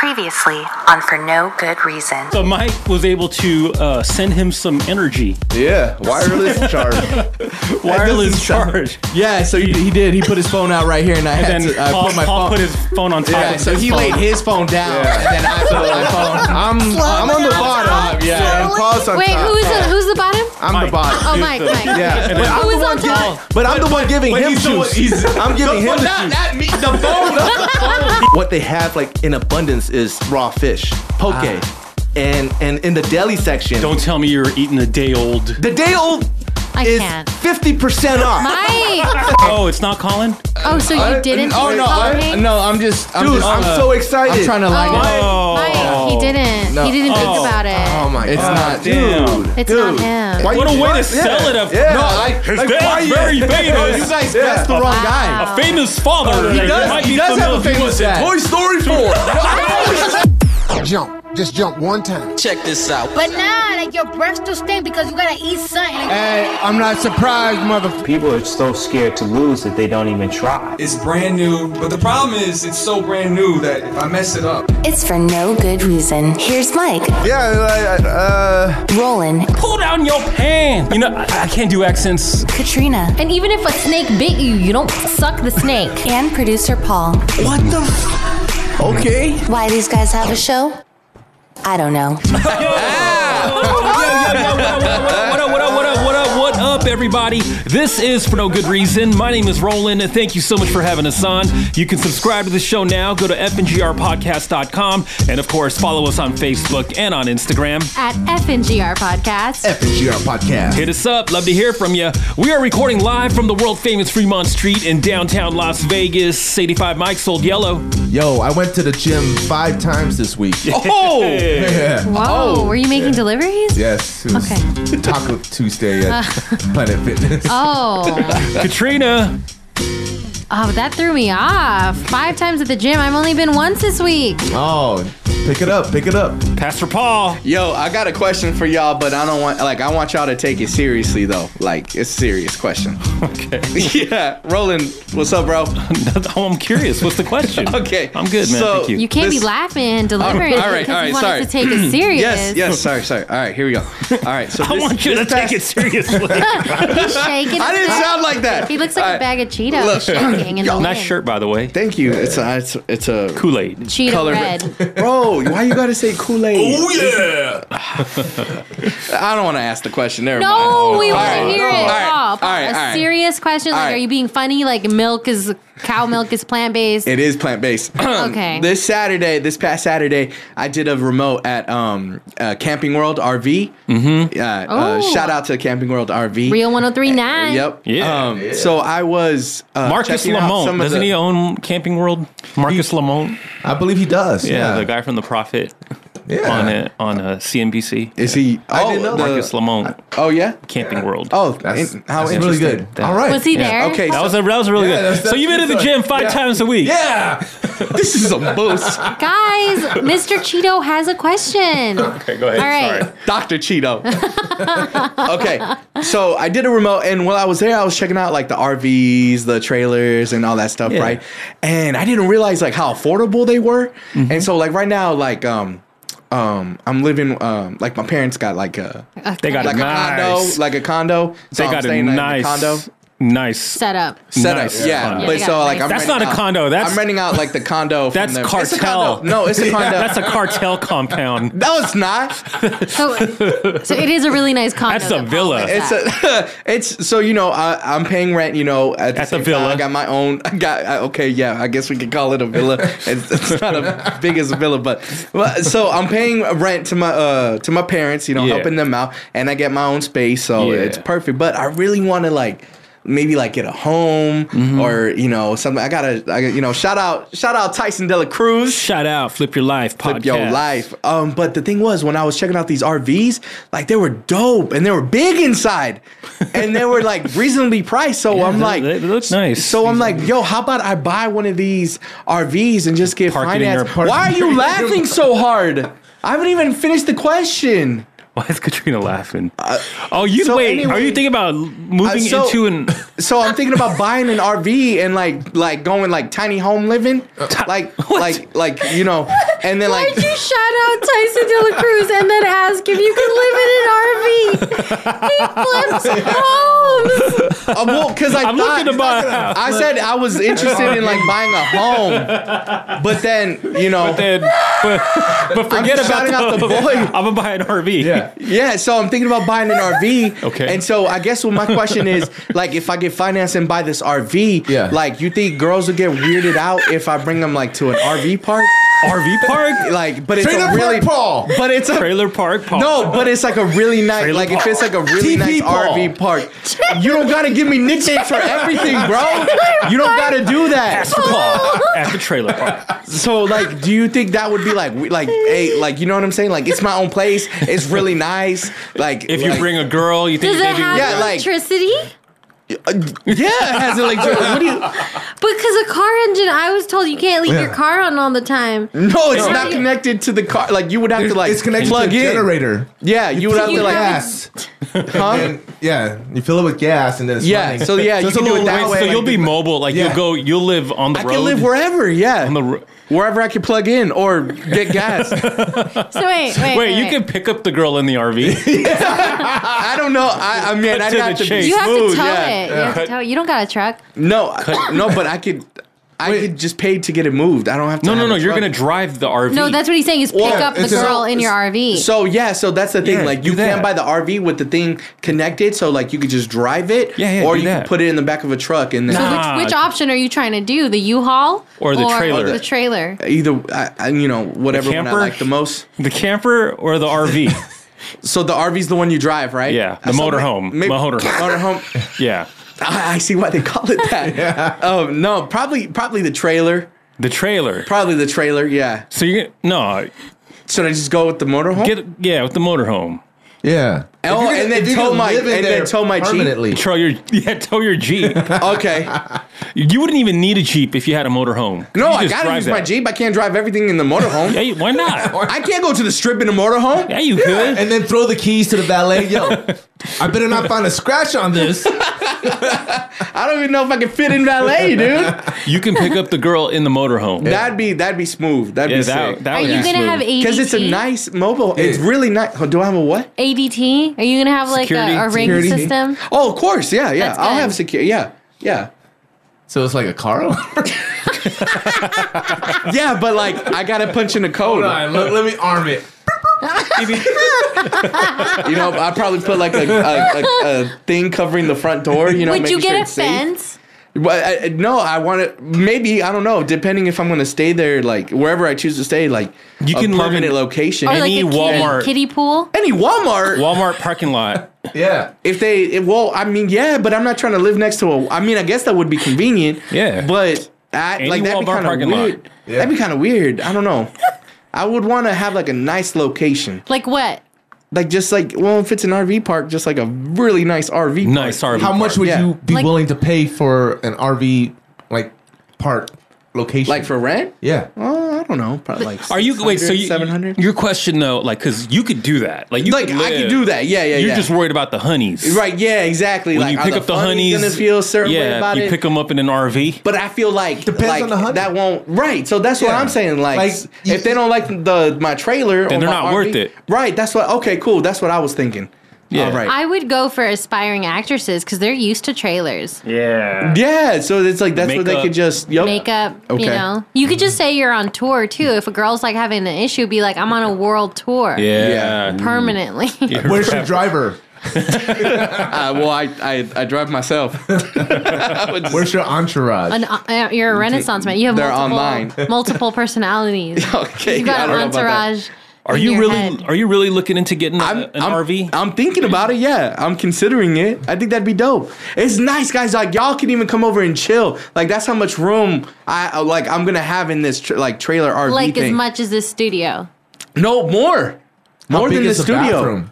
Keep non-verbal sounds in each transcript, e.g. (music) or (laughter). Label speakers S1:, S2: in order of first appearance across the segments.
S1: Previously on For No Good Reason.
S2: So Mike was able to uh, send him some energy,
S3: Yeah,
S4: (laughs)
S3: wireless charge.
S2: wireless
S5: sound-
S2: charge.
S5: Yeah, so he, he did. He put his phone out right here, and I had
S2: And then
S5: to I
S2: Paul,
S5: put my
S2: Paul
S5: phone.
S2: put his phone on top
S5: yeah,
S2: of
S5: so
S2: his
S5: he
S2: phone.
S5: laid his phone down,
S3: Yeah.
S5: and then I put
S6: (laughs)
S5: my phone.
S3: I'm I'm on the
S4: down,
S3: bottom.
S4: Tom.
S3: Yeah, and Paul's on
S4: Wait,
S3: top.
S4: who's the, who's the bottom?
S3: I'm
S2: Mike.
S3: the bottom.
S4: (laughs) Oh, Mike, Mike.
S3: Yeah,
S2: And
S3: but
S2: then-
S3: I'm
S4: Who's
S3: the
S4: on
S3: one giving.
S4: top?
S3: But I'm the one giving
S5: but
S3: him
S5: he's the one-
S3: juice.
S5: he's-
S3: I'm giving him the
S5: Not,
S3: juice.
S5: not me. The phone.
S3: What they have like in abundance is raw fish, poke, and and in the deli section,
S2: (laughs) Don't tell me you're eating a day old.
S3: the day old
S4: I
S3: is
S4: can't.
S3: fifty percent off. (laughs)
S4: I.
S2: Oh, it's not Colin.
S4: Oh, so you didn't?
S5: (laughs) Oh no,
S4: follow
S5: I,
S4: me?
S5: no, I'm just. I'm
S3: Dude,
S5: just,
S3: I'm so excited.
S5: I'm trying to
S4: Oh,
S5: like. it.
S4: Mike, he didn't.
S5: No.
S4: He didn't think
S2: Oh.
S4: about it.
S3: Oh my
S5: It's
S3: god,
S5: not-
S3: dude.
S2: Damn.
S4: It's
S3: dude.
S4: not him.
S3: Why
S2: What
S3: you-
S2: a way to
S3: Yeah.
S2: sell it up-
S3: Yeah.
S5: No, I.
S2: His
S3: Like, why
S2: dad's
S3: you-
S5: (laughs)
S2: very
S5: You
S2: famous.
S5: guys guessed the wrong guy.
S2: A famous father. that
S5: uh, He
S2: might
S5: does.
S2: be
S5: He does have a
S2: familiar with
S5: famous
S2: it.
S5: dad.
S3: Toy Story Four.
S7: jump. Just jump one time.
S6: Check this out.
S8: But nah, like your breath still stink because you gotta eat something.
S5: Hey, I'm not surprised, mother.
S9: People are so scared to lose that they don't even try.
S10: It's brand new, but the problem is it's so brand new that if I mess it up,
S1: It's For No Good Reason. Here's Mike,
S3: yeah, I, I, uh,
S1: Roland,
S2: Pull down your pants. You know, I, I can't do accents.
S1: Katrina,
S4: And even if a snake bit you, you don't suck the snake.
S1: and producer Paul.
S6: What the? F- okay.
S1: Why these guys have a show? I don't know.
S2: What up, what up, what up, what up, what up, everybody? This is For No Good Reason. My name is Roland, and thank you so much for having us on. You can subscribe to the show now. Go to fngrpodcast.com, and of course, follow us on Facebook and on Instagram.
S11: Ah.
S4: At FNGR Podcast.
S5: FGR podcast.
S2: Hit us up. Love to hear from you. We are recording live from the world famous Fremont Street in downtown Las Vegas. 85 Mike sold yellow.
S5: Yo, I went to the gym five times this week.
S2: Oh!
S5: Yeah.
S4: Whoa,
S6: Oh,
S4: were you making deliveries?
S6: (laughs)
S5: Yes. It was
S4: Okay. Uh.
S5: Taco Tuesday at Planet Fitness.
S4: Oh,
S2: (laughs) Katrina.
S4: oh, that threw me off. Five times at the gym. I've only been once this week.
S5: (laughs) Oh, pick it up, pick it up.
S2: Pastor Paul.
S6: Yo, I got a question for y'all, but I don't want like I want y'all to take it seriously though. Like it's a serious question. (laughs)
S2: Okay.
S6: yeah, Roland, what's up, bro?
S2: (laughs) oh, I'm curious. What's the question?
S6: Okay.
S2: I'm good, man.
S6: So-
S2: Thank you.
S4: You can't
S6: This-
S4: be laughing and delivering
S6: All right,
S4: because
S6: all right,
S4: you want
S6: sorry.
S4: us to take it
S6: (clears throat)
S4: serious.
S6: Yes, yes. Sorry, sorry. All right, here we go. All right,
S2: (laughs)
S6: so
S2: I
S6: this-
S2: want you to
S6: this
S2: take it
S6: past- (laughs)
S2: seriously.
S4: He's shaking.
S6: I
S4: his
S6: didn't
S4: head.
S6: sound like that.
S4: He looks like
S6: All
S4: a
S6: right.
S4: bag of Cheetos
S6: Look.
S4: shaking in the wind.
S2: nice shirt, by the way.
S6: Thank you. It's a it's, it's a
S2: Kool Aid.
S4: Cheeto
S6: color. (laughs)
S4: red.
S6: Bro, why you gotta say Kool Aid?
S5: Oh,
S3: yeah.
S6: I don't want to ask the question. Never mind.
S4: No, we
S6: All
S4: want
S6: right,
S4: to hear it.
S6: all right,
S4: Paul, Paul,
S6: all right,
S4: a
S6: all right.
S4: serious question. Like,
S6: right.
S4: are you being funny? Like, milk is cow milk is plant based.
S6: It is plant
S2: (clears throat)
S6: based.
S4: Okay.
S6: This Saturday, this past Saturday, I did a remote at um, uh, Camping World RV. Mm-hmm. Uh, uh,
S4: Oh.
S6: shout out to Camping World RV.
S4: Real 1039.
S6: Yep.
S2: Yeah.
S6: Um, So I was uh,
S2: Marcus
S6: checking out
S2: Lamont.
S6: some of
S2: Doesn't
S6: the-
S2: he own Camping World? Marcus Lamont.
S5: I believe he does.
S2: Yeah,
S5: Yeah.
S2: the guy from The Prophet
S5: Yeah.
S2: on uh, on uh, CNBC.
S6: Is he? Oh,
S5: I didn't know
S6: the-
S2: Marcus Lamont.
S6: Oh yeah.
S2: Camping World.
S6: Oh,
S5: That's,
S6: in- how
S5: that's
S6: interesting.
S5: really good. All right.
S4: Was he
S2: Yeah.
S4: there?
S6: Okay,
S2: That was a, that was a really
S5: Yeah,
S2: good.
S5: that's-
S2: so you've been to
S5: that's-
S2: the gym five
S5: yeah.
S2: times a week.
S5: Yeah.
S6: (laughs) this is a boost,
S4: Guys, Mr. Cheeto has
S6: (laughs)
S4: a question.
S2: Okay, go ahead.
S4: All right.
S2: Sorry.
S6: Doctor Cheeto. (laughs) okay, so I did a remote, and while I was there, I was checking out like the RVs, the trailers, and all that stuff,
S2: Yeah.
S6: right? And I didn't realize like how affordable they were,
S2: Mm-hmm.
S6: and so like right now, like um. Um, I'm living. Um, like my parents got like a
S2: They got
S6: like
S2: a
S6: a
S2: nice.
S6: condo, like a condo.
S2: they
S6: So I'm
S2: got a
S6: staying in
S2: nice
S6: condo
S2: Nice.
S4: Set up.
S6: setup.
S2: nice
S6: yeah,
S2: condo.
S6: but
S4: Yeah,
S6: so
S4: they
S6: like
S4: got
S6: I'm
S2: That's
S6: renting
S2: not a
S6: out-
S2: condo, that's-
S6: I'm renting out like the condo.
S2: (laughs) That's
S6: from the, It's a
S2: cartel.
S6: condo. No,
S2: (laughs)
S6: it's a condo.
S2: That's a
S6: (laughs)
S2: cartel compound.
S6: no, it's not.
S4: So, so it is a really nice condo.
S2: That's a
S4: that Paul
S2: villa.
S4: lives
S6: It's
S4: at.
S6: a, (laughs) it's so you know I, I'm paying rent. You know at the,
S2: At the
S6: same
S2: villa.
S6: Time, I got my own. I got I, okay. Yeah, I guess we could call it a villa. It's, it's not a big as a villa, but, but so I'm paying rent to my uh to my parents. You know,
S2: Yeah.
S6: helping them out, and I get my own space, so
S2: Yeah.
S6: it's perfect. But I really want to like. Maybe like get a home
S2: Mm-hmm.
S6: or you know something. I gotta, I, you know, shout out, shout out Tyson Dela Cruz
S2: Shout out, flip your life. Podcast.
S6: flip your life. Um, but the thing was, when I was checking out these RVs, like they were dope and they were big inside, and they were
S2: (laughs)
S6: like reasonably priced. So
S2: Yeah,
S6: I'm
S2: they-
S6: like,
S2: they look nice.
S6: So I'm like, yo, how about I buy one of these RVs and just get
S2: Park it in your
S6: financed?
S2: apartment. (laughs)
S6: Why are you laughing so hard? I haven't even finished the question.
S2: (laughs) Why is Katrina laughing? oh, you
S6: Uh, so
S2: wait. are
S6: anyway-
S2: you thinking about moving
S6: Uh,
S2: into
S6: so-
S2: an?
S6: So I'm thinking about buying an RV and like like going like tiny home living, like
S2: Uh, (laughs) What?
S6: like like you know, and then like
S4: Why'd you shout out Tyson De La Cruz and then ask if you could live in an RV? He flips
S6: (laughs)
S4: homes.
S6: uh, well, because I
S2: I'm
S6: thought,
S2: looking to buy a house.
S6: I said I was interested in like buying a home, but then you know,
S2: Then, but, but forget
S6: just
S2: about
S6: shouting out
S2: the,
S6: the boy.
S2: (laughs) I'm gonna buy an RV.
S5: Yeah.
S6: yeah. So I'm thinking about buying an RV.
S2: Okay.
S6: And so I guess what my question is, like, if I get financed and buy this RV,
S5: Yeah.
S6: like, you think girls would get weirded out if I bring them like to an RV park? (laughs)
S2: RV park,
S6: Like, but it's
S5: Trailer
S6: a
S5: Park
S6: really
S5: (laughs) Paul.
S6: But it's a
S2: trailer park. Park.
S6: No, but it's like a really nice,
S2: Trailer
S6: like
S2: park.
S6: if it's like a really
S5: TP
S6: nice
S5: park.
S6: RV park, you don't gotta give me nicknames for everything, bro. You don't gotta do that.
S2: Astro Paul at the trailer park.
S6: So, like, do you think that would be like, we- like, hey, like, you know what I'm saying? Like, it's my own place. It's really nice. Like,
S2: If you
S6: like-
S2: bring a girl, you think
S4: Does it
S2: maybe
S4: have
S6: Yeah, like-
S4: electricity?
S6: (laughs) yeah, it has electricity. What do you?
S4: because a car engine, I was told you can't leave your car on all the time.
S6: No, it's
S4: No.
S6: not connected to the car. Like, you would have to like
S5: it's connected
S6: plug
S5: to a
S6: in.
S5: generator.
S6: Yeah, you would have
S4: You
S6: to like,
S4: have
S5: Gas.
S6: huh?
S5: And yeah, you fill it with gas and then it's
S6: Yeah,
S5: running.
S6: so yeah, you
S5: it's a
S6: can do it
S5: little
S6: that
S5: race-
S6: way,
S2: so
S6: like
S2: you'll be mobile. Like
S5: Yeah.
S2: you'll go, you'll live on the
S6: I
S2: road.
S6: can live wherever. Yeah,
S2: on the ro-
S6: wherever I can plug in or get gas.
S4: So wait, wait,
S2: Wait, you can pick up the girl in the
S6: (laughs)
S2: RV.
S6: I don't know. I, I mean,
S2: Cut
S6: I'd
S2: to
S6: have
S2: the
S6: to.
S2: chase.
S4: You have
S6: smooth,
S4: to tow
S6: yeah.
S4: it. You have to tow it. You don't got a truck.
S6: No, I- no, but I could. I could just pay to get it moved. I don't have to.
S2: No, no,
S6: have
S2: no.
S6: a
S2: You're
S6: truck.
S2: gonna drive the RV.
S4: No, that's what he's saying is pick
S6: Well,
S4: up the
S5: it's a-
S4: girl in your RV.
S6: So yeah, so that's the thing.
S2: Yeah,
S6: like
S2: do
S6: you
S2: that.
S6: can buy the RV with the thing connected, so like you could just drive it.
S2: Yeah, yeah,
S6: Or
S2: do
S6: you
S2: that.
S6: can put it in the back of a truck and then uh,
S4: So
S2: Ah.
S4: which, which option are you trying to do? The U-Haul
S2: Or the trailer.
S4: The trailer.
S6: either I, I, you know whatever one I
S2: camper?
S6: like the most.
S2: the camper or the
S6: (laughs)
S2: RV.
S6: So the RV's the one you drive, right?
S2: Yeah, the motorhome. Motorhome.
S6: (laughs) Motorhome.
S2: yeah,
S6: I, I see why they call it
S2: (laughs)
S6: that. Um, no, probably probably the trailer.
S2: the trailer.
S6: Probably the trailer. Yeah.
S2: So you are no
S6: Should I just go with the motorhome?
S2: get yeah with the motorhome.
S5: Yeah.
S6: Oh,
S5: If you're
S6: and then
S5: if you're
S6: tow my-
S5: live in
S6: and then
S5: there
S6: tow my Jeep.
S5: permanently.
S2: Tow your (laughs) yeah, tow your Jeep.
S6: okay.
S2: (laughs) you wouldn't even need a Jeep if you had a motorhome.
S6: No,
S2: You
S6: I
S2: just
S6: gotta
S2: drive
S6: use
S2: that.
S6: my Jeep. I can't drive everything in the
S2: (laughs) Yeah,
S6: motorhome.
S2: you-
S6: (laughs)
S2: why not?
S6: I can't go to the strip in the motorhome.
S2: Yeah, you could.
S5: And then throw the keys to the valet. Yo, I better not find a scratch on this.
S6: I don't even know if I can fit in valet, dude.
S2: You can pick up the girl in the motorhome.
S6: That'd be that'd be smooth. That'd
S2: Yeah,
S6: be
S2: that,
S6: sick.
S2: that
S4: Are
S2: would
S4: you
S2: be
S4: gonna
S2: smooth.
S4: have ADT?
S6: Because it's a nice mobile. It's really nice. Oh, do I have a what?
S4: ADT. Are you gonna have like
S2: Security?
S4: a, a ring
S5: Security?
S4: system?
S6: Oh, of course. Yeah, yeah.
S4: That's
S6: I'll
S4: good.
S6: have secure. Yeah, yeah,
S5: (laughs) so it's like a car. Hold
S6: yeah. But like, I gotta punch in a code.
S5: on, let, let me arm it.
S6: (laughs) You know, I probably put like a, a, a, a thing covering the front door. You know,
S4: Would you
S6: making
S4: get
S6: sure
S4: a
S6: it's safe.
S4: fence?
S6: But I, I- no, I want to. Maybe I don't know. Depending if I'm going to stay there, like wherever I choose to stay, like
S2: You
S6: a
S2: can live
S6: permanent
S2: in-
S6: location.
S4: Or
S2: Any
S4: Oh, like a
S2: Walmart.
S4: Kiddie, kiddie pool?
S6: any Walmart.
S2: Walmart parking lot.
S5: Yeah.
S6: if they, if, well, I mean, yeah, but I'm not trying to live next to a. I mean, I guess that would be convenient.
S2: Yeah.
S6: but I,
S2: Any
S6: like that'd
S2: Walmart
S6: be kind
S2: parking
S6: of
S2: lot.
S6: weird. That'd be kind of weird. I don't know. I would want to have like a nice location,
S4: Like what?
S6: like just like well, if it's an RV park, just like a really nice RV. park.
S2: Nice RV.
S5: How much would
S6: Yeah.
S5: you be
S4: Like-
S5: willing to pay for an RV like park location?
S6: like for rent?
S5: yeah.
S6: Oh, I don't know. Probably like
S2: Are you wait? So you
S6: 700?
S2: Your question though, like because you could do that. Like you
S6: like I could do that. Yeah, yeah.
S2: You're
S6: yeah.
S2: just worried about the honeys.
S6: Right. Yeah. Exactly.
S2: When
S6: like
S2: you pick up the honeys,
S6: gonna feel a certain way about
S2: you
S6: it.
S2: pick them up in an RV.
S6: but I feel like
S5: Depends
S6: like,
S5: on the honey.
S6: That won't right. So that's what
S5: Yeah.
S6: I'm saying. Like,
S5: Like,
S6: s-
S5: you-
S6: if they don't like the my trailer,
S2: Then
S6: or
S2: they're
S6: my
S2: not
S6: RV,
S2: worth it.
S6: Right. That's what. Okay. Cool. That's what I was thinking.
S2: Yeah.
S6: All right.
S4: I would go for aspiring actresses because they're used to trailers.
S2: Yeah.
S6: yeah. So it's like that's what they
S2: Makeup.
S6: could just yup.
S4: Makeup,
S6: Okay.
S4: you know. You could just say you're on tour too. If a girl's like having an issue, be like, I'm on a world tour.
S2: Yeah.
S4: Permanently.
S5: Where's your driver?
S6: Uh, well, I, I I drive myself. (laughs) I would just-
S5: Where's your entourage?
S4: An, uh, you're a renaissance man. You have
S6: They're
S4: multiple,
S6: online.
S4: multiple personalities.
S6: okay.
S4: You've got
S6: I
S4: an
S6: don't know about that.
S4: entourage.
S2: Are
S4: in
S2: you
S4: your
S2: really?
S4: head.
S2: Are you really looking into getting a,
S6: I'm,
S2: Uh, an
S6: I'm-
S2: RV?
S6: I'm thinking about it. Yeah, I'm considering it. I think that'd be dope. It's nice, guys. Like y'all can even come over and chill. Like that's how much room I uh, like. I'm gonna have in this tra- like trailer RV
S4: like as
S6: thing.
S4: much as this studio?
S6: no more,
S5: How
S6: more
S5: big
S6: than the
S5: is
S6: studio.
S5: bathroom?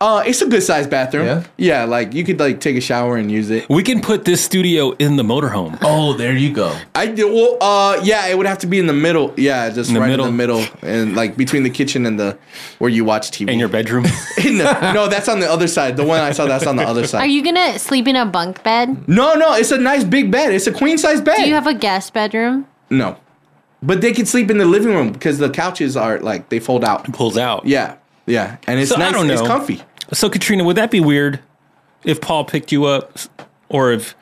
S6: Uh, it's a good sized bathroom.
S5: Yeah?
S6: like you could like take a shower and use it.
S2: We can put this studio in the motorhome.
S5: Oh, there you go.
S6: I did- well, uh, yeah, it would have to be in the middle. Yeah, just
S2: the
S6: right
S2: middle.
S6: in the middle, and like between the kitchen and the where you watch TV.
S2: In your bedroom, (laughs)
S6: (laughs) In the- no, that's on the other side. The one I saw, that's on the other side.
S4: Are you gonna sleep in a bunk bed?
S6: no, no, it's a nice big bed. It's a queen size bed.
S4: Do you have a guest bedroom?
S6: no, but they could sleep in the living room because the couches are like they fold out.
S2: pulls out.
S6: Yeah, yeah, and it's
S2: So, I
S6: nice.
S2: don't
S6: It's
S2: know.
S6: comfy.
S2: So Katrina, would that be weird if Paul picked you up, s- or if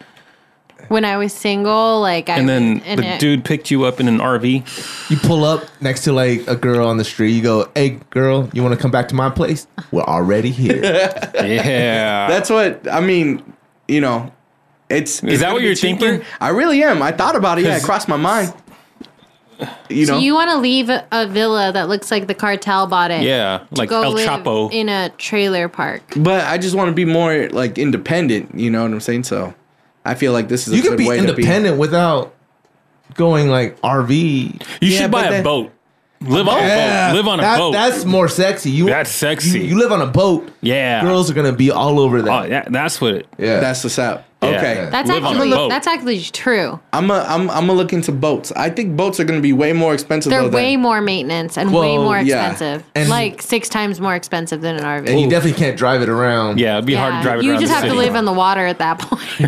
S4: When I was single, like I
S2: and then
S4: would- and
S2: the
S4: it-
S2: dude picked you up in an RV?
S5: You pull up next to like a girl on the street. You go, "Hey, girl, you want to come back to my place? We're already here."
S2: Yeah.
S4: (laughs)
S6: That's what I mean. You know, it's
S2: Is
S6: it's
S2: that
S6: gonna
S2: what
S6: be
S2: you're
S6: cheaper.
S2: thinking?
S6: I really am. I thought about it. Yeah, it
S2: 'Cause-
S6: crossed my mind. You know,
S4: So you want to leave a, a villa that looks like the cartel bought it?
S2: yeah, like
S4: Go
S2: El
S4: live
S2: Chapo.
S4: in a trailer park.
S6: but I just want to be more like independent. You know what I'm saying? So I feel like this is a
S5: you
S6: good
S5: can be
S6: way to
S5: independent without going like RV.
S2: you
S6: yeah,
S2: should buy
S6: but
S2: a
S6: that-
S2: boat. Live on a boat. Oh, Live on a
S5: that-
S2: boat.
S5: That's more sexy. You
S2: That's sexy.
S5: You, you live on a boat.
S2: Yeah.
S5: girls are gonna be all over that.
S2: oh, that, that's what it.
S6: be.
S5: yeah,
S6: That's the out.
S2: Yeah.
S6: Okay,
S4: That's
S2: Live on a
S4: actually
S2: boat.
S4: that's actually true.
S6: I'm a I'm I'm a look into boats. I think boats are going to be way more expensive.
S4: They're
S6: though than-
S4: way more maintenance and way
S5: Well,
S4: more
S6: yeah.
S4: expensive.
S5: And-
S4: like six times more expensive than an RV.
S5: and you definitely can't drive it around.
S2: Yeah, it'd be hard to
S4: Yeah,
S2: drive it
S4: you
S2: around
S4: just
S2: the
S4: have
S2: city.
S4: to live on the water at
S6: (laughs)
S4: that (laughs) point.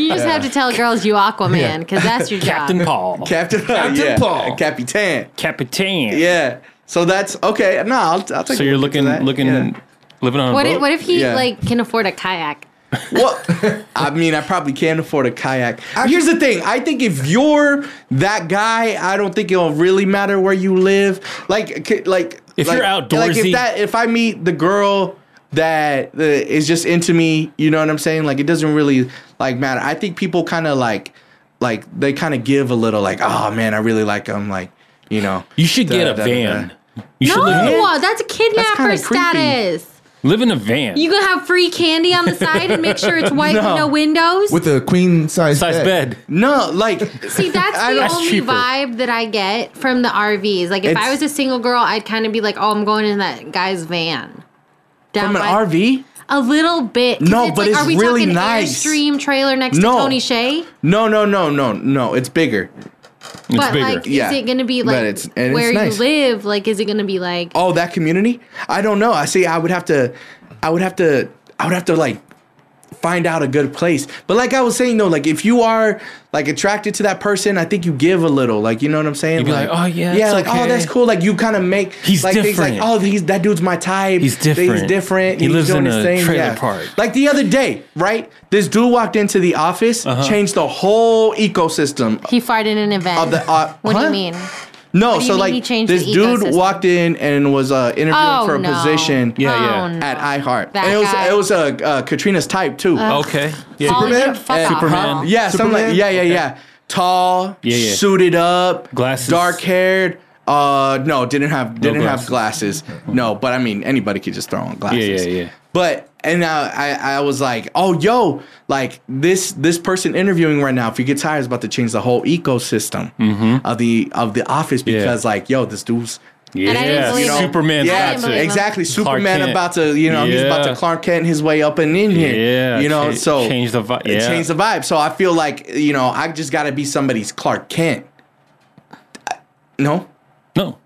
S4: you just have to tell girls you Aquaman because
S2: (laughs)
S4: that's your
S2: Captain
S4: job.
S2: Paul.
S6: Captain,
S5: Captain
S6: yeah,
S5: Paul.
S6: Capitan.
S2: Capitan.
S6: Yeah. So that's okay. No, I'll, I'll take.
S2: So
S6: a
S2: you're
S6: look
S2: looking,
S6: into that.
S2: looking,
S6: Yeah.
S2: living on a
S4: What
S2: boat.
S4: if, what if he
S6: Yeah.
S4: like can afford a kayak?
S6: Well, I mean, I probably can't afford a kayak. Here's the thing: I think if you're that guy, I don't think it'll really matter where you live. Like, c- like
S2: If
S6: like-
S2: you're
S6: like
S2: outdoorsy-
S6: if that if I meet the girl that uh, is just into me, you know what I'm saying? Like, it doesn't really like matter. I think people kind of like, like they kind of give a little, like, oh man, I really like him, like, you know.
S2: you should get a
S6: Da, da, da,
S2: van.
S6: da.
S2: You should
S4: No,
S2: live, in-
S4: that's a kidnapper
S6: kinda creepy.
S4: status.
S2: live in a van.
S4: You gonna have free candy on the side and make sure it's white
S6: (laughs) No.
S4: and no windows.
S5: with a queen size
S2: size bed.
S6: No, like,
S4: See, that's
S6: (laughs) I
S4: the
S6: don't-
S4: only
S2: cheaper.
S4: vibe that I get from the RVs. Like, if I
S6: It's-
S4: was a single girl, I'd kind of be like, "Oh, I'm going in that guy's van." Down
S6: from an
S4: by-
S6: RV.
S4: A little bit. 'Cause
S6: No, but it's
S4: are we
S6: really
S4: talking
S6: nice.
S4: Airstream trailer next
S6: No.
S4: to Tony Shay.
S6: No, no, no, no, no. It's bigger.
S2: It's
S4: but
S2: bigger.
S4: like,
S6: Yeah.
S4: is it gonna be
S6: But
S4: like
S6: it's- and it's
S4: where
S6: nice.
S4: you live? Like, is it gonna be like?
S6: oh that community i don't know i see i would have to i would have to i would have to like find out a good place but like i was saying though like if you are like attracted to that person i think you give a little like you know what i'm saying
S2: You'd be like, "Oh, yeah,
S6: yeah
S2: it's
S6: like oh
S2: okay."
S6: that's cool like you kind of make
S2: He's
S6: like
S2: different.
S6: like oh he's that dude's my type
S2: He's
S6: that
S2: different.
S6: he's different
S2: He
S6: he's
S2: lives
S6: doing
S2: in
S6: his
S2: a
S6: thing."
S2: trailer park.
S6: like the other day right this dude walked into the office
S2: Uh-huh.
S6: changed the whole ecosystem
S4: He farted in an event.
S6: Of the, uh,
S4: what do
S6: huh?
S4: you mean?
S6: no
S4: What do you
S6: so
S4: mean
S6: like
S4: he changed
S6: this
S4: the
S6: dude
S4: ecosystem?
S6: walked in and was uh interviewing
S4: Oh
S6: for a
S4: no.
S6: position
S2: yeah.
S4: Oh, no.
S6: at iHeart.
S4: That
S6: And it was
S4: guy. Uh.
S6: it was uh, uh, Katrina's type too.
S2: okay. Yeah.
S4: All
S5: Superman?
S4: of you, fuck
S6: And-
S4: off.
S2: Superman.
S6: yeah, something
S5: Superman?
S6: like yeah, yeah, yeah. Tall,
S2: Yeah, yeah.
S6: suited up,
S2: Glasses.
S6: dark haired. Uh, no, didn't have didn't have glasses. No, but I mean anybody could just throw on glasses.
S2: Yeah, yeah, yeah.
S6: But and I, I I was like, oh yo, like this this person interviewing right now, if he gets hired, is about to change the whole ecosystem of the of the office
S2: Mm-hmm. Yeah.
S6: because like yo, this dude's
S2: yeah.
S4: And I didn't believe it.
S2: Superman.
S4: I
S6: yeah,
S4: didn't believe him.
S6: exactly. Superman
S2: Kent.
S6: about to, you know, he's about
S2: Yeah.
S6: to Clark Kent his way up and in here.
S2: Yeah,
S6: you know,
S2: cha-
S6: so
S2: change the vi-
S6: It
S2: yeah.
S6: changed the vibe. So I feel like you know, I just got to be somebody's Clark Kent. I- No,
S2: No.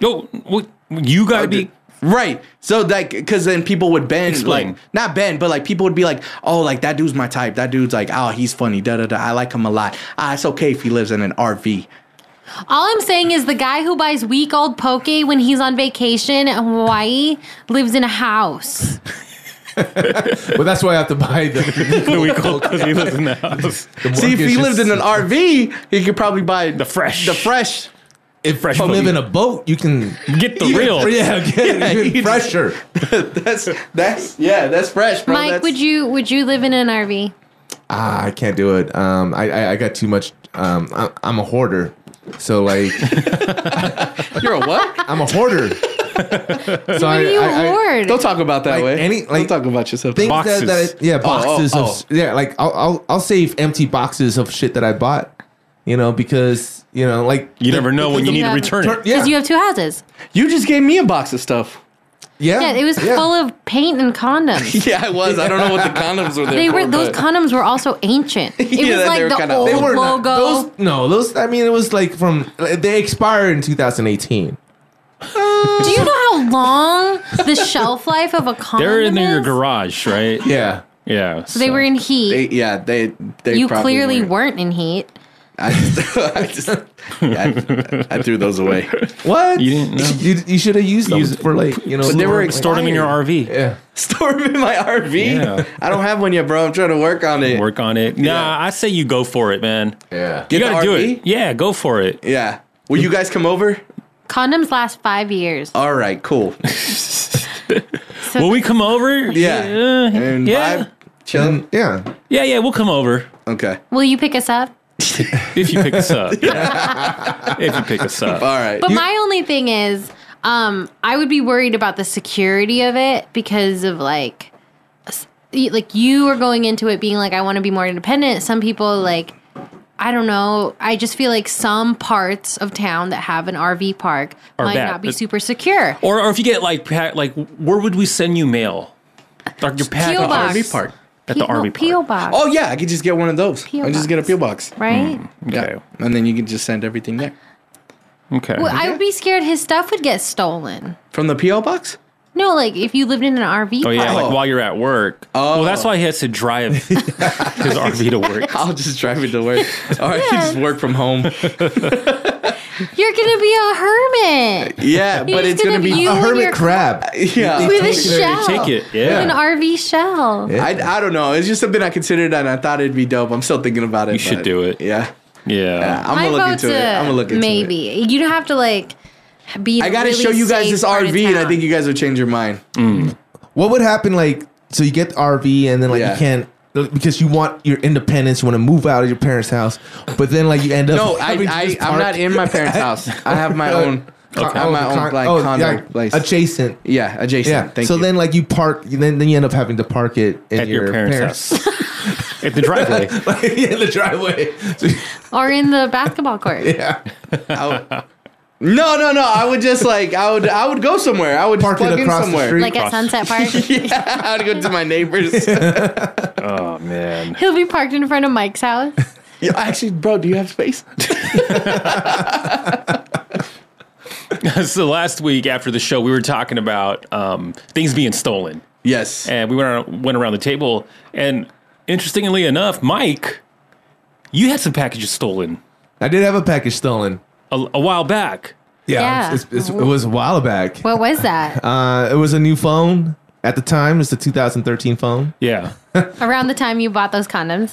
S2: no. Well, you gotta be.
S6: right. So like, because then people would bend,
S2: Explain.
S6: like not bend, but like people would be like, oh, like that dude's my type. That dude's like, oh, he's funny. Da da da. I like him a lot. Ah, it's okay if he lives in an RV.
S4: All I'm saying is the guy who buys week old poke when he's on vacation in Hawaii lives in a house.
S5: But that's why I have to buy the.
S2: we call because he lives in (laughs) the house.
S5: the
S6: See, if he
S5: mortgage
S6: lived in
S5: is-
S6: an RV, he could probably buy the
S2: fresh.
S6: the fresh.
S5: if
S2: fresh
S5: you live
S2: boat.
S5: in a boat, (laughs) you can
S2: Get the real.
S6: (laughs)
S5: Yeah, get it
S6: you
S5: even
S6: just-
S5: fresher.
S6: that's that's yeah, that's fresh, bro.
S4: Mike,
S6: that's,
S4: would you would you live in an RV?
S5: Ah, I can't do it. Um, I, I I got too much. Um, I, I'm a hoarder, so like
S6: You're a what?
S5: I'm a hoarder. so I,
S4: What do you
S5: I- I-
S4: hoard?
S6: Don't talk about that
S5: Like,
S6: way.
S5: any- like,
S6: Don't talk about yourself.
S5: things
S2: Boxes.
S5: that, that I, yeah boxes
S6: oh,
S5: of yeah like I'll, I'll I'll save empty boxes of shit that I bought, you know because you know like
S2: You never know when you need to
S4: Yeah.
S2: return it.
S5: yeah
S4: Because you have two houses.
S6: you just gave me a box of stuff.
S5: Yeah.
S4: Yeah, it was
S5: yeah.
S4: full of paint and
S6: (laughs)
S4: condoms.
S6: (laughs) Yeah, I was. I don't know what the condoms were there
S4: They
S6: for.
S4: were those
S6: but-
S4: condoms were also
S6: (laughs)
S4: ancient. It
S6: Yeah, they
S4: was
S6: were
S4: like the
S6: kinda-
S4: old
S6: they
S5: were
S4: logo.
S5: not- those, no, those. I mean, it was like from they expired in 2018.
S4: Do you know how long the shelf life of a condom
S2: They're in your
S4: is?
S2: garage, right?
S5: Yeah,
S2: Yeah.
S4: They were in heat.
S6: They- yeah, they they
S4: you
S6: probably
S4: clearly
S6: weren't.
S4: weren't in heat.
S6: I just, (laughs) I, just yeah, I, I threw those away. (laughs)
S5: what
S2: You didn't know?
S5: You, you should have used them
S2: Use-
S5: for like you know.
S6: But they were
S5: like-
S2: Store them in your RV.
S5: Yeah,
S6: Store 'em in my RV.
S2: Yeah.
S6: I don't have one yet, bro. I'm trying to work on it.
S2: Work on it. Nah, I say you go for it, man.
S5: yeah.
S6: Get
S2: you
S6: the
S2: gotta do
S6: RV?
S2: it. Yeah, go for it.
S6: Yeah. Will you guys come over?
S4: Condoms last five years.
S6: All right, (laughs) cool.
S2: Will we come over?
S6: Yeah.
S2: Yeah.
S6: And
S2: yeah.
S6: vibe, chill.
S5: And, yeah.
S2: yeah, yeah, we'll come over
S6: Okay.
S4: Will you pick us up?
S2: if you pick us up. if you pick us up.
S6: All right.
S4: But my only thing is, um, I would be worried about the security of it because of like, s- y- like you are going into it being like, I want to be more independent. Some people like, I don't know. I just feel like some parts of town that have an RV park
S2: Are
S4: might
S2: bad.
S4: not be
S2: It's-
S4: super secure.
S2: Or, or if you get like pa- like where would we send you mail? Like your pack
S4: P.O. box.
S6: RV park.
S2: at the
S4: P- no,
S2: RV
S4: PO
S2: park. Hmm.
S4: box,
S6: Oh yeah, I could just get one of those.
S4: P.O.
S6: I just get a peel box.
S4: right?
S6: Yeah. And then you can just send everything there.
S2: Okay.
S4: Well, I would be scared his stuff would get stolen.
S6: From the PO box?
S4: No, like if you lived in an RV.
S2: oh yeah,
S6: Oh.
S2: like while you're at work.
S6: Oh.
S2: Well, that's why he has to (laughs) drive his RV to work.
S6: I'll just drive it to (laughs) work. All right, you just work from home.
S4: You're gonna be a hermit
S6: Yeah,
S4: You're
S6: but
S4: just
S6: it's gonna,
S4: gonna
S6: be
S4: you
S5: A
S4: and
S5: hermit
S4: your-
S5: crab.
S6: (laughs) yeah.
S4: with a
S5: Take it or
S4: shell,
S2: Take it. Yeah.
S4: an RV shell.
S5: Yeah.
S6: I, I don't know. It's just something I considered and I thought it'd be dope. I'm still thinking about it.
S2: You should
S6: but-
S2: do it.
S6: Yeah.
S2: Yeah.
S6: I'm
S4: My
S6: gonna look
S4: vote's
S6: into it.
S4: a
S6: I'm gonna look into
S4: maybe.
S6: it.
S4: you don't have to like be. in
S6: I
S4: a
S6: gotta
S4: really
S6: show you guys
S4: safe
S6: this
S4: part of
S6: RV, and I
S4: town.
S6: think you guys would change your mind.
S5: What would happen like so you get the RV and then like
S6: Yeah.
S5: you can't because you want your independence, you want to move out of your parents' house, but then like you end up
S6: No, I,
S5: having to
S6: I
S5: just
S6: I'm
S5: park-
S6: not in my parents' house. I have my own. I have my
S5: the
S6: own
S5: con-
S6: like
S5: oh,
S6: condo
S5: yeah,
S6: place.
S5: adjacent.
S6: yeah, adjacent.
S5: Yeah.
S6: Thank
S5: so
S6: you.
S5: then like you park, then then you end up having to park it in
S2: At your parents'
S5: house.
S2: At the driveway.
S5: in the driveway. So,
S4: or in the basketball
S6: (laughs)
S4: court.
S5: yeah.
S6: I would- (laughs) no, no, no. I would just like I would I would go somewhere. I would just
S5: Park it
S6: plug in
S5: across the
S6: somewhere. (laughs)
S5: street.
S4: Like at Sunset Park,
S6: yeah, I would go to my neighbors.
S2: (laughs) oh man.
S4: he'll be parked in front of Mike's house.
S6: (laughs) Yo, actually, bro, do you have space?
S2: (laughs)
S6: (laughs)
S2: so last week after the show, we were talking about um, things being stolen,
S6: yes.
S2: and we went around, went around the table. And interestingly enough, Mike, you had some packages stolen
S5: (laughs) I did have a package stolen.
S2: a, a while back.
S4: Yeah.
S5: It's, it's, it was a while back.
S4: What
S6: (laughs)
S4: was that?
S5: Uh, it was a new phone at the time. It's the 2013 phone.
S2: Yeah.
S4: Around the time you bought those condoms,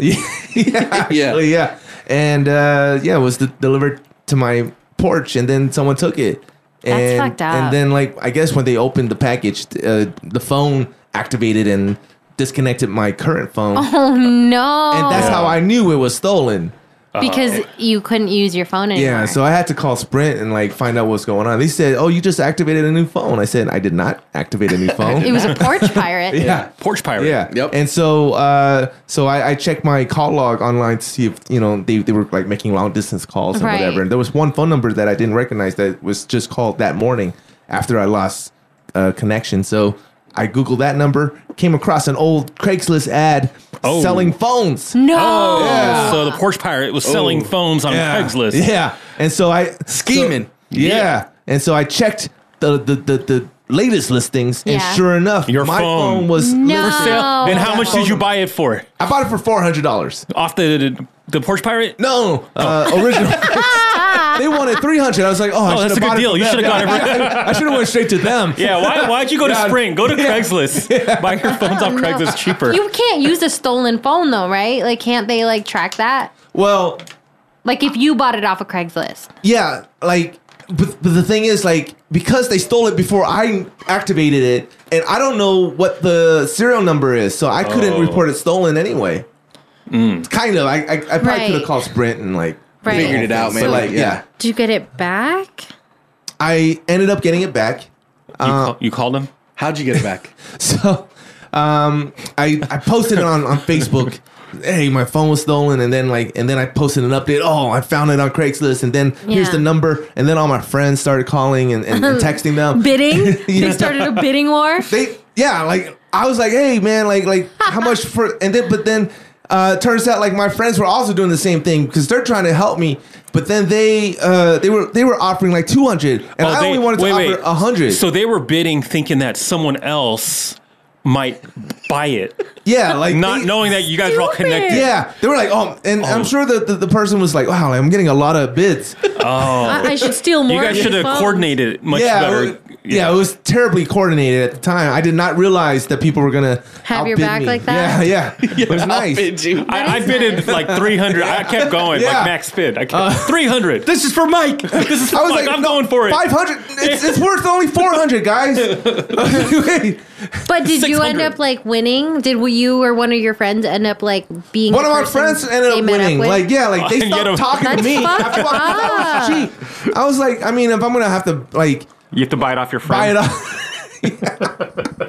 S6: Yeah.
S5: Oh yeah, and uh, yeah, it was de- delivered to my porch, and then someone took it. And,
S4: That's fucked up.
S5: And then, like, I guess when they opened the package, uh, the phone activated and disconnected my current phone,
S4: Oh. no,
S5: and that's how I knew it was stolen.
S4: because you couldn't use your phone anymore.
S5: Yeah, so I had to call Sprint and like find out what's going on. They said, "Oh, you just activated a new phone." I said, "I did not activate a
S4: (laughs)
S5: new phone."
S4: it was
S6: (laughs)
S4: a porch pirate.
S5: yeah.
S2: Porch pirate.
S5: Yeah.
S6: Yep.
S5: And so, uh, so I, I checked my call log online to see if you know they, they were like making long distance calls and
S4: Right.
S5: whatever. And there was one phone number that I didn't recognize that was just called that morning after I lost uh, connection. So I googled that number, came across an old Craigslist ad
S2: Oh.
S5: selling phones.
S4: No,
S2: Oh, so the porch pirate was selling phones on (laughs) Craigslist.
S5: Yeah. And so I
S6: Scheming.
S5: so- yeah. And so I checked the the the, the latest listings, and
S4: Yeah.
S5: sure enough,
S2: Your
S5: my
S2: phone.
S5: phone was
S4: No.
S5: listed-
S4: Oh.
S2: and how much did you buy it for?
S5: I bought it for four hundred dollars.
S2: Off the the porch pirate?
S5: No,
S2: Oh. (laughs)
S5: uh, original. they wanted three hundred. I was like, oh, I
S2: Oh,
S5: should
S2: that's
S5: have
S2: a good
S5: bought
S2: deal.
S5: It
S2: You should have gone every
S5: from them. (laughs) I should have went straight to them.
S2: (laughs) Yeah, why, why'd you go to
S5: Yeah.
S2: Spring? Go to
S5: (laughs)
S2: Craigslist. Buy your phones off Craigslist cheaper.
S4: you can't use a stolen phone though, right? Like, can't they like track that?
S5: Well,
S4: Like if you bought it off of Craigslist.
S5: yeah, like, but, but the thing is, like, because they stole it before I activated it, and I don't know what the serial number is, so I couldn't
S2: Oh.
S5: report it stolen anyway.
S2: Mm.
S5: Kind of. I I, I probably
S4: Right.
S5: could have called Sprint and like
S4: Right.
S6: Figured it out,
S5: But,
S6: man.
S5: like, yeah,
S4: Did you get it back?
S5: I ended up getting it back.
S2: you,
S5: Uh-huh.
S2: call, you called him?
S5: (laughs)
S6: How'd you get it back?
S5: So um, I, I posted it on, on Facebook hey, my phone was stolen, and then like, and then I posted an update. Oh, I found it on Craigslist, and then here's
S4: Yeah.
S5: the number, and then all my friends started calling and, and, and texting
S6: (laughs)
S5: them.
S4: bidding.
S5: Yeah.
S4: They started a bidding war.
S5: They, yeah, like I was like, hey man, like like how much for? And then but then uh, turns out like my friends were also doing the same thing because they're trying to help me. But then they uh, they were they were offering like two hundred, and I
S2: Oh, they-
S5: only wanted to
S2: wait, wait.
S5: offer a hundred.
S2: So they were bidding, thinking that someone else might buy it,
S5: yeah, like
S2: not
S5: they-
S2: knowing that you guys are all
S4: Stupid.
S2: connected.
S5: Yeah, they were like, oh, and
S2: Oh.
S5: I'm sure that the, the person was like, wow, I'm getting a lot of
S2: (laughs)
S5: bids.
S4: I, I should steal more.
S2: You
S4: of
S2: guys
S4: these
S2: should have
S4: phones.
S2: coordinated it much
S5: yeah,
S2: better.
S5: it was- yeah, it was terribly coordinated at the time. I did not realize that people were gonna
S4: Have your
S5: outbid
S4: back
S5: me.
S4: like that?
S5: Yeah,
S4: (laughs)
S5: yeah, it was nice.
S2: I, I bid in like 300. I kept going,
S5: Yeah. Uh,
S2: like max bid. I kept, 300. This is for Mike. (laughs) This is for
S5: I was
S2: Mike.
S5: like,
S2: I'm
S5: no,
S2: going for it.
S5: 500. It's, it's worth only 400, guys. (laughs) Wait.
S4: But did you end
S2: 600.
S4: up like winning? Did you or one of your friends end up like being
S5: One
S4: the
S5: of my
S4: person
S5: friends ended
S4: they
S5: up
S4: met
S5: winning.
S4: with?
S5: Like, yeah, like they
S2: And get
S5: stopped
S2: 'em.
S5: talking to
S4: That's
S5: me.
S4: fucked
S5: after I found out I was cheap. I was like, I mean, if I'm gonna have to like
S2: you have to buy it off your friend.
S5: buy it off, (laughs)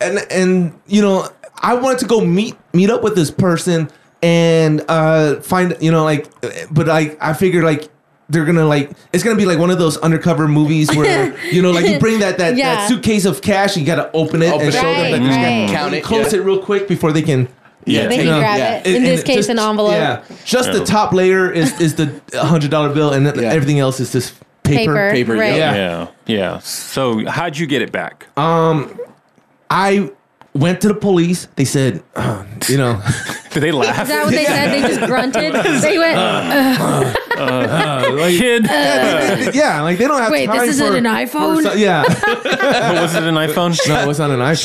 S5: and and you know, I wanted to go meet meet up with this person and uh find you know like, but like I figured like. They're gonna like it's gonna be like one of those undercover movies
S4: (laughs)
S5: where you know like you bring that that,
S4: Yeah.
S5: that suitcase of cash and you gotta open it
S6: Open
S5: and
S6: it.
S5: show them that
S4: Right,
S5: there's
S4: right.
S6: Count it.
S5: close
S6: yeah.
S5: it real quick before they can.
S6: Yeah,
S4: (laughs) They
S6: take
S4: can
S6: it.
S4: grab
S6: Yeah.
S4: it. In this case,
S5: just-
S4: an envelope.
S5: Yeah, just
S2: Yeah.
S5: the top layer is is the hundred dollar bill, and then
S6: Yeah.
S5: everything else is just paper.
S4: Paper.
S6: Paper,
S4: right.
S6: yeah.
S2: Yeah, yeah. So how'd you get it back?
S5: Uh, I went to the police. They said, uh, you (laughs) know,
S2: Did they laugh?
S4: Is that what they said? They just
S5: (laughs)
S4: grunted. They went,
S5: Uh.
S4: (laughs)
S2: Kid,
S5: yeah, like they don't have.
S4: Wait,
S5: time
S4: this isn't
S5: for-
S4: an iPhone?
S5: for so- yeah,
S2: was (laughs) it an iPhone?
S5: no, it's not an iPhone.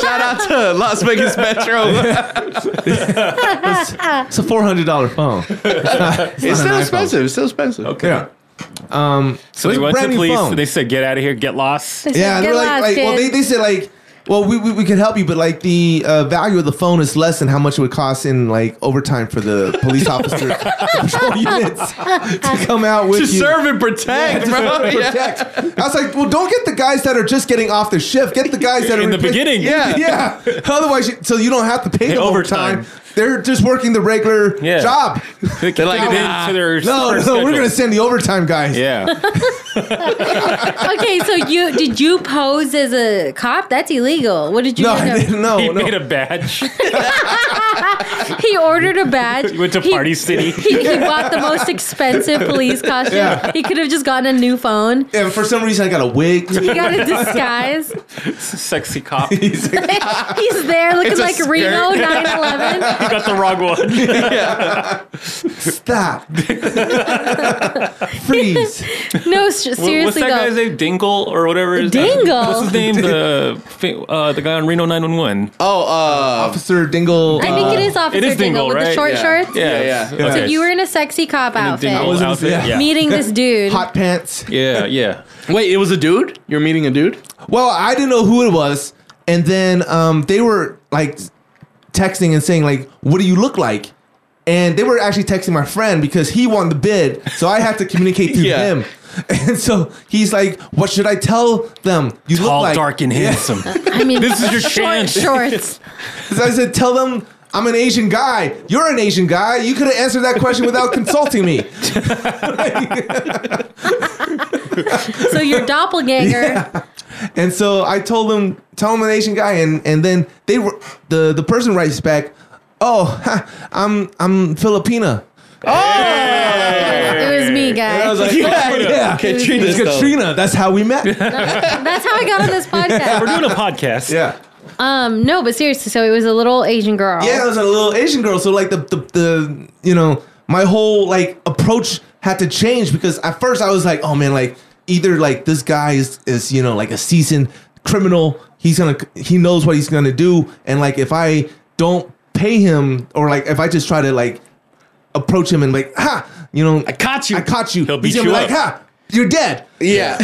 S6: Shout out, shout out to Las Vegas Metro.
S5: (laughs) It's a four hundred dollar phone.
S6: It's
S5: not
S6: still
S5: an iPhone.
S6: expensive. It's still expensive. Okay.
S5: Yeah. Um. So
S2: They
S5: it's a
S2: went to
S5: brand new
S2: police.
S5: phone.
S2: They said, "Get out of here. Get
S4: (laughs)
S2: lost."
S5: Yeah, they
S4: Get
S5: were like,
S4: lost,
S5: like well, they,
S4: kid.
S5: they said like, well, we, we, we can help you, but like the uh, value of the phone is less than how much it would cost in like overtime for the police officers, the patrol units to come out with
S6: To
S5: you.
S6: serve and protect, bro. Yeah.
S5: Protect. I was like, well, don't get the guys that are just getting off the shift. Get the guys that are
S2: In the
S5: replace-
S2: beginning.
S5: Yeah, yeah. Otherwise, you, so you don't have to pay
S2: Hey,
S5: them
S2: overtime.
S5: overtime. They're just working the regular
S2: Yeah.
S5: job.
S2: They kicked
S6: like,
S2: it
S6: "Nah."
S2: into their
S5: No, no,
S2: first
S5: we're
S2: schedule.
S5: gonna send the overtime guys.
S2: Yeah. (laughs)
S4: okay, so you did you pose as a cop? That's illegal. What did
S5: (laughs)
S4: you
S5: No,
S4: (laughs) end
S5: I
S4: up-
S5: didn't know.
S2: he
S5: no.
S2: made a badge. (laughs)
S4: (laughs) He ordered a badge.
S2: He went to
S4: He-
S2: Party City.
S4: (laughs) He, he bought the most expensive police costume.
S5: (laughs) Yeah.
S4: He could have just gotten a new phone.
S5: and for some reason, I got a wig.
S4: He got a disguise. (laughs)
S2: Sexy (laughs) cop.
S4: He's there looking
S6: It's a
S4: like Reno 911.
S2: Got the wrong (laughs) one.
S4: (laughs)
S5: Stop. Freeze.
S4: No, s- seriously
S2: What's that
S4: though.
S2: guy's name? Dingle or whatever. his
S4: Dingle?
S2: What's his name? The fa- uh, the guy on Reno 911.
S6: Oh, uh,
S5: Officer Dingle.
S4: I think it is Officer
S2: Uh, is Dingle,
S4: Dingle, with
S2: right?
S4: the short
S6: Yeah.
S4: shorts.
S6: Yeah, yeah.
S2: it's-
S4: So
S2: okay.
S4: you were in a sexy cop
S2: In a
S4: outfit,
S2: Dingle
S5: in-
S2: outfit.
S5: yeah.
S2: Yeah. (laughs)
S4: meeting this dude.
S5: hot pants.
S2: yeah, (laughs) yeah.
S6: wait, it was a dude. You're meeting a dude.
S5: Well, I didn't know who it was, and then um, they were like texting and saying like, "What do you look like?" And they were actually texting my friend because he won the bid, so I had to
S2: (laughs)
S5: communicate through
S6: Yeah.
S5: him. (laughs) And so he's like, "What should I tell them? You
S2: Tall,
S5: look like
S2: dark, and (laughs) handsome.
S4: I mean,
S2: This is your
S4: short
S2: chance.
S4: (laughs) shorts.
S5: So I said, "Tell them." I'm an Asian guy. You're an Asian guy. You could have answered that question without consulting me. (laughs)
S4: So
S2: (laughs)
S4: your doppelganger.
S5: And so I told him, tell him I'm an Asian guy, and and then they were the the person writes back, oh, (laughs) ha, I'm I'm Filipina.
S4: It was me, guys.
S5: (laughs)
S4: (laughs)
S5: yeah, yeah.
S6: Katrina
S5: It's
S6: Stone.
S5: Katrina. That's how we met.
S4: That's how I got on
S2: (laughs)
S4: this podcast.
S2: We're doing a podcast.
S5: yeah.
S4: Um, no, but seriously, so it was a little Asian girl.
S5: Yeah, I was a little Asian girl. So like the the, the you know my whole like approach had to change because at first I was like, oh man, like either like this guy is is you know like a seasoned criminal. He's gonna he knows what he's gonna do, and like if I don't pay him or like if I just try to like approach him and like ha you know I
S6: caught you.
S5: I caught you.
S2: He'll
S5: He's
S2: beat
S5: gonna
S2: you
S5: be like ha you're dead. (laughs)
S6: (laughs) Yeah.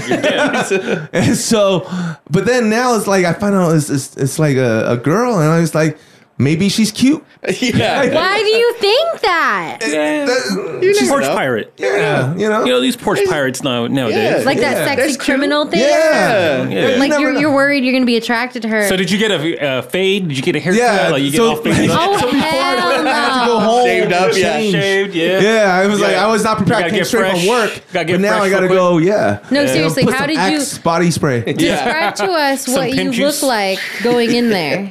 S5: And so, but then now it's like I find out it's it's, it's like a, a girl, and I was like, Maybe she's cute.
S6: yeah.
S4: Why do you think that?
S2: (laughs) She's porch pirate.
S5: Yeah, you know.
S2: You know these porch (laughs) pirates now nowadays.
S4: Like
S6: Yeah.
S4: that
S6: That's
S4: sexy
S6: cute.
S4: criminal thing?
S5: Yeah.
S2: Yeah.
S5: You
S4: Like
S5: never
S4: you're,
S5: know.
S4: you're worried you're gonna be attracted to her.
S2: So did you get a uh, fade? Did you get a haircut?
S5: Yeah,
S2: Like you get
S5: so-
S2: all
S5: (laughs)
S2: faded up?
S4: oh
S5: I
S4: hell
S5: had to go
S4: no!
S5: home.
S6: Shaved up, yeah.
S5: change.
S2: Shaved, yeah.
S5: Yeah, I was like, I was not prepared.
S2: gotta
S5: I came
S2: get
S5: straight
S2: fresh.
S5: from work.
S2: Gotta get
S5: but now
S2: fresh
S5: I gotta
S2: real
S5: go. Yeah.
S4: No,
S5: You know,
S4: seriously,
S5: put
S4: how
S5: some
S4: did you-
S5: Axe
S2: (laughs)
S5: body spray?
S4: Describe to us
S2: Some
S4: what you
S2: pimp juice.
S4: look like going
S2: (laughs)
S4: in there.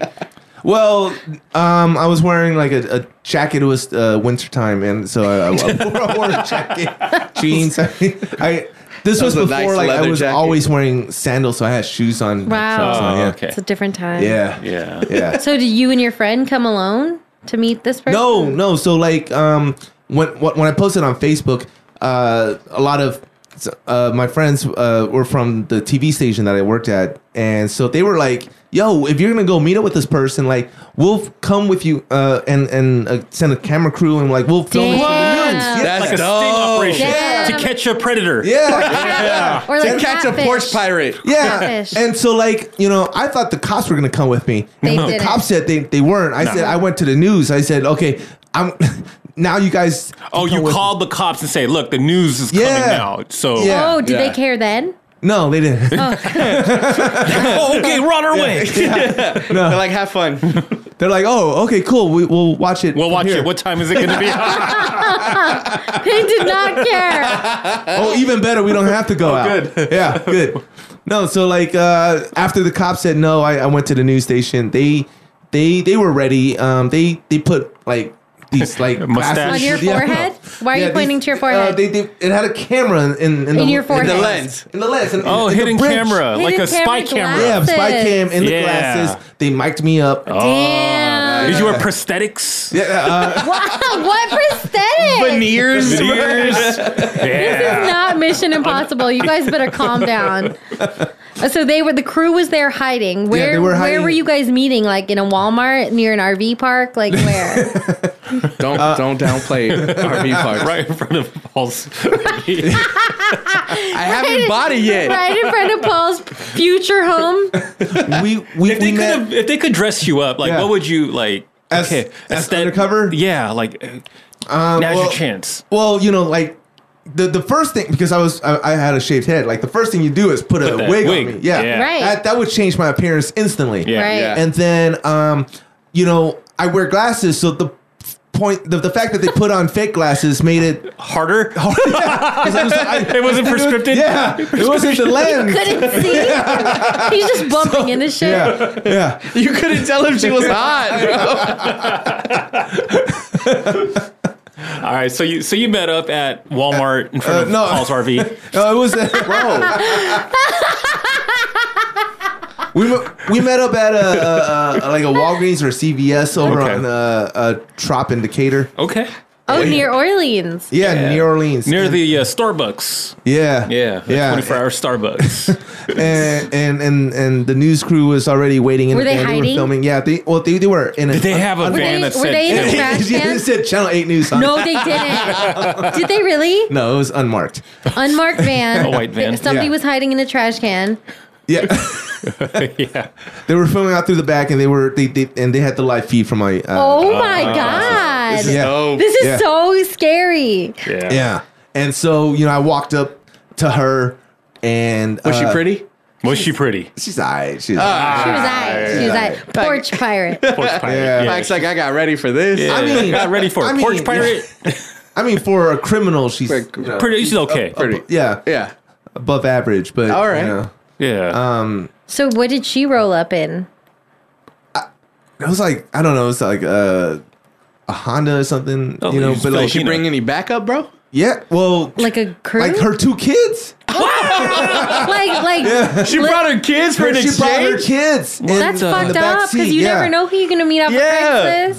S5: Well, um, I was wearing like a, a jacket. It was uh, wintertime, and so I, I, wore, (laughs) I wore a
S2: (laughs)
S5: jacket, jeans. I, I this
S6: was
S5: was,
S6: a
S5: before
S6: nice
S5: like I
S6: leather
S5: was
S6: jacket.
S5: always wearing sandals, so I had shoes on.
S4: Wow.
S5: So,
S2: Oh,
S5: yeah.
S2: okay.
S4: It's a different time.
S5: Yeah.
S2: Yeah.
S5: Yeah.
S4: So did you and your friend come alone to meet this person?
S5: No, no. So like, um, when wh- when I posted on Facebook, uh, a lot of uh, my friends uh, were from the TV station that I worked at, and so they were like, "Yo, if you're gonna go meet up with this person, like, we'll f- come with you, uh, and and uh, send a camera crew, and like, we'll film it for the
S4: Damn.
S5: news." Yeah.
S6: That's
S2: Like a sting
S6: dope.
S2: operation
S4: Yeah.
S2: Oh. to catch a predator.
S5: yeah.
S4: Or like
S6: Catch a
S4: catfish.
S6: porch pirate.
S5: Yeah.
S4: Catfish.
S5: And so like, you know, I thought the cops were gonna come with me.
S4: They
S5: and the
S4: didn't.
S5: cops said they, they weren't. I said I went to the news. I said, okay, I'm (laughs) now you guys can
S2: Oh,
S5: come
S2: you
S5: with me."
S2: called the cops and say, "Look, the news is
S5: Yeah.
S2: coming out." So,
S5: Yeah.
S4: Oh, did
S6: Yeah.
S4: they care then? (laughs)
S5: No, they
S2: (laughs)
S5: didn't.
S2: oh, okay, we're on our way.
S6: They're like, have fun.
S5: They're like, oh, okay, cool. We, we'll watch it.
S2: We'll
S5: from
S2: watch
S5: here."
S2: it. What time is it going to
S5: (laughs)
S2: be?
S4: They did not care.
S5: Oh, even better. We don't have to go out.
S2: Oh, good.
S5: (laughs) Yeah, good. No, so like uh, after the cops said no, I, I went to the news station. They they they were ready. Um, they they put like
S2: (laughs)
S5: these like
S2: Mustache.
S5: glasses-
S4: On your
S5: Yeah.
S4: forehead? Why are you
S5: these-
S4: pointing to your
S5: uh,
S4: forehead?
S5: they, they, it had a camera in in,
S4: In your
S6: The
S4: forehead.
S6: lens.
S5: in the lens. in-
S2: oh,
S5: in the
S2: hidden
S5: bridge.
S2: camera, like a
S4: Hidden
S2: spy
S4: camera
S2: camera.
S5: Yeah, spy
S4: Glasses.
S5: cam in
S2: Yeah. Oh.
S5: the glasses. They mic'd me up.
S4: Damn.
S2: Did you wear prosthetics?
S4: Wow, what prosthetic?
S6: Veneers.
S5: (laughs)
S2: Veneers? yeah.
S4: Not Mission Impossible. You guys better calm down. So they were the crew was there hiding. Where
S5: they were
S4: where
S5: hiding-
S4: were you guys meeting? Like in a Walmart near an RV park? Like where?
S6: Don't don't downplay RV parks.
S2: Right in front of
S5: (laughs)
S2: Paul's.
S6: I haven't bought it yet.
S4: right in front of Paul's future home.
S5: uh, We we,
S2: if they
S5: we
S2: could
S5: met
S2: have, if they could dress you up, like
S5: Yeah.
S2: what would you like?
S5: as, as
S2: aesthet-
S5: undercover.
S2: Yeah, like uh,
S5: Um,
S2: now's your
S5: well-
S2: chance.
S5: Well, you know, like the the first thing because I was I, I had a shaved head. Like the first thing you do is put, a
S2: that
S5: wig,
S2: wig.
S5: on me. Yeah,
S2: Yeah.
S4: Right.
S5: That, that would change my appearance instantly.
S2: Yeah.
S4: right.
S6: yeah.
S5: And then, um, you know, I wear glasses, so the point the, the fact that they put on fake glasses made it (laughs)
S2: Harder.
S5: 'cause I was like, I- (laughs)
S2: It wasn't prescripted.
S5: yeah it wasn't the lens
S4: Couldn't see. He's just bumping into shit.
S5: yeah
S6: (laughs)
S5: yeah
S6: You couldn't tell if
S5: (laughs)
S6: she was hot, bro.
S2: All right. So you so you met up at Walmart in front
S5: Uh,
S2: of
S5: no.
S2: Paul's RV.
S5: No, it was (laughs) bro.
S2: (laughs)
S5: We, met- we met up at a, a, a like a Walgreens or CVS over
S2: Okay.
S5: on uh, a Trop Indicator.
S2: Okay.
S4: Oh, near Orleans.
S5: Yeah, New Orleans.
S2: Near the uh, Starbucks.
S5: yeah,
S2: Yeah.
S5: yeah.
S2: Twenty four hour Starbucks.
S5: And, and and and the news crew was already waiting. In
S4: Were
S5: the
S4: they
S5: van.
S4: hiding?
S5: Were filming. Yeah, they well they, they were in.
S2: Did (laughs) they have a
S4: Were
S2: van
S4: they-
S2: that
S4: were
S2: said? (laughs)
S4: they in a
S2: "Hey,
S4: trash
S5: it
S4: can?
S5: said Channel Eight News. On
S4: No,
S5: it.
S4: they didn't. Did they really?
S5: no, it was unmarked.
S4: Unmarked van.
S2: A white van.
S4: Somebody
S5: Yeah.
S4: was hiding in a trash can.
S5: Yeah, (laughs)
S2: (laughs) yeah.
S5: they were filming out through the back, and they were they, they and they had the live feed from my. Uh,
S4: Oh my god. This is,
S5: yeah.
S2: Oh.
S5: Yeah.
S4: so scary.
S2: Yeah.
S5: Yeah, and so you know, I walked up to her, and
S6: Was she
S5: uh,
S6: pretty? Ah.
S2: Was she pretty?
S5: She's alright. She's.
S4: She was I. She was I. Porch pirate.
S2: Porch pirate.
S5: Yeah.
S6: Mike's like, I got ready for this.
S5: I mean,
S2: Not ready for it.
S5: I mean,
S2: Porch pirate.
S5: I mean, for a criminal, she's
S6: Pretty-
S5: you know,
S2: Pretty. She's okay.
S6: Pretty.
S5: Yeah,
S6: Yeah.
S5: above average, but
S6: All right.
S5: You know,
S2: Yeah.
S4: So what did she roll up in?
S5: it was like I don't know. It's like a, a Honda or something.
S2: Oh,
S5: you know,
S2: you
S5: but
S2: feel
S5: like
S2: like
S6: She
S2: You know.
S6: bring any backup,
S5: (laughs)
S6: bro?
S5: yeah, well,
S4: Like a crew?
S5: like her two kids. (laughs)
S4: like like
S6: She brought her kids for an
S5: she brought her
S6: exchange.
S5: kids. in-
S4: that's
S5: in
S4: fucked
S5: the back
S4: up because
S5: seat,
S4: you
S5: yeah.
S4: never know who you're gonna meet up
S6: Yeah.
S4: for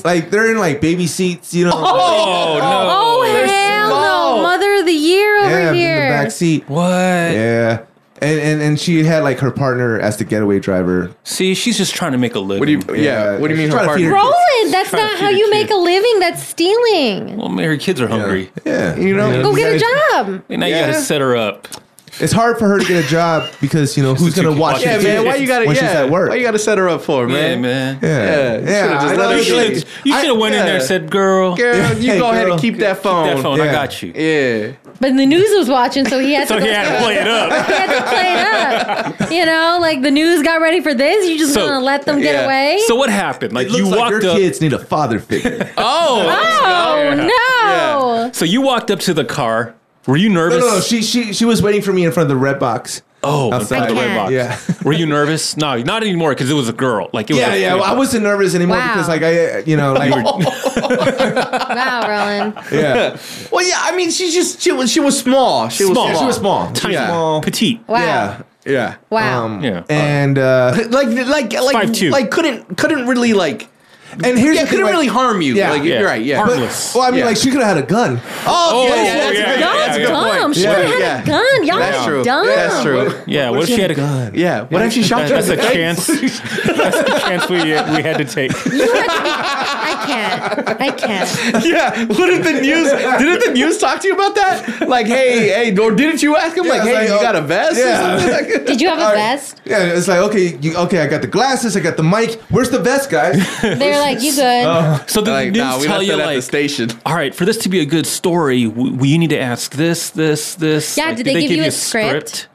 S4: Craigslist.
S5: Like they're in like baby seats, you know.
S2: oh no.
S4: Oh, hell no, mother of the year over
S5: yeah, in
S4: here.
S5: the back seat.
S2: What?
S5: Yeah. And, and and she had like her partner as the getaway driver.
S2: See, she's just trying to make a living.
S6: What do you? Yeah.
S5: Yeah,
S6: What do you mean
S5: she's
S6: her
S5: trying to feed
S6: partner?
S5: her
S4: Roland, that's
S2: Trying to
S4: not
S2: feed
S4: how
S2: her
S4: you
S2: kid.
S4: make a living. That's stealing.
S2: Well, Mary kids are hungry.
S5: Yeah.
S6: You know?
S4: Go get a job.
S2: And now you
S6: Yeah.
S2: gotta set her up.
S5: It's hard for her to get a job because you know who's
S2: too
S5: gonna
S2: cute.
S5: watch
S2: Yeah,
S6: Yeah,
S5: the
S6: man.
S5: kids
S6: Why you gotta?
S5: when
S6: yeah,
S5: she's at work?
S6: Why you gotta set her up for,
S2: Yeah,
S6: man?
S2: man.
S5: yeah,
S6: you
S5: yeah.
S6: should've just
S5: I
S6: let
S5: know
S6: her
S2: You
S5: she-
S6: do it.
S2: should have went in there and said, "Girl,
S6: (laughs) Girl, you
S5: Hey,
S6: go ahead
S5: girl.
S6: and keep that phone.
S2: that phone. I
S5: Yeah.
S2: got you."
S6: Yeah.
S4: But the news was watching,
S2: (laughs)
S4: so he had
S2: So
S4: to.
S2: he
S4: go-
S2: had to play it up.
S4: he had to play it up. You know, like the news got ready for this. You just
S2: So-
S4: gonna let them get
S6: yeah.
S4: away?
S2: So what happened? Like
S5: It looks
S2: you
S5: like
S2: walked
S5: your
S2: up.
S5: kids need a father figure.
S2: Oh,
S4: oh no!
S2: So you walked up to the car. Were you
S5: no,
S2: nervous?
S5: no, no, she she she was waiting for me in front of the red box.
S2: oh, in
S5: Outside.
S2: front of the
S4: I
S2: red box.
S5: Yeah.
S2: Were you nervous? No, not anymore because it was a girl. Like it was
S5: Yeah,
S2: a-
S5: yeah. Well, I wasn't nervous anymore
S4: Wow.
S5: because, like, I, uh, you know, like,
S4: Wow, Roland.
S5: yeah,
S6: Well, yeah. I mean, she just she was she was small. She
S2: Small.
S6: was
S5: she was small,
S2: tiny,
S5: yeah. small,
S2: petite.
S4: Wow.
S5: yeah,
S6: Yeah.
S4: Wow.
S2: Yeah.
S5: and uh,
S6: Like like like
S2: 5'2".
S6: like couldn't couldn't really like
S5: and here's
S6: yeah
S5: the thing,
S6: couldn't
S5: like-
S6: really harm you.
S5: Yeah.
S6: Like
S2: Yeah.
S6: you're right. Yeah.
S2: Harm-
S5: but-
S2: harmless.
S5: (laughs) Well, I mean,
S6: Yeah.
S5: like, she could have had a gun.
S6: oh, yeah,
S2: Oh, yeah,
S6: yeah, that's a good,
S2: yeah,
S4: Y'all
S6: that's a
S2: yeah.
S6: good
S4: dumb.
S6: point.
S4: She would
S6: Yeah.
S4: have
S6: Yeah.
S4: had a gun. Y'all
S6: That's
S4: are
S6: true.
S4: dumb.
S6: That's true.
S2: Yeah. What, if she, had a gun? (laughs)
S6: Yeah. What if she shot you?
S2: That's
S6: in the
S2: a
S6: face?
S5: (laughs)
S2: chance. That's a chance we uh, we had to take.
S4: I can't. I can't.
S6: Yeah. What if the news? Didn't the news talk to you about that? Like, hey, hey, or didn't you ask him?
S5: Yeah,
S6: like,
S5: it's
S6: hey,
S5: like,
S6: you
S5: oh,
S6: got a vest? or
S5: yeah.
S6: something? Like-
S4: Did you have a
S5: All right.
S4: vest?
S5: Yeah, it's like, okay, you, okay, I got the glasses, I got the mic. Where's the vest, guys?
S4: They're like, you good?
S2: So the
S6: like,
S2: news
S6: nah, we
S2: tell
S6: left
S2: you
S6: that at
S2: like.
S6: the station.
S2: all right, for this to be a good story, w- we, you need to ask this, this, this.
S4: Yeah,
S2: Like,
S4: did they give you a script?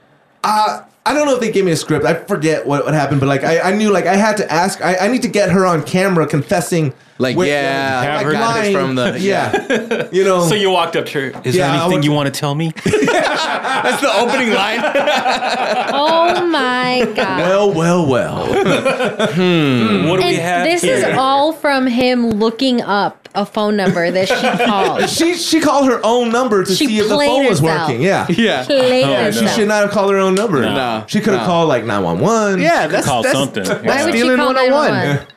S5: Uh, I don't know if they gave me a script. I forget what, what happened, but like, I, I knew, like, I had to ask. I, I need to get her on camera confessing.
S6: Like,
S5: with-
S6: yeah,
S2: have
S6: I
S2: her
S6: got this
S5: lying.
S6: from the.
S5: (laughs) yeah, you know.
S2: So you walked up to her. Is
S5: Yeah, I
S2: there anything
S5: would-
S2: you want to tell me?
S6: (laughs) That's the
S2: (laughs)
S6: opening line.
S4: Oh my god.
S5: well, well,
S2: (laughs)
S5: well.
S2: what do we have?
S4: And this is
S2: here?
S4: all from him looking up a phone number that she called.
S5: she she called her own number to
S4: She
S5: see if the
S4: played
S5: phone was
S4: herself.
S5: working. Yeah.
S6: Yeah.
S4: Played
S5: She
S4: herself.
S5: should not have called her own number.
S6: No.
S5: She could have
S6: No.
S5: called like 911.
S6: Yeah, that's
S2: call
S6: that's,
S2: something.
S6: That's
S2: Why
S4: Why would she
S6: stealing
S4: call
S6: 101.
S4: 911?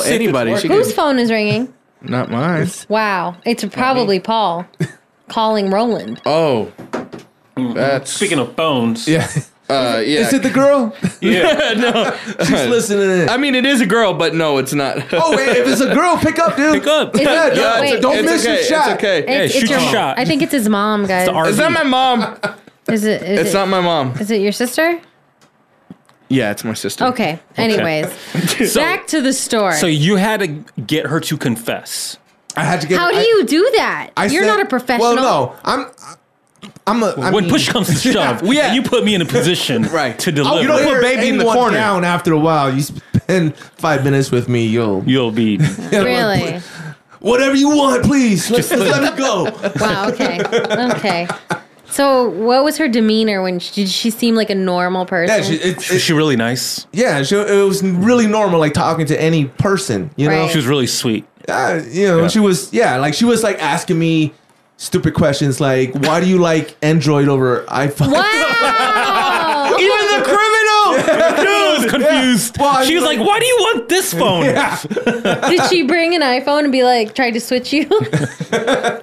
S2: see if it's
S6: anybody. She
S2: working.
S4: Whose
S6: could,
S4: phone is ringing?
S6: not mine.
S4: Wow. It's probably Paul calling Roland.
S6: Oh, that's
S2: Speaking of phones,
S5: Yeah.
S6: Uh, yeah. (laughs)
S5: Is it the girl?
S2: (laughs)
S6: no.
S5: She's listening.
S6: I mean, it is a girl, but no, (laughs) it's not.
S5: (laughs) oh, wait, if it's a girl, pick up, dude.
S2: pick up.
S4: Is it-
S5: Yeah,
S4: no,
S6: Yeah,
S4: wait.
S6: it's,
S5: don't
S6: it's
S5: miss your
S6: okay,
S5: shot.
S6: It's okay.
S2: Yeah,
S4: It's-
S2: shoot
S4: it's
S2: your
S4: mom.
S2: shot.
S4: I think it's his mom, guys.
S2: the
S6: It's not my mom.
S4: Is it? Is
S6: It's
S4: it,
S6: not my mom.
S4: Is it your sister?
S6: Yeah, it's my sister.
S4: Okay. Anyways,
S2: So-
S4: back to the story.
S2: So you had to get her to confess.
S5: I had to get
S4: How do
S5: I-
S4: you do that?
S5: I
S4: You're
S5: said-
S4: not a
S5: Well,
S4: professional.
S5: no. I'm I'm a I
S2: when
S5: mean,
S2: push comes to
S4: (laughs)
S2: shove,
S6: yeah.
S2: and you put me in a position
S6: (laughs) Right.
S2: to
S6: Oh,
S2: deliver,
S6: you don't put
S5: Wear
S6: baby in the
S5: anyone
S6: corner.
S5: down after a while. You spend 5 minutes with me, you'll
S2: will
S6: (laughs)
S2: be.
S4: Really?
S5: Whatever you want, please.
S4: (laughs)
S5: Let's, let's let me go.
S4: wow. Okay. Okay. So, what was her demeanor when she, did she seem like a normal person?
S5: Yeah, she, it,
S2: Is she really nice?
S5: yeah, she, it was really normal, like talking to any person, you know.
S4: Right.
S2: She was really sweet.
S5: uh, you know, she was yeah, like she was like asking me stupid questions like why do you like Android over iPhone? (laughs)
S4: (laughs) wow.
S6: Even the
S2: (laughs)
S6: criminal.
S2: I was confused.
S5: Well, I
S2: she
S5: mean,
S2: was like,
S5: like-
S2: "Why do you want
S6: (laughs)
S2: this phone?"
S4: did she bring an iPhone and be like, try to switch you? (laughs)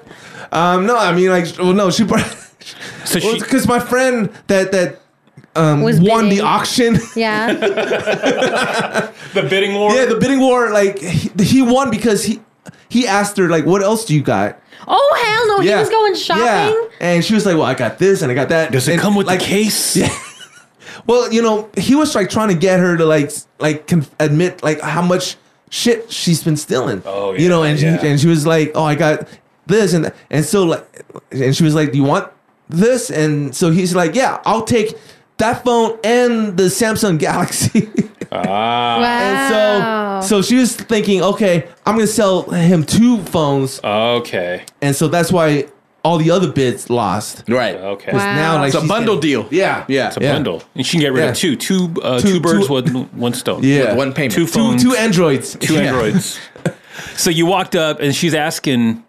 S5: Um, no, I mean like well, no, she (laughs)
S2: So she,
S5: because my friend that that um,
S4: Was
S5: won
S4: bidding.
S5: the auction. (laughs)
S4: yeah.
S2: the bidding war.
S5: yeah, the bidding war. Like he, he won because he he asked her like, "What else do you got?"
S4: Oh hell no!
S5: yeah,
S4: He was going shopping.
S5: Yeah. and she was like, "Well, I got this and I got that."
S2: Does it
S5: And,
S2: come with
S5: like,
S2: the
S5: (laughs)
S2: case?
S5: Well, you know, he was like trying to get her to like s- like conf- admit like how much shit she's been stealing.
S2: Oh,
S5: you know,
S2: yeah,
S5: and
S2: yeah.
S5: she and she was like, "Oh, I got this," and and so like, and she was like, "Do you want this?" And so he's like, "Yeah, I'll take that phone and the Samsung Galaxy." (laughs)
S4: Wow.
S5: and so so she was thinking, "Okay, I'm gonna sell him two phones,"
S2: Okay.
S5: and so that's why all the other bids lost.
S6: Right.
S2: Okay.
S4: Wow.
S5: Now, like
S6: It's a
S5: she's
S6: bundle
S5: getting-
S6: deal.
S5: Yeah,
S6: Yeah.
S2: It's a
S5: Yeah.
S2: bundle, and she can get rid
S5: Yeah.
S2: of two, two, uh, two
S5: Two-
S2: birds
S5: two-
S2: with one stone.
S5: yeah.
S6: With one payment.
S2: Two
S5: Two,
S2: phones.
S5: two androids.
S2: two androids. so you walked up and she's asking.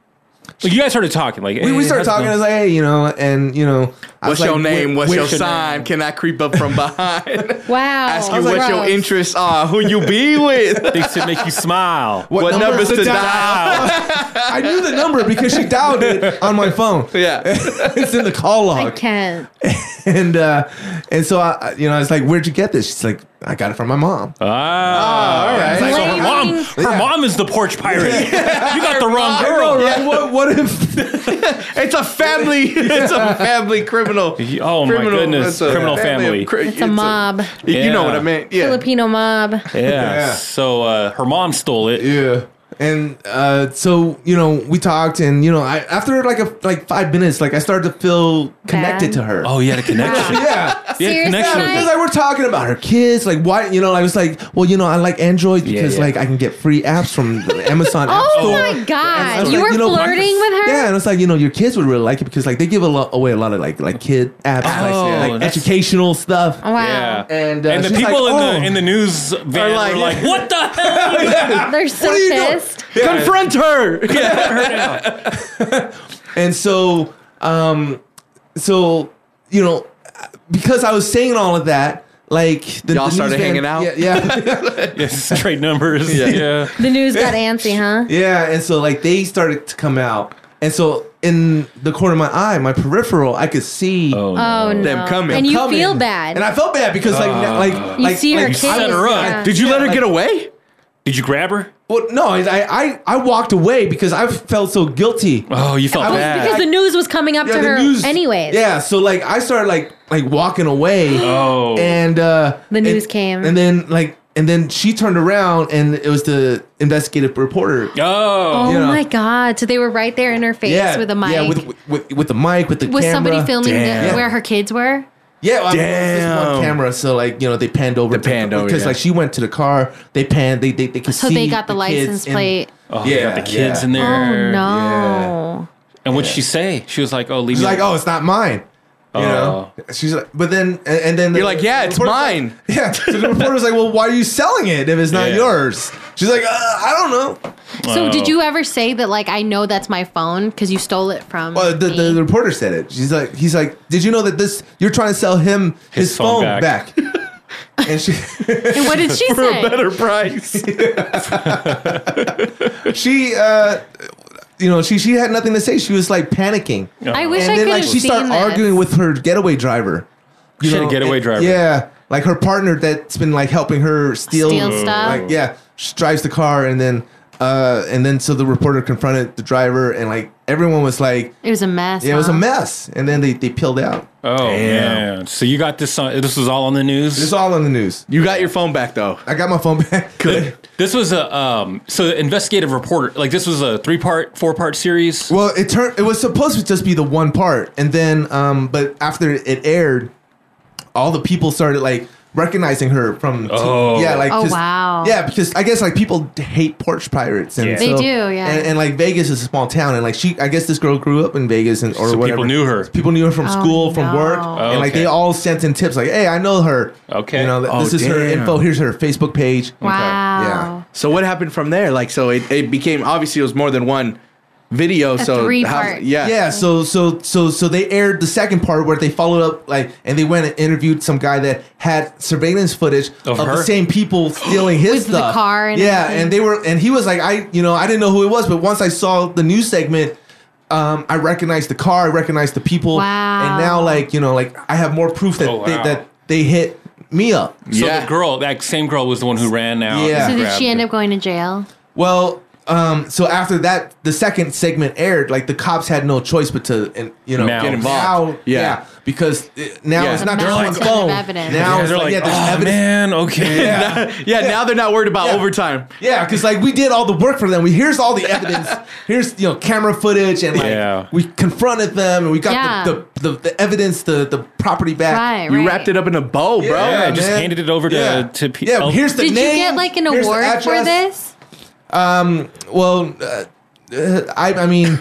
S2: Like you guys started talking. Like
S5: we,
S2: "Hey,
S5: we started
S2: how's it
S5: talking. I
S2: going?"
S5: was like, hey, you know, and you know, I was
S6: What's
S5: like,
S6: your name?
S5: wait,
S6: What's
S5: wait,
S6: your
S5: should-
S6: sign? Can I creep up from
S4: (laughs)
S6: behind?
S4: Wow.
S6: Ask you
S4: Gross.
S6: what
S5: oh.
S6: your interests are, who you
S5: (laughs)
S6: be with,
S2: Things to make you smile. Ah.
S5: What,
S6: what numbers to
S5: dial?
S6: dial.
S5: I knew the number because she
S6: (laughs)
S5: dialed it on my phone.
S6: Yeah.
S5: (laughs) it's in the call
S4: I
S5: log,
S4: can't.
S5: and uh, and so I, I- you know, I was like, where'd you get this? She's like, I got it from my mom.
S2: Oh. Ah, all right. So her mom,
S4: Blaming-
S2: her mom is the porch pirate. (laughs) You got the wrong girl.
S5: right? What, what if
S6: It's a family. (laughs) it's a family criminal.
S2: Oh my goodness,
S6: it's a
S2: criminal family.
S6: of cri-
S4: It's a mob.
S6: You know what I
S2: Yeah.
S6: meant? Yeah.
S4: Filipino mob.
S2: Yeah. So uh, her mom stole it.
S5: Yeah. And uh, so you know, we talked, and you know, I after like a like five minutes, like I started to feel connected
S4: Bad.
S5: to her.
S2: Oh, you had a connection.
S5: yeah.
S2: You had a
S4: Seriously,
S2: connection with
S4: Mike?
S5: Because like we're talking about her kids, like why you know, I was like, well, you know, I like Android because
S2: yeah.
S5: like I can get free apps from the Amazon App
S4: (laughs) Oh
S5: Store.
S4: my
S5: I was
S4: god, you
S5: like,
S4: were
S5: know,
S4: flirting
S5: my-
S4: with her.
S5: Yeah, and it's like you know your kids would really like it because like they give a lot away a lot of like like kid apps,
S2: Oh,
S5: like, like
S2: that's-
S5: educational stuff.
S4: Oh. Wow,
S5: And, uh,
S2: and the
S5: she's
S2: people
S5: like,
S2: in
S5: "Oh."
S2: the in the news van
S6: like-
S2: were like, "What the
S5: (laughs)
S2: hell?"
S4: they're so
S5: do you know?
S4: pissed.
S6: Confront her.
S5: (laughs) And so, um, so you know, because I was saying all of that, like the,
S6: Y'all
S5: the
S6: started
S5: news
S6: hanging out?
S5: Yeah,
S6: (laughs)
S5: yeah,
S2: (laughs) yes, trade numbers. Yeah.
S4: The
S5: (laughs)
S4: news got antsy, huh?
S5: yeah. And so, like they started to come out, and so in the corner of my eye, my peripheral, I could see.
S2: Oh, no.
S4: Oh no,
S6: Them coming.
S4: and you
S5: coming.
S4: feel bad.
S5: and I felt bad because like
S2: Ah.
S5: na- like
S4: you
S5: like,
S4: see her
S5: like,
S4: kids.
S2: set her up.
S4: yeah.
S6: Did you let her
S5: like-
S6: get away?
S2: Did you grab her?
S5: well, no, I, I I walked away because I felt so guilty.
S2: Oh, you felt
S5: I was-
S2: bad.
S4: because the news was coming up
S5: Yeah,
S4: to
S5: the
S4: her
S5: news-
S4: anyways.
S5: Yeah, so like I started like like walking away.
S2: Oh.
S5: And uh
S4: The
S5: and-
S4: news came.
S5: And then like and then she turned around and it was the investigative reporter.
S2: Oh,
S4: Oh
S5: you know.
S4: my god. So they were right there in her face with a mic.
S5: Yeah, with,
S4: with,
S5: with with the mic, with the
S4: was
S5: camera.
S4: somebody filming
S6: Damn.
S4: the, where her kids were?
S5: Yeah, well, I mean, it was just
S6: Damn.
S5: one camera. So like you know they panned over.
S6: They panned over,
S5: because
S6: yeah.
S5: like she went to the car. They panned. They they they could
S4: So
S5: see.
S4: they got the, license
S5: kids in-
S4: plate.
S2: Oh, they got
S5: Yeah,
S2: the kids
S5: yeah.
S2: in
S4: Oh
S2: there.
S4: no.
S2: And what'd she say? She was like, "Oh, leave
S5: She's
S2: me."
S5: like, oh, it's not mine. You know, she's like, but then and, and then
S6: Oh. You're like, yeah,
S5: the
S6: it's
S5: reporter's
S6: mine.
S5: Like, (laughs) yeah, so the reporter's like, well, why are you selling it if it's not
S2: Yeah.
S5: yours? She's like, uh, I don't know.
S4: So
S2: Wow.
S4: did you ever say that like I know that's my phone because you stole it from
S5: Well, the, the,
S4: me?
S5: the reporter said it. She's like, he's like, did you know that this? You're trying to sell him his, phone,
S2: phone
S5: back.
S2: back."
S5: (laughs) and she,
S4: And what did
S5: (laughs)
S4: she say?
S6: price.
S5: she, uh, you know, she she had nothing to say. She was like panicking,
S4: I wish I
S5: and
S4: could
S5: then like
S4: have
S5: she
S4: seen
S5: started
S4: this.
S5: arguing with her getaway driver. You
S2: She had a getaway
S5: and-
S2: driver.
S5: Yeah, like her partner that's been like helping her steal,
S4: Steal stuff.
S5: Like yeah, she drives the car and then. Uh, and then so the reporter confronted the driver and like everyone was like
S4: It was a mess.
S5: yeah it was a
S4: huh?
S5: mess and then they, they peeled out
S2: Oh man! So you got this on? This was all on the news.
S5: it's all on the news
S6: You got your phone back though.
S5: I got my phone back. (laughs) Good.
S2: This was a um, so the investigative reporter. Like this was a three part, four part series.
S5: well, it turned. It was supposed to just be the one part, and then, um, but after it aired, all the people started like recognizing her from.
S2: Oh.
S5: yeah, like
S4: Oh,
S5: 'cause-
S4: wow.
S5: yeah, because I guess like people hate porch pirates, and
S2: Yeah.
S4: They
S5: so-
S4: do, yeah.
S5: and, and like Vegas is a small town, and like she, I guess this girl grew up in Vegas, and or
S2: So people
S5: whatever.
S2: knew her.
S5: People knew her from
S4: Oh,
S5: school, from
S4: no.
S5: work,
S4: Oh,
S5: and like
S2: okay.
S5: they all sent in tips, like, "Hey, I know her.
S2: Okay.
S5: you know, th-
S6: Oh,
S5: this is her
S6: damn.
S5: info. Here's her Facebook page.
S4: Wow.
S6: So what happened from there? Like, so it, it became obviously it was more than one video. so
S4: three-part.
S6: yeah,
S5: Yeah, so so so so they aired the second part where they followed up like and they went and interviewed some guy that had surveillance footage
S2: Of
S5: of, the
S2: her?
S5: same people stealing his
S4: With the
S5: stuff.
S4: car and
S5: yeah,
S4: everything.
S5: and they were and he was like I you know I didn't know who it was, but once I saw the news segment. Um, I recognized the car. I recognized the people.
S4: Wow.
S5: And now, like you know, like I have more proof that
S2: Oh, wow.
S5: they, that they hit me up.
S2: So
S6: Yeah.
S2: the girl, that same girl, was the one who ran out.
S5: Yeah.
S4: So
S2: and
S4: did
S2: grabbed
S4: she end
S2: her.
S4: up going to jail?
S5: Well, um, so after that, the second segment aired. Like the cops had no choice but to, and you know,
S2: Now.
S5: get
S2: Get
S5: involved.
S6: involved.
S5: yeah.
S6: Yeah.
S5: because it, now
S6: Yeah.
S5: it's not
S4: The
S5: just on
S4: mountain
S5: the
S4: of
S5: phone.
S4: evidence.
S5: Now
S2: Yeah,
S5: it's
S2: they're
S5: like,
S2: like,
S5: yeah, there's
S2: oh
S5: evidence.
S2: man, okay. (laughs)
S6: yeah. Now they're not worried about
S5: Yeah.
S6: overtime.
S5: Yeah, because like we did all the work for them. We here's all the evidence. here's you know camera footage and like
S2: Yeah.
S5: we confronted them and we got
S4: Yeah.
S5: the, the, the the evidence, the the property back.
S4: Right,
S6: You
S4: right.
S6: wrapped it up in a bow, bro.
S2: Yeah, just handed it over to- to pe-
S5: Yeah,
S2: oh.
S5: here's the
S4: Did
S5: name.
S4: you get like an
S5: here's the
S4: award for
S5: address.
S4: this?
S5: Well, uh, uh, I I mean,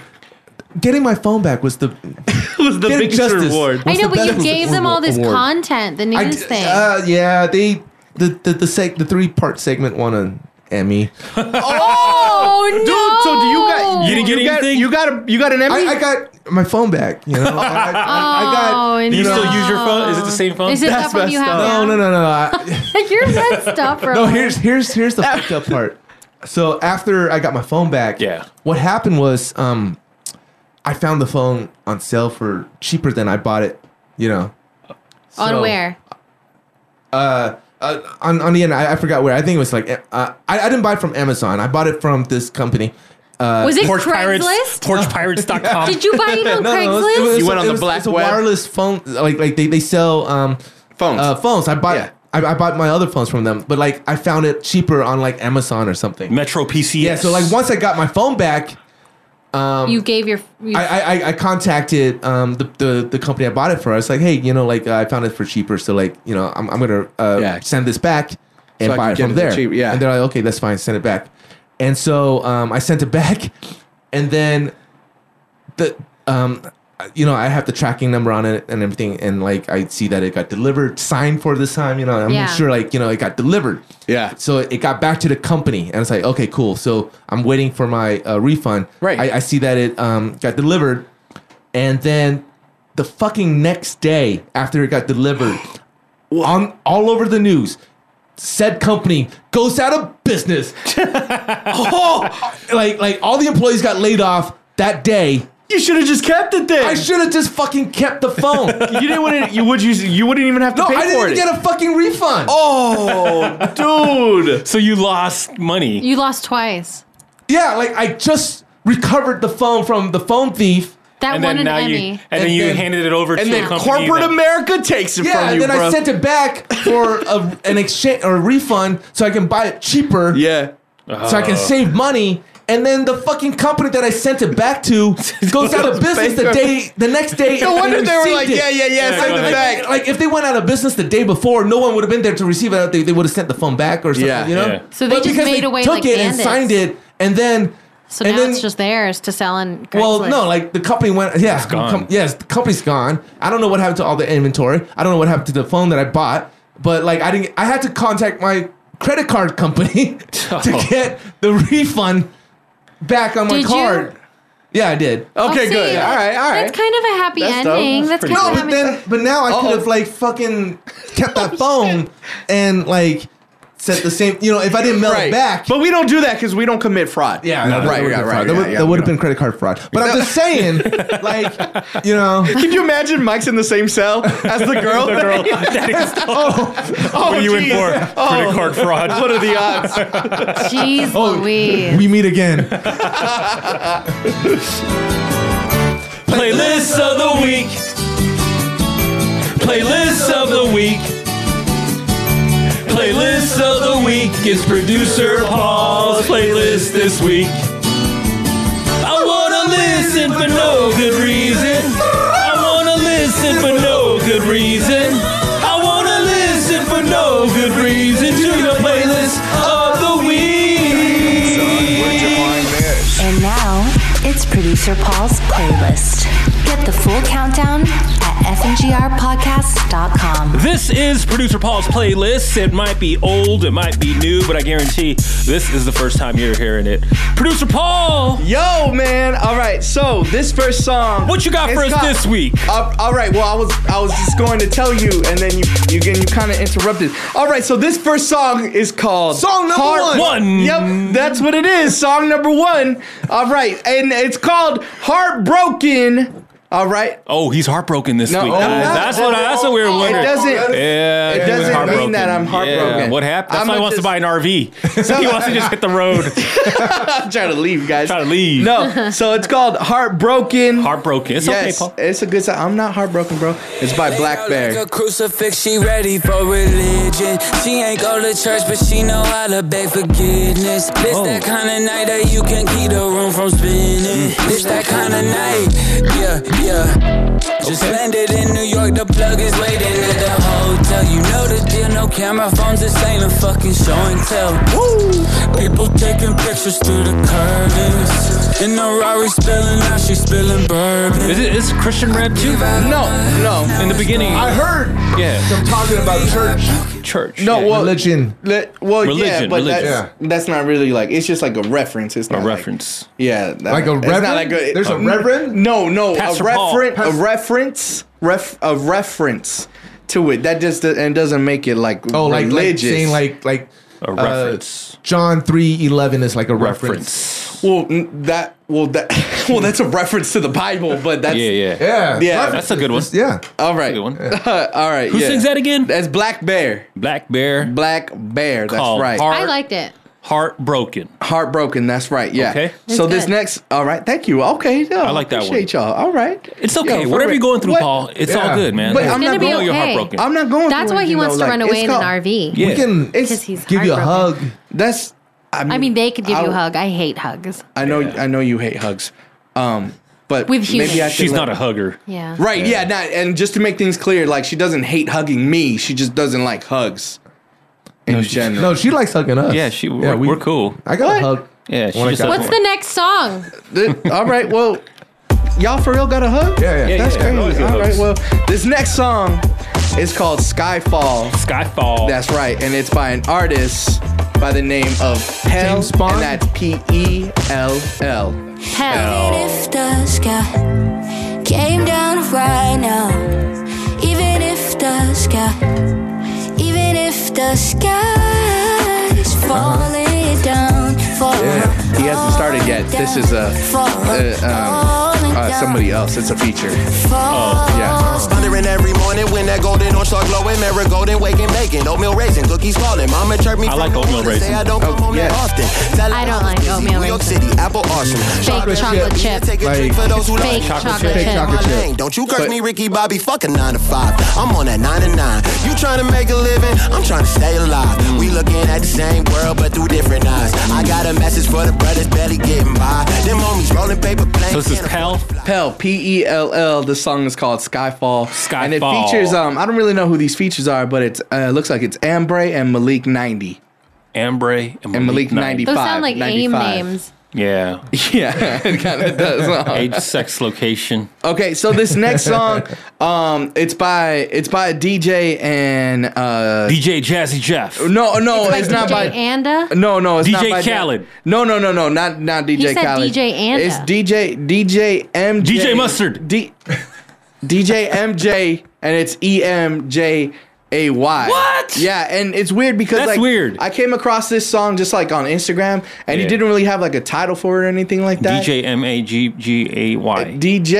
S5: getting my phone back was the
S6: It was the
S5: Getting
S6: biggest
S5: justice.
S6: reward.
S4: I
S5: What's
S4: know,
S5: the
S4: but
S5: best-
S4: you gave them all this
S5: award?
S4: content, the news
S5: I d-
S4: thing.
S5: Uh, yeah, they the the the, seg- the three part segment won an Emmy.
S4: oh no!
S6: Dude, so do you got
S2: You didn't get
S6: got,
S2: anything?
S6: You got a you got an Emmy?
S5: I, I got my phone back. You know, I, I, I
S4: (laughs) Oh,
S5: got.
S4: no.
S2: You still use your phone? Is it the same phone?
S4: Is it
S6: That's
S4: that phone you
S6: messed
S4: have?
S6: up.
S4: now?
S5: No, no, no, no.
S4: (laughs)
S5: I, (laughs)
S4: You're messed up, bro.
S5: no, here's here's here's the fucked
S4: (laughs)
S5: up part. So after I got my phone back,
S2: Yeah.
S5: what happened was um, I found the phone on sale for cheaper than I bought it. You know,
S4: on
S5: so-
S4: where?
S5: uh, on on the end, I, I forgot where. I think it was like uh, I I didn't buy it from Amazon. I bought it from this company. Uh,
S4: Was
S2: (laughs)
S4: it
S2: Porch Pirates,
S4: Craigslist?
S2: porchpirates.com.
S4: (laughs) Did you
S5: (laughs)
S4: buy it on
S5: no,
S4: Craigslist?
S5: it was- it was-
S6: You went on
S5: it
S6: the
S5: was-
S6: black
S5: it's a
S6: web?
S5: wireless phone. Like like they, they sell um
S6: Phones.
S5: uh, phones. I bought
S6: Yeah.
S5: I, I bought my other phones from them, but like I found it cheaper on like Amazon or something.
S2: Metro PCS.
S5: Yeah. So like once I got my phone back,
S4: you gave your. You,
S5: um, I I, I- I contacted um the, the the company I bought it for. I was like, hey, you know, like uh, I found it for cheaper, so like you know, I'm I'm gonna uh,
S6: Yeah.
S5: send this back and
S6: I
S5: buy
S6: can get
S5: it from
S6: it for
S5: there.
S6: cheap, yeah.
S5: And they're like, okay, that's fine, send it back. And so um I sent it back, (laughs) and then the um you know I have the tracking number on it and everything, and like I see that it got delivered, signed for this time. You know, I'm
S4: Yeah.
S5: sure like you know it got delivered.
S6: Yeah.
S5: So it got back to the company, and it's like, okay, cool. So I'm waiting for my uh, refund.
S6: Right.
S5: I, I see that it um, got delivered, and then the fucking next day after it got delivered, on all over the news, said company goes out of
S6: (laughs)
S5: business. oh, like like all the employees got laid off that day.
S6: You should have just kept it there.
S5: I should have just fucking kept the phone. no,
S6: (laughs) you didn't want to. You would. You, you wouldn't even have to pay
S5: I
S6: for
S5: didn't
S6: it.
S5: even get a fucking refund.
S6: oh, dude.
S2: so you lost money.
S4: you lost twice.
S5: Yeah, like I just recovered the phone from the phone thief.
S4: That won an
S2: you,
S4: Emmy.
S2: (laughs) and, then you
S5: then-
S2: handed it over to
S6: And
S2: the
S6: then
S2: company.
S6: corporate
S2: that-
S6: America takes it
S5: Yeah,
S6: from
S5: and
S6: you,
S5: then
S6: bro.
S5: I sent it back for a, an exchange or a refund so I can buy it cheaper.
S6: yeah. Uh.
S5: So I can save money. And then the fucking company that I sent it back
S6: (laughs)
S5: to goes out of business the day, the next day.
S6: No
S5: and
S6: wonder they were
S5: received
S6: like,
S5: it.
S6: yeah, yeah, yeah,
S2: go
S6: send it
S2: ahead.
S6: back.
S5: Like if they went out of business the day before, no one would have been there to receive it. They, they would have sent the phone back or something.
S6: Yeah,
S5: you know.
S2: yeah.
S4: So they just
S5: because
S4: made away
S5: took
S4: like
S5: it and
S4: bandits.
S5: signed it, and then
S4: So
S5: and
S4: now
S5: then-
S4: it's just theirs to sell in Craigslist.
S5: well, no, like the company went. Yeah,
S2: It's gone.
S5: com- yes, the company's gone. I don't know what happened to all the inventory. I don't know what happened to the phone that I bought. But like, I didn't. I had to contact my credit card company (laughs)
S2: Oh.
S5: to get the refund back on my
S4: Did you?
S5: card. Yeah, I did.
S4: Oh,
S6: Okay,
S4: see,
S6: good. All right, all right.
S4: That's kind of a happy
S6: That's dope.
S4: ending.
S6: That's
S4: That's,
S6: pretty
S4: kind
S5: No,
S4: of a
S5: but
S4: happy
S5: then, but now I
S6: Uh-oh.
S5: could have like fucking kept
S4: (laughs) Oh,
S5: that phone and like said the same. You know, if I didn't mail it
S6: Right.
S5: back.
S6: But we don't do that because we don't commit fraud.
S5: yeah,
S6: No,
S5: that
S6: right,
S5: would've
S6: right,
S5: been
S6: right.
S5: fraud. That
S6: yeah,
S5: would,
S6: yeah,
S5: that
S6: we
S5: would have
S6: don't.
S5: been credit card fraud. But I'm (laughs) just saying, like, you know,
S6: Can you imagine Mike's in the same
S5: (laughs)
S6: cell as the girl? the (laughs) girl. oh, (laughs) oh,
S2: What are you in
S6: geez.
S2: for? Credit card fraud.
S6: What are the odds?
S4: ending.
S5: (laughs)
S4: Jeez Louise.
S5: we meet again.
S2: Playlists of the week. Playlists of the week. Playlist of the week is producer Paul's playlist this week. I wanna listen for no good reason. I wanna listen for no good reason. I wanna listen for no good reason to your playlist of the week.
S1: And now it's producer Paul's playlist. Get the full countdown at fngrpodcast.com.
S2: This is producer Paul's playlist. It might be old, it might be new, but I guarantee this is the first time you're hearing it. Producer Paul,
S6: Yo, man. All right. So this first song.
S2: what you got
S6: is
S2: for us
S6: called-
S2: this week?
S6: Uh, all right. Well, I was I was just going to tell you, and then you you again you kind of interrupted. All right. So this first song is called
S5: Song number one.
S2: One.
S6: Yep, that's what it is. Song number one. All right, and it's called Heartbroken. All right. (laughs)
S2: Oh, he's heartbroken this
S6: No,
S2: week.
S6: oh,
S2: guys.
S6: no,
S2: that's
S6: oh,
S2: what that's what we were
S6: oh,
S2: wondering.
S6: It doesn't.
S2: yeah,
S6: it
S2: he was
S6: doesn't mean
S2: heartbroken.
S6: that I'm
S2: Yeah,
S6: heartbroken.
S2: What happened? That's
S6: I'm
S2: why he
S6: a
S2: wants to
S6: just-
S2: buy an
S6: (laughs)
S2: RV. he wants to just hit the road.
S6: I'm trying to leave, guys.
S2: Trying to leave.
S6: No. So it's called Heartbroken.
S2: Heartbroken. It's okay,
S6: yes,
S2: Paul.
S6: it's a good song. I'm not heartbroken, bro. It's by Black
S7: Like
S6: Bear.
S7: a crucifix, she ready for religion. She ain't go to church, but she know how to beg forgiveness. This that
S6: Oh.
S7: kind of night that you can keep the room from spinning.
S6: Mm.
S7: This that kind of night, yeah, yeah. Just landed in New York, the plug is waiting at the hotel. You know the deal, no camera phones, this ain't a fucking show and tell. People taking pictures through the curtains. In the Rari spilling, now she spilling bourbon.
S2: Is it is Christian rap too?
S6: No, no,
S2: In the beginning,
S5: I heard
S2: yeah,
S5: them talking about church,
S2: church.
S6: no.
S2: yeah.
S6: Well,
S5: religion.
S6: le- well, yeah,
S2: Religion,
S6: but
S2: religion.
S6: That's, that's not really like. It's just like a reference. It's
S2: a
S6: not like-
S2: reference.
S6: yeah, that-
S5: Like a
S6: it's
S5: reverend?
S6: Not like a, mm,
S5: There's a reverend?
S6: No, no,
S2: Pastor
S6: a
S2: Paul.
S6: reference, a
S5: Pas-
S6: reference, ref, a reference to it. That just do- and doesn't make it like
S5: Oh, like, like
S6: religious.
S5: saying like like uh,
S2: A reference.
S5: John three eleven is like a reference.
S2: reference.
S6: well, n- that (laughs) well that well, that's a reference to the Bible, but that's
S2: Yeah, yeah.
S5: Yeah.
S6: Yeah.
S5: Right.
S2: That's a good one.
S5: Yeah.
S6: All right,
S2: That's a good one.
S6: (laughs) all right.
S2: Who sings that again?
S6: That's Black Bear.
S2: Black Bear.
S6: Black Bear. That's
S2: called
S6: right.
S2: Heart,
S4: I liked it.
S2: Heartbroken.
S6: Heartbroken. That's right. Yeah.
S2: Okay.
S6: So
S4: It's
S6: this
S4: good.
S6: next. All right. Thank you. Okay. Yeah,
S2: I like that one.
S6: Appreciate y'all. All right.
S2: It's okay.
S6: Yo, for
S2: Whatever
S6: real.
S2: you're going through,
S6: What?
S2: Paul, it's all
S5: Yeah.
S2: good, man.
S6: But
S2: It's
S6: I'm
S4: gonna
S6: not
S4: be
S2: normal
S6: going.
S2: You're
S4: okay.
S2: heartbroken.
S6: I'm not going.
S4: That's
S6: through
S4: why
S6: it,
S4: he
S6: you
S4: wants
S6: know, like,
S4: to run away
S6: it's
S4: in
S6: called-
S4: an RV.
S5: We can
S4: Because he's
S5: give you a hug.
S4: heartbroken.
S6: That's. I mean,
S4: I mean, they could give you a
S6: I'll-
S4: hug. I hate hugs.
S6: I know. I know you hate hugs. Um, but
S4: With humans.
S6: maybe I should
S2: She's
S6: let-
S2: not a hugger.
S4: Yeah.
S6: Right, yeah, nah, and just to make things clear, like she doesn't hate hugging me, she just doesn't like hugs in general.
S5: No, she likes hugging us.
S2: Yeah, she. We're,
S5: we-
S2: we're cool.
S5: I got
S6: What?
S5: a hug.
S2: Yeah, she
S5: When I
S2: just
S5: got-
S2: doesn't
S4: What's the next song?
S6: Th- All right, well, y'all for real got a hug?
S5: Yeah, yeah. Yeah,
S6: That's
S2: yeah, yeah, always
S6: crazy.
S2: get
S6: All right,
S2: hugs.
S6: well, this next song is called Skyfall.
S2: Skyfall.
S6: That's right, and it's by an artist by the name of Pell,
S5: James Bond?
S6: and that's P E L L.
S4: Hell.
S11: If the sky came down right now, even if the sky, even if the sky's falling down, falling
S6: Uh-huh. Yeah, he hasn't started yet. This is a uh, um, uh, somebody else. It's a feature. Yeah.
S5: Oh.
S11: Thundering every morning when that golden orange star glowing, marigold and waking bacon, oatmeal raisin, cookies falling. Mama chirp me
S2: I
S11: from
S2: like
S11: the
S2: oatmeal
S11: morning, say
S2: raisin.
S11: I don't come
S6: Oh,
S11: home that
S6: yeah.
S11: often. Tell
S4: I
S11: her
S4: don't
S11: I'm
S4: like
S11: busy.
S4: oatmeal
S11: New York
S4: raisin.
S11: City, apple awesome.
S4: Baked chocolate chip.
S11: Take a
S5: Like,
S11: drink for those who like
S4: Fake
S2: Chocolate
S4: chocolate
S5: chip.
S4: chip.
S5: Chocolate chip.
S11: Dang, Don't you
S6: But-
S11: curse me, Ricky Bobby. Fuck a nine to five. I'm on that nine to nine. You trying to make a living? I'm trying to stay alive. We looking at the same world, but through different eyes. I got a message for the brothers barely getting by. Them homies rolling paper planes.
S2: So this is
S11: and a-
S2: Pell.
S6: Pell, P E L L. This song is called Skyfall. And it
S2: Skyfall.
S6: features um I don't really know who these features are, but it's uh, looks like it's Ambray and Malik 90
S2: Ambre and Malik,
S6: and Malik
S2: Knight.
S6: 95.
S4: Those sound like AIM
S6: 95.
S4: names.
S2: Yeah.
S6: (laughs) Yeah, it kind of does.
S2: (laughs) Age, sex, location.
S6: okay, so this next song um it's by it's by a DJ and uh Oh,
S2: DJ Jazzy Jeff.
S6: no no it's,
S4: Like
S6: not
S4: DJ
S6: by
S4: Anda.
S6: No, no, it's not
S2: DJ
S6: by
S2: Khaled.
S6: No, no, no, no, not not DJ
S4: said
S6: Khaled.
S4: DJ Anda.
S6: It's DJ DJ MJ.
S2: DJ Mustard.
S6: D, DJ MJ and it's E M J A Y.
S2: What?
S6: Yeah, and it's weird because
S2: That's
S6: like
S2: weird.
S6: I came across this song just like on Instagram and
S2: Yeah.
S6: he didn't really have like a title for it or anything like that.
S2: DJ M A G G A Y.
S6: DJ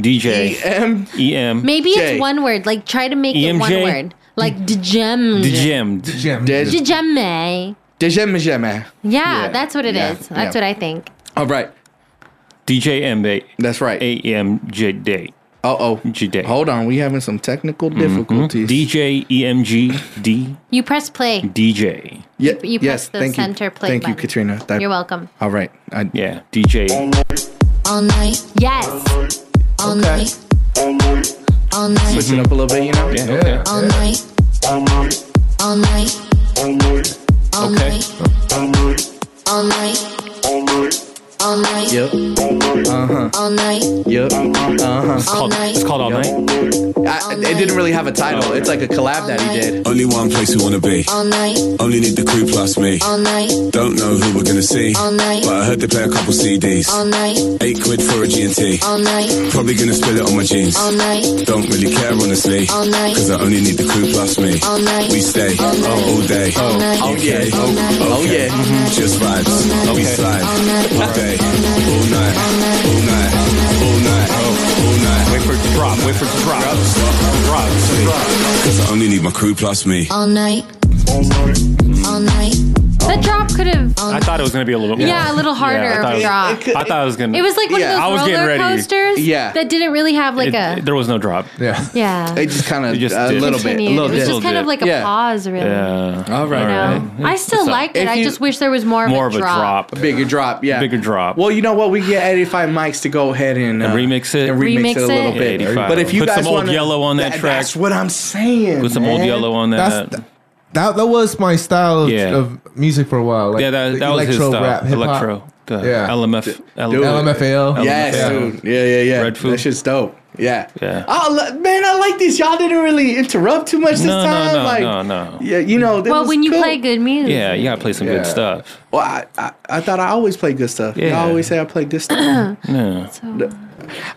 S6: E
S2: DJ
S6: M
S2: E M.
S4: Maybe
S6: J. E
S4: it's one word. Like try to make it one
S2: EMJ?
S4: word. Like djem.
S2: Degemmed.
S5: Jim.
S6: DJ
S4: Djemme.
S6: DJ
S4: Yeah, that's what it is.
S6: yeah,
S4: That's
S6: yeah.
S4: what I think.
S6: All right.
S2: DJ M A
S6: That's right.
S2: A M J Day.
S6: Uh oh.
S2: DJ.
S6: Hold on, we having some technical difficulties.
S2: DJ E M G D
S4: You press play.
S2: DJ.
S6: Yeah,
S4: you
S6: yes,
S4: press the
S6: thank you.
S4: center play
S6: Thank you,
S4: button.
S6: Katrina. That-
S4: You're welcome.
S6: All right. I,
S2: Yeah, E DJ.
S11: All night,
S4: Yes.
S11: all night, all night,
S6: switch it up a little bit, you know?
S2: Yeah, okay.
S11: all night, all night, all
S2: Okay.
S11: night, all night, all night,
S6: Yep.
S2: Um,
S11: all night,
S6: Yep. Uh huh.
S2: It's called, it's called All Night.
S4: Oh,
S6: It didn't really have a title. It's like a collab that he did.
S12: Only one place we wanna be.
S11: all night,
S12: Only need the crew plus me.
S11: all night,
S12: Don't know who we're gonna see.
S11: all night,
S12: But I heard they play a couple CDs.
S11: all night,
S12: Eight quid for a G&T.
S11: all night,
S12: Probably gonna spill it on my jeans.
S11: all night,
S12: Don't really care honestly.
S11: All night.
S12: Cause I only need the crew plus me.
S11: all night.
S12: We stay
S11: All night.
S12: all day.
S11: night.
S12: Oh, okay.
S11: All night.
S12: Oh,
S6: Oh,
S12: okay.
S6: yeah.
S12: Just vibes. We slide
S11: All night.
S12: all day. All night. All night. All night. All night.
S2: Wait for it to drop. Wait for it to drop. Drop.
S12: Cause I only need my crew plus me.
S11: all night, all night,
S4: The drop could have.
S2: I thought it was going to be a little bit more.
S4: Yeah, a little harder
S2: Yeah, I thought
S4: of a
S2: it-
S4: drop.
S2: I thought it was going to.
S4: It was like one
S6: Yeah,
S2: I
S4: of
S2: was
S4: those
S2: getting
S4: roller
S2: ready.
S4: coasters
S6: Yeah.
S4: that didn't really have like a
S2: there was no drop.
S6: (laughs)
S5: Yeah.
S4: yeah.
S6: It just kind of
S2: It just
S6: a
S2: did.
S6: little bit.
S4: Continued.
S6: A little
S4: it was
S6: bit.
S4: just kind
S2: bit.
S4: of like a
S6: Yeah.
S4: pause, really.
S2: Yeah. All
S6: right.
S4: You know? I still
S2: So-
S4: liked it.
S6: If
S4: I
S6: you-
S4: just wish there was more of,
S2: More
S4: a, drop.
S6: A bigger drop. Yeah.
S2: Bigger drop.
S6: Well, you know what? We get 85 mics to go ahead and, uh,
S2: remix it.
S6: And remix,
S4: Remix
S6: it a little
S4: it.
S6: bit.
S2: 85.
S6: But if you
S2: Put
S6: guys
S2: some old
S6: wanna-
S2: yellow on that track.
S6: that's what I'm saying.
S2: With some old
S6: man.
S2: yellow on that.
S5: That's that. That was my style of,
S2: Yeah.
S5: of music for a while. Like
S2: yeah, that,
S5: the
S2: that was his
S5: electro
S2: style.
S5: rap, hip hop.
S2: electro. The
S5: Yeah.
S2: LMF.
S5: LMFAO.
S6: Yes,
S5: Yeah.
S6: dude. Yeah, yeah, yeah.
S2: Red food.
S6: That shit's dope. Yeah.
S2: Yeah.
S6: Oh, lo- man, I like this. Y'all didn't really interrupt too much this
S2: No, no,
S6: time.
S2: no,
S6: like,
S2: no, no.
S6: Yeah, you know. that
S4: Well,
S6: was
S4: when you
S6: cool.
S4: play good music,
S2: Yeah, you got to play some
S5: Yeah.
S2: good stuff.
S6: Well, I, I, I thought I always play good stuff.
S2: Yeah.
S6: I always say I play good stuff.
S4: (clears throat)
S2: Yeah.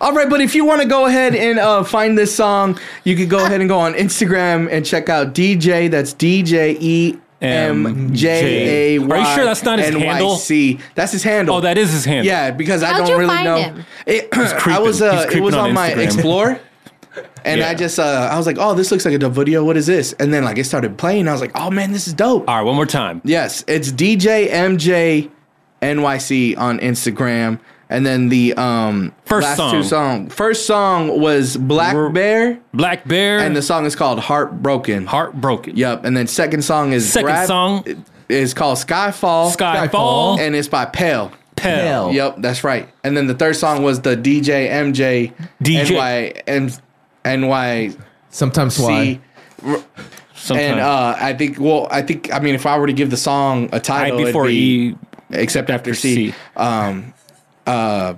S6: All right, but if you want to go ahead and uh, find
S4: Uh,
S6: this song, you could go ahead and go on Instagram and check out DJ. That's DJ E M J A Y.
S2: Are you sure that's not his handle?
S6: NYC. That's his handle.
S2: Oh, that is his handle.
S6: Yeah, because I
S4: How'd
S6: don't
S4: you
S6: really
S4: find
S6: know.
S4: him?
S6: It, (clears throat) I
S2: creeping.
S6: was
S2: He's
S6: uh, it
S2: creeping
S6: was
S2: on
S6: on, my
S2: Instagram.
S6: Explore, and
S2: Yeah.
S6: I just uh, I was like, oh, this looks like a dope video. What is this? And then like it started playing. I was like, oh man, this is dope.
S2: All right, one more time.
S6: Yes, it's DJ MJ NYC on Instagram, and then the um
S2: First
S6: last
S2: song.
S6: two song. First song was Black Bear,
S2: Black Bear,
S6: and the song is called Heartbroken.
S2: Heartbroken.
S6: Yep, and then second song is
S2: Second song.
S6: is called Skyfall.
S2: Skyfall.
S6: and it's by Pell.
S2: Pell.
S6: Yep, that's right. And then the third song was the DJ MJ
S2: DJ.
S6: NY M, NY
S5: Sometimes why?
S6: and uh, I think well, I think I mean if I were to give the song a title, it'd
S2: before
S6: be
S2: E,
S6: except after
S2: C.
S6: C. Um, uh,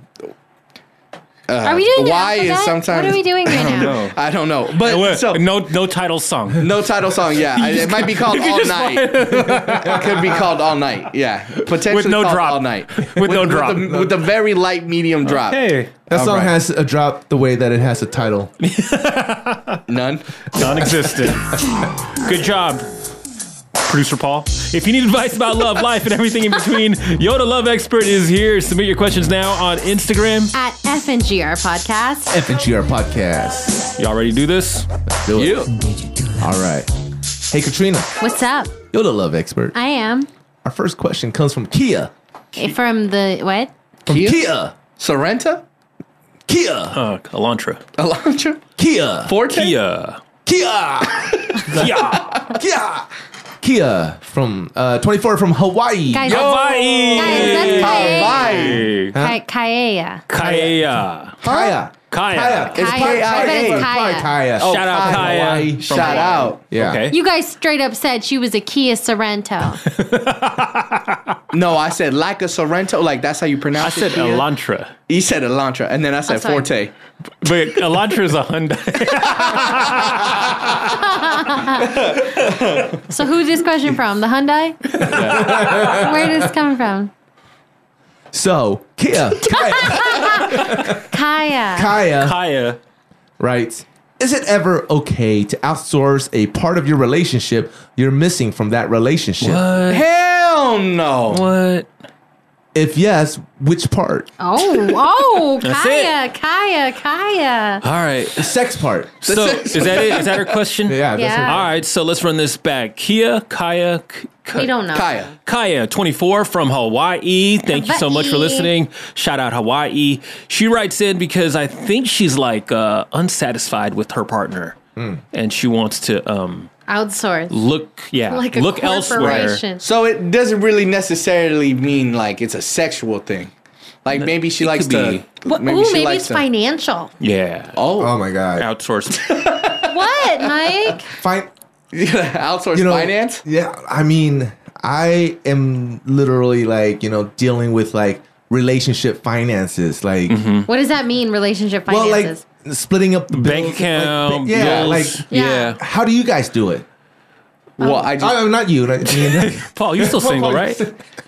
S6: uh,
S4: Are we doing an
S6: Y is
S4: alphabet?
S6: sometimes
S4: What are we doing right now?
S6: I don't know, but (laughs) so
S2: Oh. no, no title song.
S6: no title song. Yeah, I- it might be called
S2: (laughs) You
S6: all
S2: just
S6: night. (laughs) it could be called all night. Yeah, potentially
S2: no
S6: called
S2: drop.
S6: all night
S2: (laughs) With no drop.
S6: the, with the very light medium drop.
S2: Hey,
S5: That
S6: All
S5: song
S6: right.
S5: has a drop the way that it has a
S2: (laughs)
S5: title.
S6: none.
S2: non-existent. Good job. Producer Paul. If you need advice about love, life, and everything in between, Yoda Love Expert is here. Submit your questions now on Instagram.
S4: At FNGR Podcast.
S5: FNGR podcast.
S2: Y'all ready to do this?
S5: Do it. All right. Hey, Katrina,
S4: What's up?
S5: you're the love expert.
S4: I am.
S5: Our first question comes from Kia.
S4: From the what?
S5: From Kia.
S6: Sorrenta,
S5: Kia.
S2: Uh, Elantra.
S6: Elantra,
S5: Kia.
S6: Forte.
S2: Kia.
S5: Kia.
S2: Kia.
S5: Kia. Kia from uh, 24 from Hawaii.
S4: Guys, guys,
S2: Hawaii.
S4: that's Kaea.
S6: Hawaii.
S4: Ka- Kaea.
S2: Kaya.
S5: Kaya.
S2: Kaya.
S6: It's
S4: Kaya. I bet it's
S5: Kaya.
S4: Kaya.
S5: Kaya.
S2: Shout out
S6: Kaya.
S2: Kaya.
S6: Shout out.
S5: Yeah.
S2: Okay.
S4: You guys straight up said she was a Kia Sorrento.
S6: No, I said like a Sorrento. Like that's how you
S2: I
S6: pronounce it.
S2: said
S6: Kia?
S2: Elantra,
S6: You said Elantra, and then I said
S4: sorry.
S6: Forte.
S2: but Elantra is a Hyundai.
S4: so who's this question from?
S6: (laughs)
S4: The Hyundai? Where did this come from?
S5: So, Kia. Kaya.
S4: Kaya.
S5: Kaya.
S2: Kaya.
S5: writes, Is it ever okay to outsource a part of your relationship you're missing from that relationship?
S6: Hell no.
S2: What?
S5: If yes, which part?
S4: Oh, oh,
S2: That's
S4: Kaya, Kaya, Kaya.
S2: All right.
S5: The sex part.
S2: So is that it? Is that her question?
S5: Yeah. That's
S4: Yeah.
S5: it.
S2: All right, so let's run this back. Kia, Kaya, K- K-
S4: We don't know.
S6: Kaya.
S2: Kaya, 24 from Hawaii. Thank you so much for
S4: Hawaii.
S2: listening. Shout out Hawaii. She writes in because I think she's like uh, unsatisfied with her partner, and she wants to um,
S4: Outsource.
S2: look, yeah,
S4: Like a
S2: look elsewhere.
S4: corporation.
S6: So it doesn't really necessarily mean like it's a sexual thing. Like maybe she
S2: it
S6: likes
S2: could
S6: to.
S2: be.
S4: What?
S6: Maybe
S4: Ooh,
S6: she
S4: maybe
S6: likes
S4: it's
S6: to-
S4: financial.
S2: Yeah,
S5: Oh my God.
S2: outsourced.
S4: What, Mike?
S5: Fine.
S6: (laughs) outsource
S5: You know,
S6: finance.
S5: Yeah. I mean, I am literally like, you know, dealing with like relationship finances. Like,
S4: What does that mean? Relationship
S5: well,
S4: finances.
S5: like splitting up the
S2: (laughs) Mm-hmm. Bank
S5: bills, like,
S2: account,
S5: yeah.
S2: bills.
S5: Like,
S4: Yeah.
S2: yeah.
S5: how do you guys do it?
S6: well, I just
S5: um, I, am not you. I mean,
S2: Paul, (laughs) you're still (laughs)
S5: (laughs)
S2: single, right?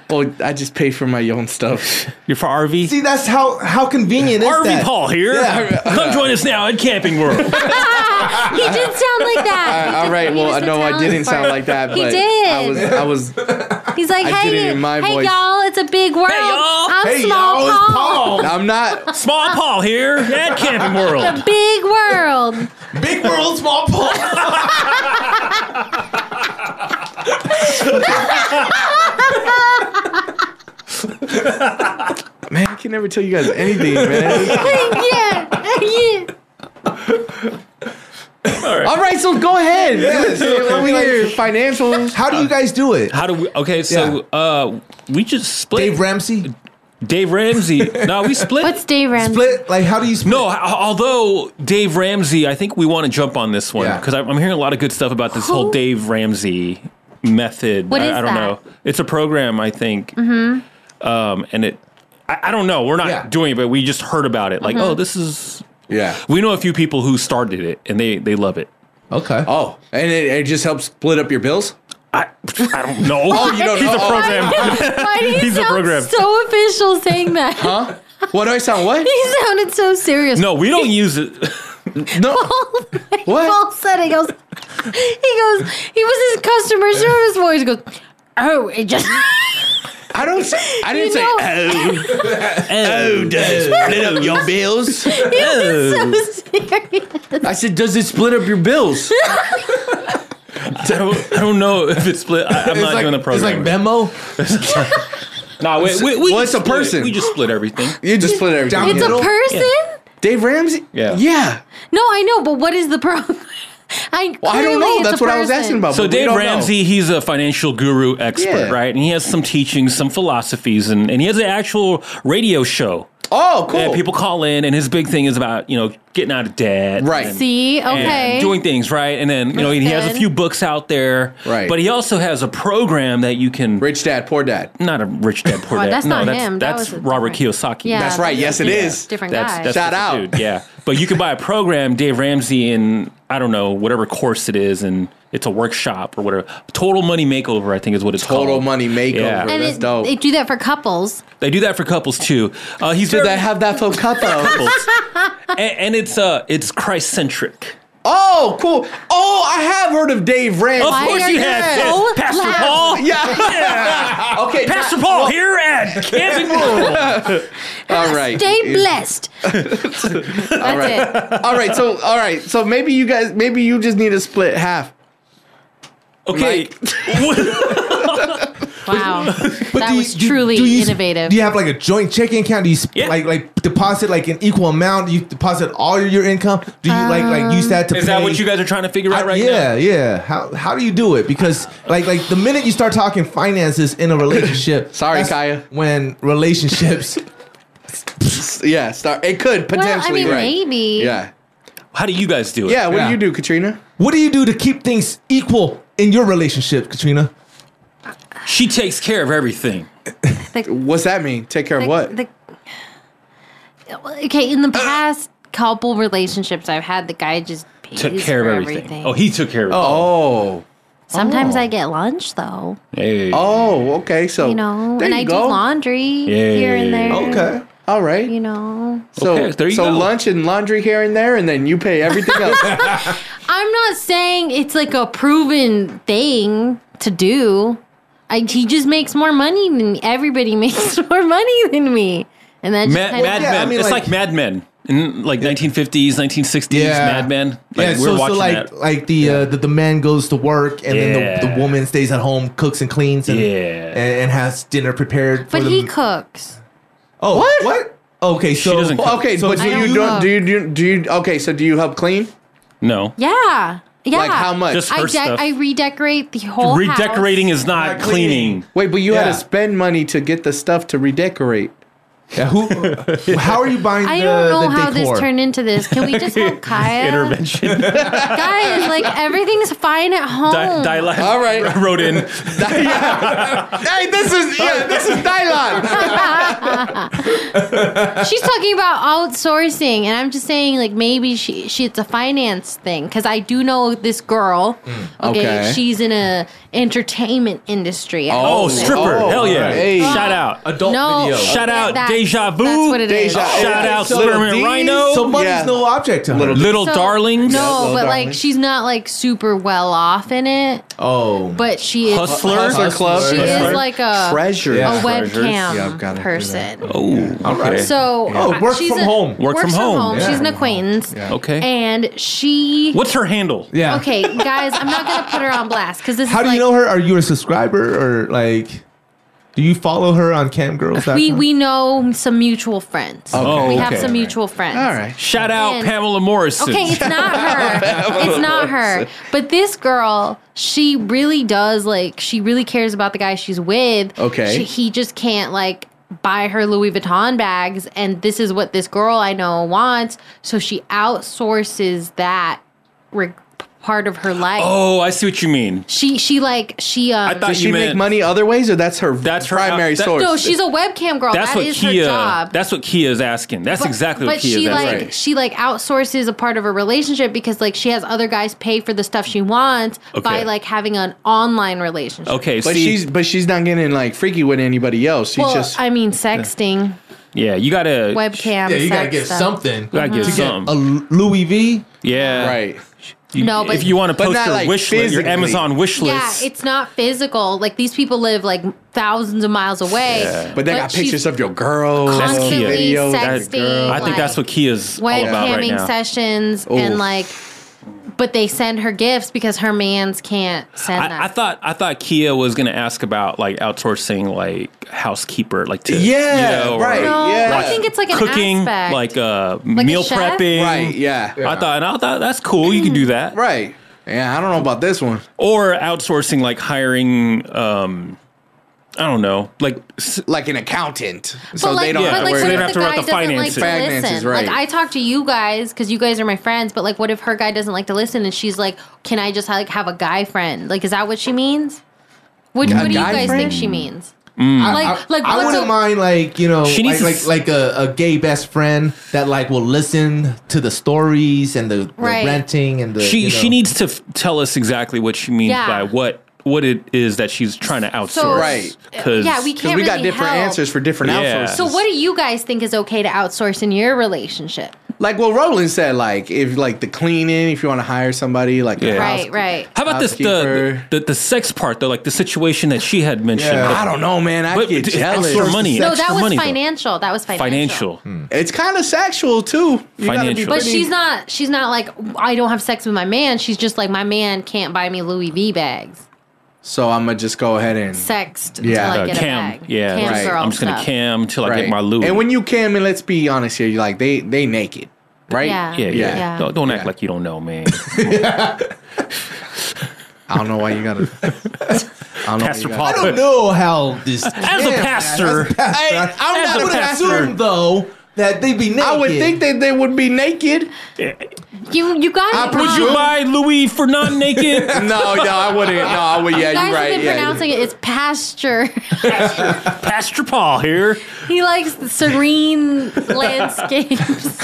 S6: well, I just pay for my own stuff.
S2: You're for RV.
S5: see, that's how how convenient is
S2: RV
S5: that?
S2: Paul here. Come join us now at Camping World.
S4: he did sound like that.
S6: (laughs) (laughs)
S4: He
S6: All
S4: did-
S6: right.
S4: he
S6: Well,
S4: was
S6: I know I
S4: Italian
S6: didn't
S4: for
S6: sound
S4: it.
S6: like that.
S4: He
S6: but I was.
S4: did.
S6: I was.
S4: He's like,
S6: I
S4: hey,
S6: did it in my
S4: hey,
S6: voice."
S4: y'all, it's a big world.
S2: y'all.
S4: I'm
S5: Hey,
S4: small
S5: y'all, it's Paul.
S6: I'm not.
S2: Small Paul here at Camping World.
S4: The big
S6: (laughs)
S4: world.
S5: Big world, small Paul.
S6: Man, I can never tell you guys anything, (laughs) man.
S4: yeah, yeah.
S6: All right, so go ahead. (laughs) Let me hear your financials.
S5: How do you guys do it?
S2: How do we? Okay, so uh, we just split.
S5: Dave Ramsey
S2: Dave Ramsey. no,
S4: (laughs)
S2: we split.
S4: What's Dave Ramsey?
S5: split. (laughs) Like, how do you split?
S2: no, h- although Dave Ramsey, I think we want to jump on this one
S5: Yeah.
S2: because I'm hearing a lot of good stuff about this whole
S4: Who?
S2: Dave Ramsey method.
S4: What
S2: I,
S4: is
S2: I don't
S4: that?
S2: know. It's a program, I think. Mm-hmm. Um, and it, I, I don't know. We're not
S5: Yeah.
S2: doing it, but we just heard about it.
S4: Mm-hmm.
S2: Like, oh, this is.
S6: Yeah.
S2: We know a few people who started it, and they they love it.
S5: Okay.
S6: Oh, and it, it just helps split up your bills.
S2: I, I don't
S4: (laughs)
S2: know.
S6: Oh, you don't
S2: He's
S6: know?
S2: a
S6: Oh.
S2: (laughs) program.
S4: Why do you
S2: He's a
S4: sound
S2: program.
S4: so official saying that?
S6: Huh? What do I sound? What?
S4: (laughs) He sounded so serious. (laughs)
S2: no, we don't use it.
S6: (laughs) No.
S4: Paul- (laughs)
S6: What?
S4: Paul said it. He goes, he goes, he was
S6: (laughs)
S4: his customer service voice. He goes, oh, it just. (laughs)
S6: I don't say. I didn't say. Oh,
S2: (laughs)
S6: oh, does it split up your bills? Uh,
S4: was
S6: (laughs)
S4: (laughs)
S6: I said, does it split up your bills?
S2: I don't, I don't know if it's split. I, I'm
S6: It's
S2: not
S6: like-
S2: doing the
S6: it's
S2: program.
S6: like
S5: Memo?
S2: nah, we, we, we
S6: Well,
S2: just
S6: it's a
S2: split-
S6: person.
S2: We just split everything.
S6: You just split everything.
S4: It's a person?
S6: Dave Ramsey.
S2: Yeah.
S6: Yeah.
S4: No, I know, but what is the problem? (laughs) I,
S6: Well, I don't
S4: clearly
S6: know.
S4: it's
S6: That's
S4: a
S6: what I was
S4: person.
S6: asking about.
S2: So
S6: but we
S2: Dave
S6: don't know.
S2: Ramsey, he's a financial guru expert,
S6: Yeah.
S2: right? And he has some teachings, some philosophies, and, and he has an actual radio show.
S6: Oh,
S2: cool! And people call in, and his big thing is about you know getting out of debt,
S4: Right.
S2: and-
S4: See? Okay.
S2: and doing things right, and then you know
S4: That's
S2: he has a
S4: good.
S2: few books out there, right? But he also has a program that you can
S6: rich dad, poor dad,
S2: not a rich dad, poor
S4: Oh,
S2: dad.
S4: that's
S2: no,
S4: not
S2: that's
S4: him. That
S2: that's
S4: was a
S2: Robert
S4: different-
S2: Kiyosaki.
S4: Yeah, That's right. that's a Yes, it different- is. different
S2: that's,
S4: guy.
S2: That's
S4: Shout
S2: the
S4: out.
S2: dude, Yeah, but you can buy a program, Dave Ramsey, and I don't know whatever course it is, and it's a workshop or whatever. Total Money Makeover, I think, is what it's called.
S6: Total Money Makeover.
S2: Yeah.
S4: and it, they do that for couples.
S2: They do that for couples too. Uh, he's
S6: Do
S2: very-
S6: they have
S4: (laughs)
S6: that for couples?
S2: (laughs) and, and it's uh, it's Christ centric.
S6: Oh, cool. Oh, I have heard of Dave Ramsey.
S2: Of Why course are you you have, so yes. Pastor loud? Paul.
S6: (laughs) Yeah.
S2: Yeah.
S6: Okay.
S2: Pastor
S6: now-
S2: Paul
S6: well-
S2: here at Camden Rural.
S6: All right.
S4: Stay blessed.
S6: all right. all right. So, all right. So maybe you guys, maybe you just need to split half.
S2: Okay.
S4: Wow. that
S5: do you-
S4: was
S5: do you-
S4: truly
S5: do you-
S4: innovative.
S5: Do you have like a joint checking account? Do you sp-
S2: Yeah.
S5: like like deposit like an equal amount? Do you deposit all your income? Do you like like use that to
S2: Is
S5: pay?
S2: that what you guys are trying to figure out right now?
S5: yeah, yeah. How how do you do it? Because like like the minute you start talking finances in a (laughs) relationship,
S6: Sorry,
S5: that's
S6: Kaya.
S5: when relationships (laughs)
S6: Yeah. Start. It could
S4: Well, I
S6: potentially.
S4: mean,
S6: right.
S4: maybe.
S6: Yeah.
S2: How do you guys do it?
S6: Yeah. What do you do, Katrina?
S5: What do you do to keep things equal in your relationship, Katrina?
S2: She takes care of everything.
S6: What's that mean? Take care of what?
S4: The, okay, in the past couple relationships I've had, the guy just pays
S2: Took care of
S4: for
S2: everything. Oh, he took care of
S6: Oh.
S4: Sometimes
S6: Oh.
S4: I get lunch though,
S2: Hey.
S6: Oh. Okay. So
S4: you know,
S6: there
S4: and
S6: you
S4: I
S6: go. Oh.
S4: do laundry here and there.
S6: Okay. All right.
S4: You know,
S6: So,
S2: Okay, there you
S6: so
S2: go.
S6: lunch and laundry here and there, and then you pay everything
S2: (laughs)
S6: else.
S4: I'm not saying it's like a proven thing to do. I, he just makes more money than me. Everybody (laughs) makes more money than me, and that's
S2: Mad, Mad Men. it's like, Mad Men. In like 1950s, 1960s,
S5: Yeah.
S2: Mad Men. Like
S5: yeah,
S2: we're
S5: so, so
S2: watching
S5: like
S2: that.
S5: like the, uh, the the man goes to work and then the,
S2: Yeah.
S5: the woman stays at home, cooks and cleans, and,
S2: Yeah.
S5: and, and has dinner prepared. For
S4: but
S5: the,
S4: he cooks.
S5: oh what what? Okay, so
S2: doesn't cook.
S6: Okay,
S5: so
S6: but do
S4: I
S6: you
S4: don't
S6: don't
S4: know.
S6: do you do, do you okay? So do you help clean?
S2: No.
S4: Yeah, yeah.
S6: Like how much? Just
S2: her
S4: I, de-
S2: stuff.
S4: I redecorate the whole
S2: Redecorating is not, cleaning.
S6: Wait, but you had
S5: Yeah.
S6: to spend money to get the stuff to redecorate.
S5: Yeah, who? how are you buying?
S4: House. I
S5: the,
S4: don't know
S5: the
S4: how
S5: decor?
S4: this turned into this. Can we just help Kaya?
S2: Intervention.
S4: Guys, like everything's fine at home.
S2: Di- Dylan
S6: All right.
S2: (laughs) wrote
S6: (laughs)
S2: in.
S6: hey, this is yeah, this is Dylan.
S4: (laughs) She's talking about outsourcing, and I'm just saying, like maybe she, she it's a finance thing because I do know this girl. Okay,
S6: Hmm. Okay.
S4: she's in a entertainment industry. I
S2: Oh,
S4: don't think.
S2: stripper.
S6: Oh,
S2: Hell yeah.
S6: hey.
S2: Shout out.
S5: adult
S4: No.
S5: video.
S4: Shut
S2: Shout
S4: Yeah,
S2: out
S4: that-
S2: Deja Vu.
S4: that's what it is.
S6: Deja-
S2: Shout
S6: Okay,
S2: out
S6: so
S2: Spearmint
S6: these-
S2: Rhino.
S5: So money's
S6: Yeah.
S5: no object to her.
S6: Little-
S2: Little
S4: So-
S2: Darlings.
S4: No,
S6: Yeah, Little
S4: but like
S6: Darlings.
S4: she's not like super well off in it.
S5: oh,
S4: But she is.
S2: Hustler.
S6: Hustler Club.
S4: She
S6: Yeah.
S4: is like a
S6: (laughs) Treasure.
S4: a
S6: Yeah.
S4: webcam
S6: Yeah, I've gotta do
S4: person.
S2: Oh, okay.
S4: So
S5: Oh,
S4: uh,
S5: work
S4: she's
S5: from
S4: a-
S5: home. Work
S2: from
S4: works
S2: home.
S5: Yeah.
S4: She's an acquaintance.
S2: Okay.
S4: And she.
S2: What's her handle?
S5: yeah.
S4: Okay, guys, I'm not gonna put her on blast because this.
S5: How
S4: is
S5: do
S4: like,
S5: you know her? Are you a subscriber or like? Do you follow her on camgirls?
S4: We we know some mutual friends.
S2: Oh,
S4: we have
S2: okay.
S4: some mutual friends.
S6: All right.
S2: Shout out
S4: And-
S2: Pamela Morrison.
S4: Okay, it's not her. it's not her. But this girl, she really does like. She really cares about the guy she's with.
S6: Okay.
S4: She, he just can't like buy her Louis Vuitton bags, and this is what this girl I know wants. So she outsources that re- part of her life.
S2: (laughs) Oh, I see what you mean.
S4: She she like she um.
S2: I thought
S6: Does
S2: you
S6: she make
S2: meant-
S6: money other ways, or that's her
S2: That's her- uh,
S6: primary
S2: that-
S6: source?
S4: no, she's a webcam girl.
S2: That's
S4: That
S2: what
S4: is
S2: Kia.
S4: her job.
S2: That's what Kia is asking. That's exactly what
S4: but
S2: Kia is
S4: she
S2: asking.
S4: like she like outsources a part of her relationship because like she has other guys pay for the stuff she wants by
S2: Okay.
S4: like having an online relationship.
S2: Okay,
S6: but
S2: see,
S6: she's but she's not getting like freaky with anybody else. She's
S4: well,
S6: just
S4: I mean, sexting,
S2: yeah, you gotta
S4: webcam.
S5: yeah, you gotta
S4: sex
S5: get
S4: stuff. Uh-huh.
S5: something.
S2: Gotta get
S5: To get
S2: some.
S5: a Louis V.
S2: yeah,
S6: right.
S2: You-
S4: No, but-
S2: if you want to
S4: But
S2: post
S4: not,
S2: your
S4: like,
S2: wish list, your
S4: physically.
S2: Amazon wish
S4: Yeah,
S2: list,
S4: it's not physical. Like these people live like thousands of miles away.
S2: Yeah.
S6: But they got
S4: she's
S6: pictures of your girl.
S2: that's Kia.
S4: constantly sexting.
S2: I think that's what Kia's all
S4: webcamming
S2: about right now.
S4: sessions
S2: Oof.
S4: and like, but they send her gifts because her man's can't send them.
S2: I, I thought I thought Kia was gonna ask about like outsourcing like housekeeper like to
S6: Yeah,
S2: you know, or,
S6: right,
S4: No, yeah. I think it's like an
S2: cooking
S4: aspect.
S2: like uh
S4: Like a
S2: meal
S4: chef?
S2: prepping
S6: Right, yeah.
S2: I thought and I thought that's cool you can do that
S6: right yeah I don't know about this one
S2: or outsourcing like hiring um I don't know like s-
S6: like an accountant so
S4: but like,
S6: they don't
S4: but
S6: have to
S4: like,
S6: worry
S4: what
S6: about
S4: if the guy doesn't like to
S6: finances
S4: listen?
S6: right
S4: Like, I talk to you guys because you guys are my friends. But like, what if her guy doesn't like to listen and she's like, "Can I just like have a guy friend?" Like, is that what she means? What,
S5: A
S4: what do you
S5: guy
S4: guys
S5: friend?
S4: think she means?
S5: Mm.
S4: Like, like
S5: I
S4: what's
S5: wouldn't
S4: a-
S5: mind like you know
S4: She
S5: like
S4: needs
S5: like,
S4: to-
S5: like a, a gay best friend that like will listen to the stories and the, the
S4: Right.
S5: renting and the
S2: she
S5: you know.
S2: she needs to f- tell us exactly what she means
S4: Yeah.
S2: by what what it is that she's trying to outsource
S4: Right.
S2: because
S4: yeah, we can't really help.
S6: for different outsources.
S4: So, what do you guys think is okay to outsource in your relationship?
S6: like what Roland said like if like the cleaning if you want to hire somebody like a house-
S4: Right, right.
S2: How about this the, the the sex part though, like the situation that she had mentioned.
S6: Yeah. I don't know, man. I get
S2: it's
S6: jealous.
S2: Extra money.
S4: No,
S2: extra
S4: that was
S2: money, though.
S4: financial. That was financial.
S2: Financial.
S6: It's kind of sexual too. You gotta be
S2: Financial.
S4: But
S6: pretty-
S4: she's not. She's not like I don't have sex with my man. She's just like my man can't buy me Louis V bags.
S6: So I'm gonna just go ahead and
S4: Sexed.
S6: Yeah.
S4: Yeah.
S6: Uh,
S4: Like, get
S2: cam.
S4: A bag.
S2: Yeah,
S4: Cam
S2: right.
S4: girl
S2: I'm just gonna
S4: stuff.
S2: cam until I get my Louis.
S6: And when you cam, and let's be honest here, you like they they naked, right?
S4: Yeah.
S2: yeah, yeah,
S4: Yeah.
S2: Don't, don't act like you don't know, man. (laughs)
S6: I don't know why
S2: (laughs)
S6: you gotta. I don't
S2: Pastor
S6: know
S2: Paul.
S5: I don't know how this
S2: As a pastor,
S5: I,
S6: I'm
S5: I
S6: not a
S5: would
S6: pastor.
S5: assume though that they'd be naked.
S6: I would think that they would be naked.
S4: You you guys. it
S2: Would you
S4: wrong.
S2: buy Louis for non
S6: (laughs)
S2: naked?
S6: no, no, I wouldn't. No, I would. Yeah,
S4: you guys
S6: you're
S4: have
S6: right.
S4: been
S6: Yeah.
S4: pronouncing it. It's pasture. (laughs)
S2: Pastor Paul here.
S4: he likes
S6: (laughs)
S4: serene landscapes.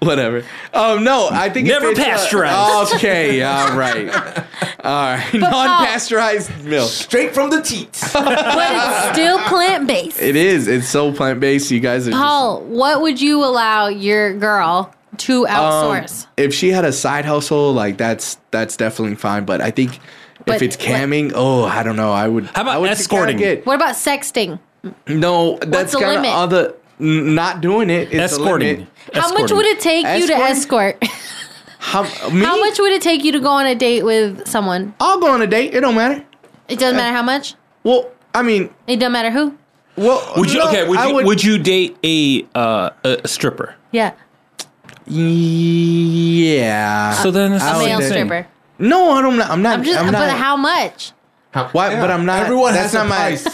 S6: Whatever. Um, no, I think
S2: Never
S6: it's,
S2: pasteurized. (laughs)
S6: okay, all right, all right. Non-pasteurized milk.
S5: straight from the (laughs) teats.
S4: but it's still plant based.
S6: It is. It's so plant-based. You guys are. just-
S4: Paul, what would you allow your girl to
S6: Um,
S4: outsource?
S6: if she had a side hustle, like that's that's definitely fine. But I think
S4: But
S6: if it's camming, oh, I don't know. I would. How
S2: about
S6: I would
S2: escorting?
S6: kinda get-
S4: what about sexting?
S6: no, that's
S4: the
S6: kind of
S4: limit?
S6: other. n- Not doing it. It's the
S2: Escorting.
S6: limit.
S4: How much would it take you to escort? (laughs)
S6: How, me?
S4: How much would it take you to go on a date with someone?
S6: I'll go on a date. It don't matter.
S4: It doesn't matter how much.
S6: Well, I mean,
S4: It doesn't matter who.
S6: well,
S2: Would you
S6: no,
S2: okay?
S6: I
S2: Would you, would, you date a uh, a a stripper?
S4: Yeah,
S6: Yeah.
S2: So then it's
S4: a
S2: the same
S4: male
S2: thing.
S4: stripper.
S6: No, I don't. I'm not.
S4: I'm just.
S6: I'm
S4: but
S6: not.
S4: how much?
S6: Why?
S5: Yeah.
S6: But I'm not.
S5: Everyone
S6: that's
S5: has
S6: not
S5: a
S6: my.
S5: price.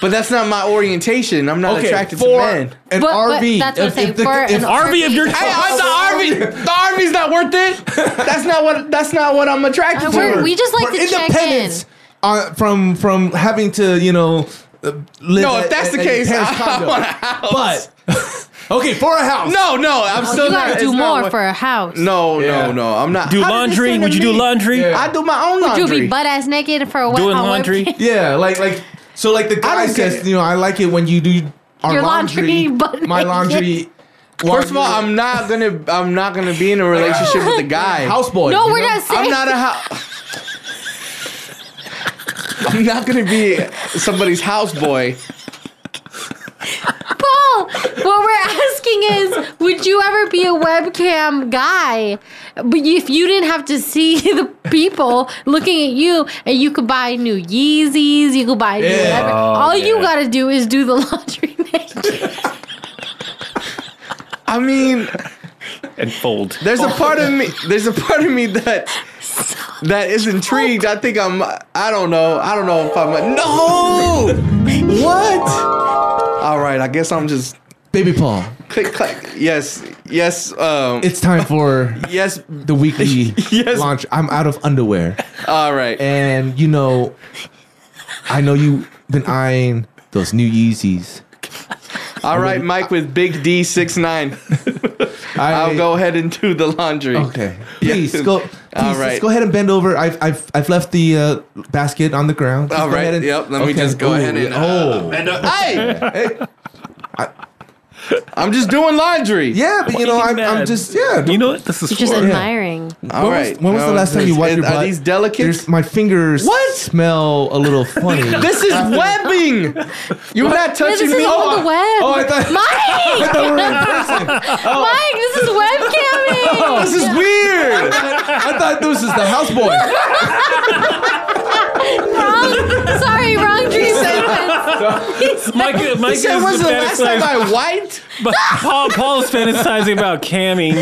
S6: But that's not my orientation. I'm not
S5: Okay,
S6: attracted to
S5: for
S6: men.
S5: an
S4: But- but
S5: RV.
S4: that's what I'm saying,
S5: the-
S4: for an
S2: RV of your
S6: Hey, I'm the RV. The RV's not worth
S5: (laughs)
S6: it. That's not what. That's not what I'm attracted
S4: Uh,
S6: to.
S4: we're- we just like
S5: for
S4: to check in.
S5: independence uh, from from having to you know uh, live.
S6: No,
S5: at-
S6: if that's
S5: at-
S6: the
S5: at your
S6: case,
S5: parents'
S6: (laughs) I
S5: condo.
S6: want a house.
S5: But (laughs) okay, for a house.
S6: no, no, I'm
S4: Oh,
S6: still
S4: you
S6: not.
S4: gotta do
S6: it's not
S4: more
S6: what-
S4: for a house.
S6: No,
S5: Yeah.
S6: no, no. I'm not.
S2: Do
S6: How did this
S2: laundry?
S6: thing to
S2: Would you do
S6: me?
S2: laundry?
S5: Yeah.
S6: I do my own
S4: Would you
S6: laundry.
S4: be butt ass naked for a wet
S2: Doing
S4: on wet
S2: laundry?
S4: weekend?
S5: Yeah, like like so like the guy
S6: don't
S5: says,
S6: get it.
S5: you know, I like it when you do our
S4: Your
S5: laundry,
S4: laundry, but-
S5: my laundry. while
S6: First of all,
S5: you're-
S6: I'm not gonna. I'm not gonna be in a relationship with a
S4: (laughs)
S6: guy.
S5: houseboy.
S4: No,
S5: you
S4: we're
S5: know?
S4: not saying.
S6: I'm not a house. I'm not gonna be somebody's houseboy.
S4: (laughs) Paul, what we're asking is, would you ever be a webcam guy? But if you didn't have to see (laughs) the people looking at you, and you could buy new Yeezys, you could buy new
S5: Yeah.
S4: whatever.
S2: Oh,
S4: All you
S2: yeah.
S4: gotta do is do the (laughs) laundry naked.
S6: I mean,
S2: and fold.
S6: There's a part of me. There's a part of me that that is intrigued. I think I'm. I don't know. I don't know if I'm. No. What? All right. I guess I'm just
S5: baby Paul.
S6: click click. Yes. Yes. Um. (laughs)
S5: It's time for
S6: yes.
S5: the weekly
S6: (laughs) Yes.
S5: launch. I'm out of underwear,
S6: All right.
S5: and you know, I know you've been eyeing those new Yeezys.
S6: All right, Mike with Big D six nine.
S5: I,
S6: I'll go ahead and do the laundry. (laughs)
S5: Okay, please go. Please,
S6: All
S5: just
S6: right.
S5: go ahead and bend over. I've I've, I've left the uh, basket on the ground. Just
S6: All
S5: go
S6: right,
S5: ahead and-
S6: yep, let me just go ahead and, uh,
S5: oh,
S6: Hey. I'm just doing laundry.
S5: Yeah, but you know, I'm, I'm just yeah.
S2: You know what? This
S4: You're just admiring.
S5: when Was, when was the last time you wiped your butt?
S6: Oh, Are these delicate?
S5: There's- my fingers what? smell a little
S6: (laughs)
S5: funny.
S6: This
S5: (laughs)
S6: is webbing. You're not touching
S4: this
S6: me.
S4: is all the web.
S6: oh, I thought-
S4: Mike!
S6: I thought we were in person. Oh.
S4: Mike, this is
S6: (laughs) this
S4: webcamming.
S6: is weird.
S5: I thought this was the houseboy.
S6: (laughs)
S4: wrong. Sorry, wrong
S6: (laughs)
S4: dream sequence.
S2: Mike, Mike
S6: said,
S2: is
S6: "When's the last time
S2: fantasizing-
S6: I wiped?"
S2: But Paul, Paul is fantasizing about camming,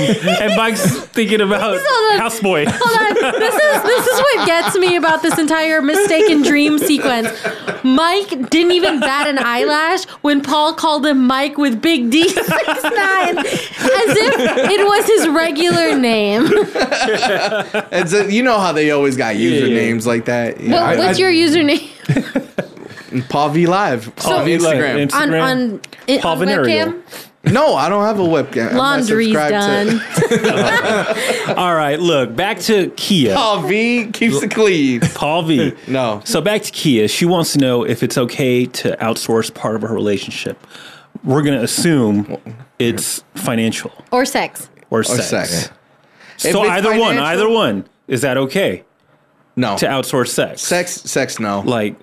S2: and Mike's thinking about
S4: Hold on.
S2: houseboy.
S4: Hold on. This is this is what gets me about this entire mistaken dream sequence. Mike didn't even bat an eyelash when Paul called him Mike with Big D six nine, as if it was his regular name.
S6: It's a, you know how they always got usernames like that. Yeah,
S4: what, what's your username
S6: Paul V Live
S4: So-
S6: on Instagram?
S4: on on, i-
S6: Paul
S4: on webcam?
S6: No, I don't have a webcam. I'm not
S4: Laundry's
S6: subscribed (laughs)
S4: done.
S2: All right, look back to Kia.
S6: Paul V keeps the clean.
S2: Paul V.
S6: (laughs) no.
S2: So back to Kia. She wants to know if it's okay to outsource part of her relationship. We're gonna assume it's financial
S4: or sex?
S2: or, sex.
S6: sex. If
S2: So
S6: it's
S2: either one,
S6: financial-
S2: either one. Is that okay?
S6: No.
S2: To outsource sex.
S6: Sex, sex, no.
S2: Like,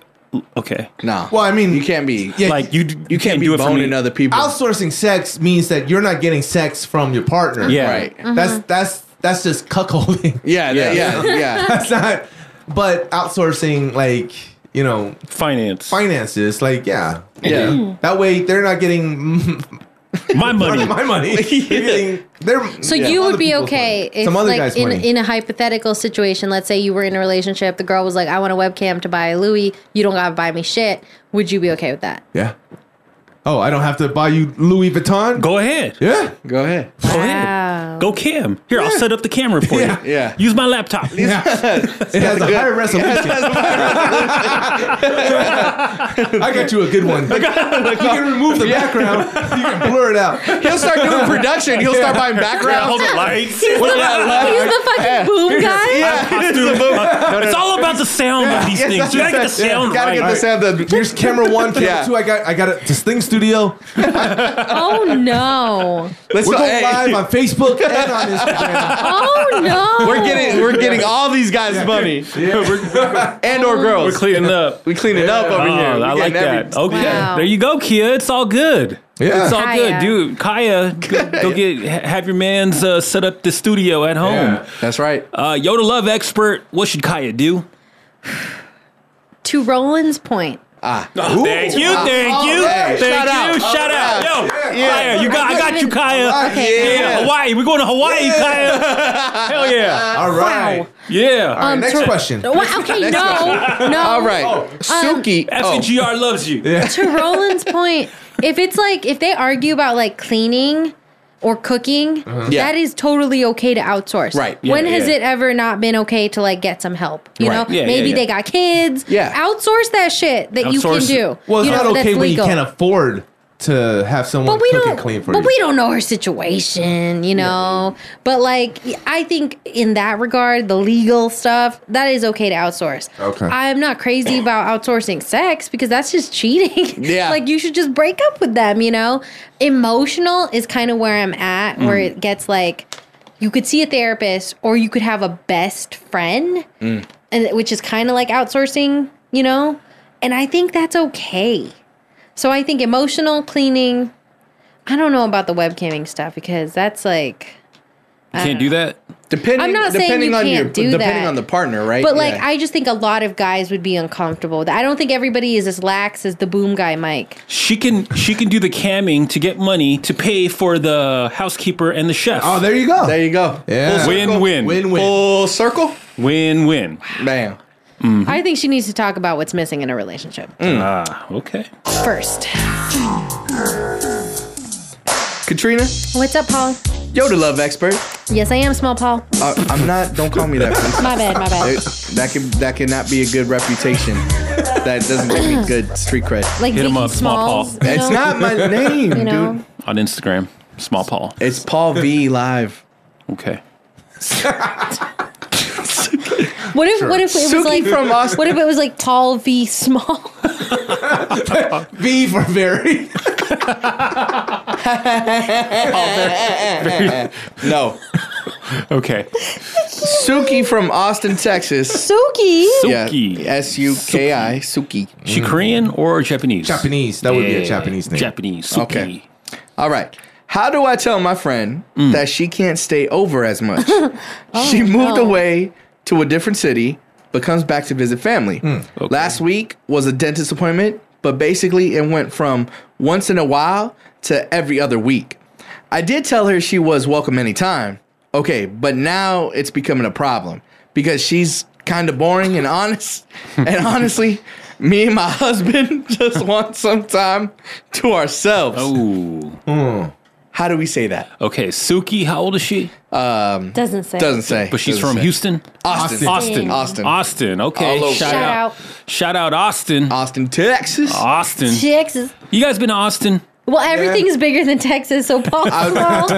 S2: okay.
S6: No.
S5: Well, I mean,
S6: you can't be.
S5: Yeah,
S2: Like you, you,
S6: you can't,
S2: can't
S6: be
S2: do it for
S6: boning
S2: me.
S6: other people.
S5: outsourcing sex means that you're not getting sex from your partner.
S2: Yeah.
S6: Right.
S5: That's
S4: Mm-hmm.
S5: that's that's just cuckolding.
S6: (laughs) Yeah, yeah,
S2: Yeah.
S6: yeah, yeah.
S5: (laughs)
S4: (laughs)
S5: that's not. But outsourcing like you know
S2: Finance.
S5: finances, like yeah,
S4: Mm.
S6: Yeah.
S5: That way they're not getting
S2: My money.
S5: my money. They're
S6: (laughs)
S5: getting they're
S4: So
S5: yeah,
S4: you
S5: other
S4: would be
S5: people's
S4: okay
S5: money.
S4: if,
S5: some other
S4: like,
S5: guy's
S4: in,
S5: money.
S4: in a hypothetical situation, let's say you were in a relationship, the girl was like, "I want a webcam to buy a Louis. You don't gotta buy me shit." Would you be okay with that?
S5: yeah. Oh, I don't have to buy you Louis
S2: (laughs)
S5: Vuitton.
S2: Go ahead.
S5: yeah.
S6: Go ahead.
S2: Go ahead. Go cam. Here, I'll set up the camera for you.
S6: Yeah.
S2: Use my laptop.
S5: It has a higher resolution.
S4: (laughs)
S5: I got you a good one. you can remove the background. You can blur it out.
S6: He'll start doing production. He'll start buying
S2: Yeah,
S6: backgrounds.
S2: hold the
S6: (laughs)
S2: lights.
S4: (laughs) He's the fucking boom guy.
S2: Uh, It's all about the sound of these things. You gotta get the
S6: Yeah,
S2: sound
S6: gotta
S2: right.
S6: get the sound. The,
S5: Here's camera
S4: (laughs)
S5: one, camera
S6: Yeah.
S5: two. I got, I got it. This thing studio.
S4: Oh
S6: (laughs)
S4: no!
S6: let's
S5: We're
S6: go-
S5: going
S6: hey,
S5: live on Facebook and on Instagram.
S4: Oh no!
S6: We're getting we're getting all these guys money and or girls.
S2: We're cleaning up.
S6: We clean it up over
S2: Oh,
S6: here. We
S2: I like
S6: getting every-
S2: that. Okay,
S4: Wow.
S2: there you go, Kia. It's all good.
S5: Yeah.
S2: It's all good,
S4: Kaya.
S2: dude. Kaya, go,
S6: (laughs)
S2: go get ha- have your man's uh, set up the studio at home.
S6: That's right.
S2: Uh, Yoda love expert. What should Kaya do?
S4: to Roland's point.
S2: Thank you, thank you,
S6: right.
S2: thank
S6: Shout
S2: you.
S6: out. All
S2: Shout out, yo, Kaya. You got, I got you, Kaya.
S4: Okay.
S2: Yeah, Hawaii. We're going to Hawaii, Kaya. Hell yeah,
S5: All right.
S2: yeah.
S5: All right. Next question.
S4: Well, okay, no, no.
S6: All right. Suki. oh.
S2: FCGR loves you. Yeah.
S4: to Roland's point, if it's like if they argue about like cleaning or cooking,
S6: Yeah.
S4: that is totally okay to outsource.
S6: Right. Yeah,
S4: when has
S2: yeah.
S4: it ever not been okay to like get some help? You
S6: Right.
S4: know,
S2: Yeah, yeah,
S4: maybe
S2: yeah.
S4: they got kids.
S6: Yeah.
S4: Outsource that shit that you can
S2: Outsource it.
S4: do.
S5: Well, it's
S4: you know,
S5: not
S4: that's
S5: okay when you
S4: legal.
S5: can't afford to have someone
S4: But we
S5: cook
S4: don't.
S5: and clean for
S4: but
S5: you.
S4: we don't know her situation, you know. But like, I think in that regard, the legal stuff that is okay to outsource.
S5: Okay.
S4: I'm not crazy about outsourcing sex because that's just cheating.
S6: Yeah.
S4: like you should just break up with them. You know, emotional is kind of where I'm at,
S6: Mm.
S4: where it gets like, you could see a therapist or you could have a best friend,
S6: Mm.
S4: and which is kind of like outsourcing. You know, and I think that's okay. So I think emotional cleaning. I don't know about the webcamming stuff because that's like.
S2: Can't do that.
S6: Depending,
S4: I'm not saying
S6: depending
S4: you
S6: on
S4: can't
S6: your,
S4: do
S6: depending
S4: that.
S6: on the partner, right?
S4: But like,
S6: Yeah.
S4: I just think a lot of guys would be uncomfortable. with that. I don't think everybody is as lax as the boom guy Mike.
S2: She can she can do the camming to get money to pay for the housekeeper and the chef.
S5: Oh, there you go.
S6: there you go.
S5: yeah.
S2: Win-win.
S5: Win-win.
S6: Full circle.
S2: Win win.
S6: Bam. Mm-hmm.
S4: I think she needs to talk about what's missing in a relationship
S6: Mm.
S2: Ah, okay.
S4: first.
S6: Katrina,
S4: What's up, Paul?
S6: Yoda love expert.
S4: Yes, I am small Paul.
S6: Uh, I'm not. Don't call me that. please. (laughs)
S4: My bad, my bad.
S6: It- that can that cannot be a good reputation. That doesn't give me good street cred.
S4: Like
S2: Hit him
S4: Vicky
S2: up, small Paul.
S4: Smalls, you
S6: It's
S4: know?
S6: not my name,
S4: You know?
S6: dude.
S2: On Instagram, small Paul.
S6: It's Paul V live.
S2: Okay.
S4: What if what if it was
S6: Suki
S4: like
S6: from Austin.
S4: what if it was like Paul v Small?
S6: (laughs)
S5: V for very.
S6: no.
S2: okay.
S6: Suki from Austin, Texas.
S4: Suki.
S6: (laughs) Suki. S U K I. Suki.
S2: She Korean or Japanese?
S6: Japanese.
S2: That would be a Japanese name. Japanese. Suki.
S6: Okay. All right. How do I tell my friend that she can't stay over as much? she moved away to a different city, but comes back to visit family. Last week was a dentist appointment, but basically it went from once in a while to every other week. I did tell her she was welcome anytime. Okay, but now it's becoming a problem because she's kind of boring and honest. and honestly, me and my husband (laughs) just want some time to ourselves.
S2: Oh.
S6: How do we say that?
S2: Okay, Suki, how old is she?
S6: Um,
S4: Doesn't say.
S6: Doesn't say.
S2: But she's
S6: Doesn't
S2: from
S6: say.
S2: Houston?
S6: Austin.
S2: Austin.
S6: Austin.
S2: Austin. Okay.
S6: All over.
S2: Shout,
S6: Shout
S2: out.
S4: out.
S2: Shout out Austin.
S6: Austin, Texas.
S2: Austin.
S4: Texas.
S2: You guys been to Austin?
S4: Well, everything's bigger than Texas, so
S6: (laughs)
S4: Paul (laughs) has not.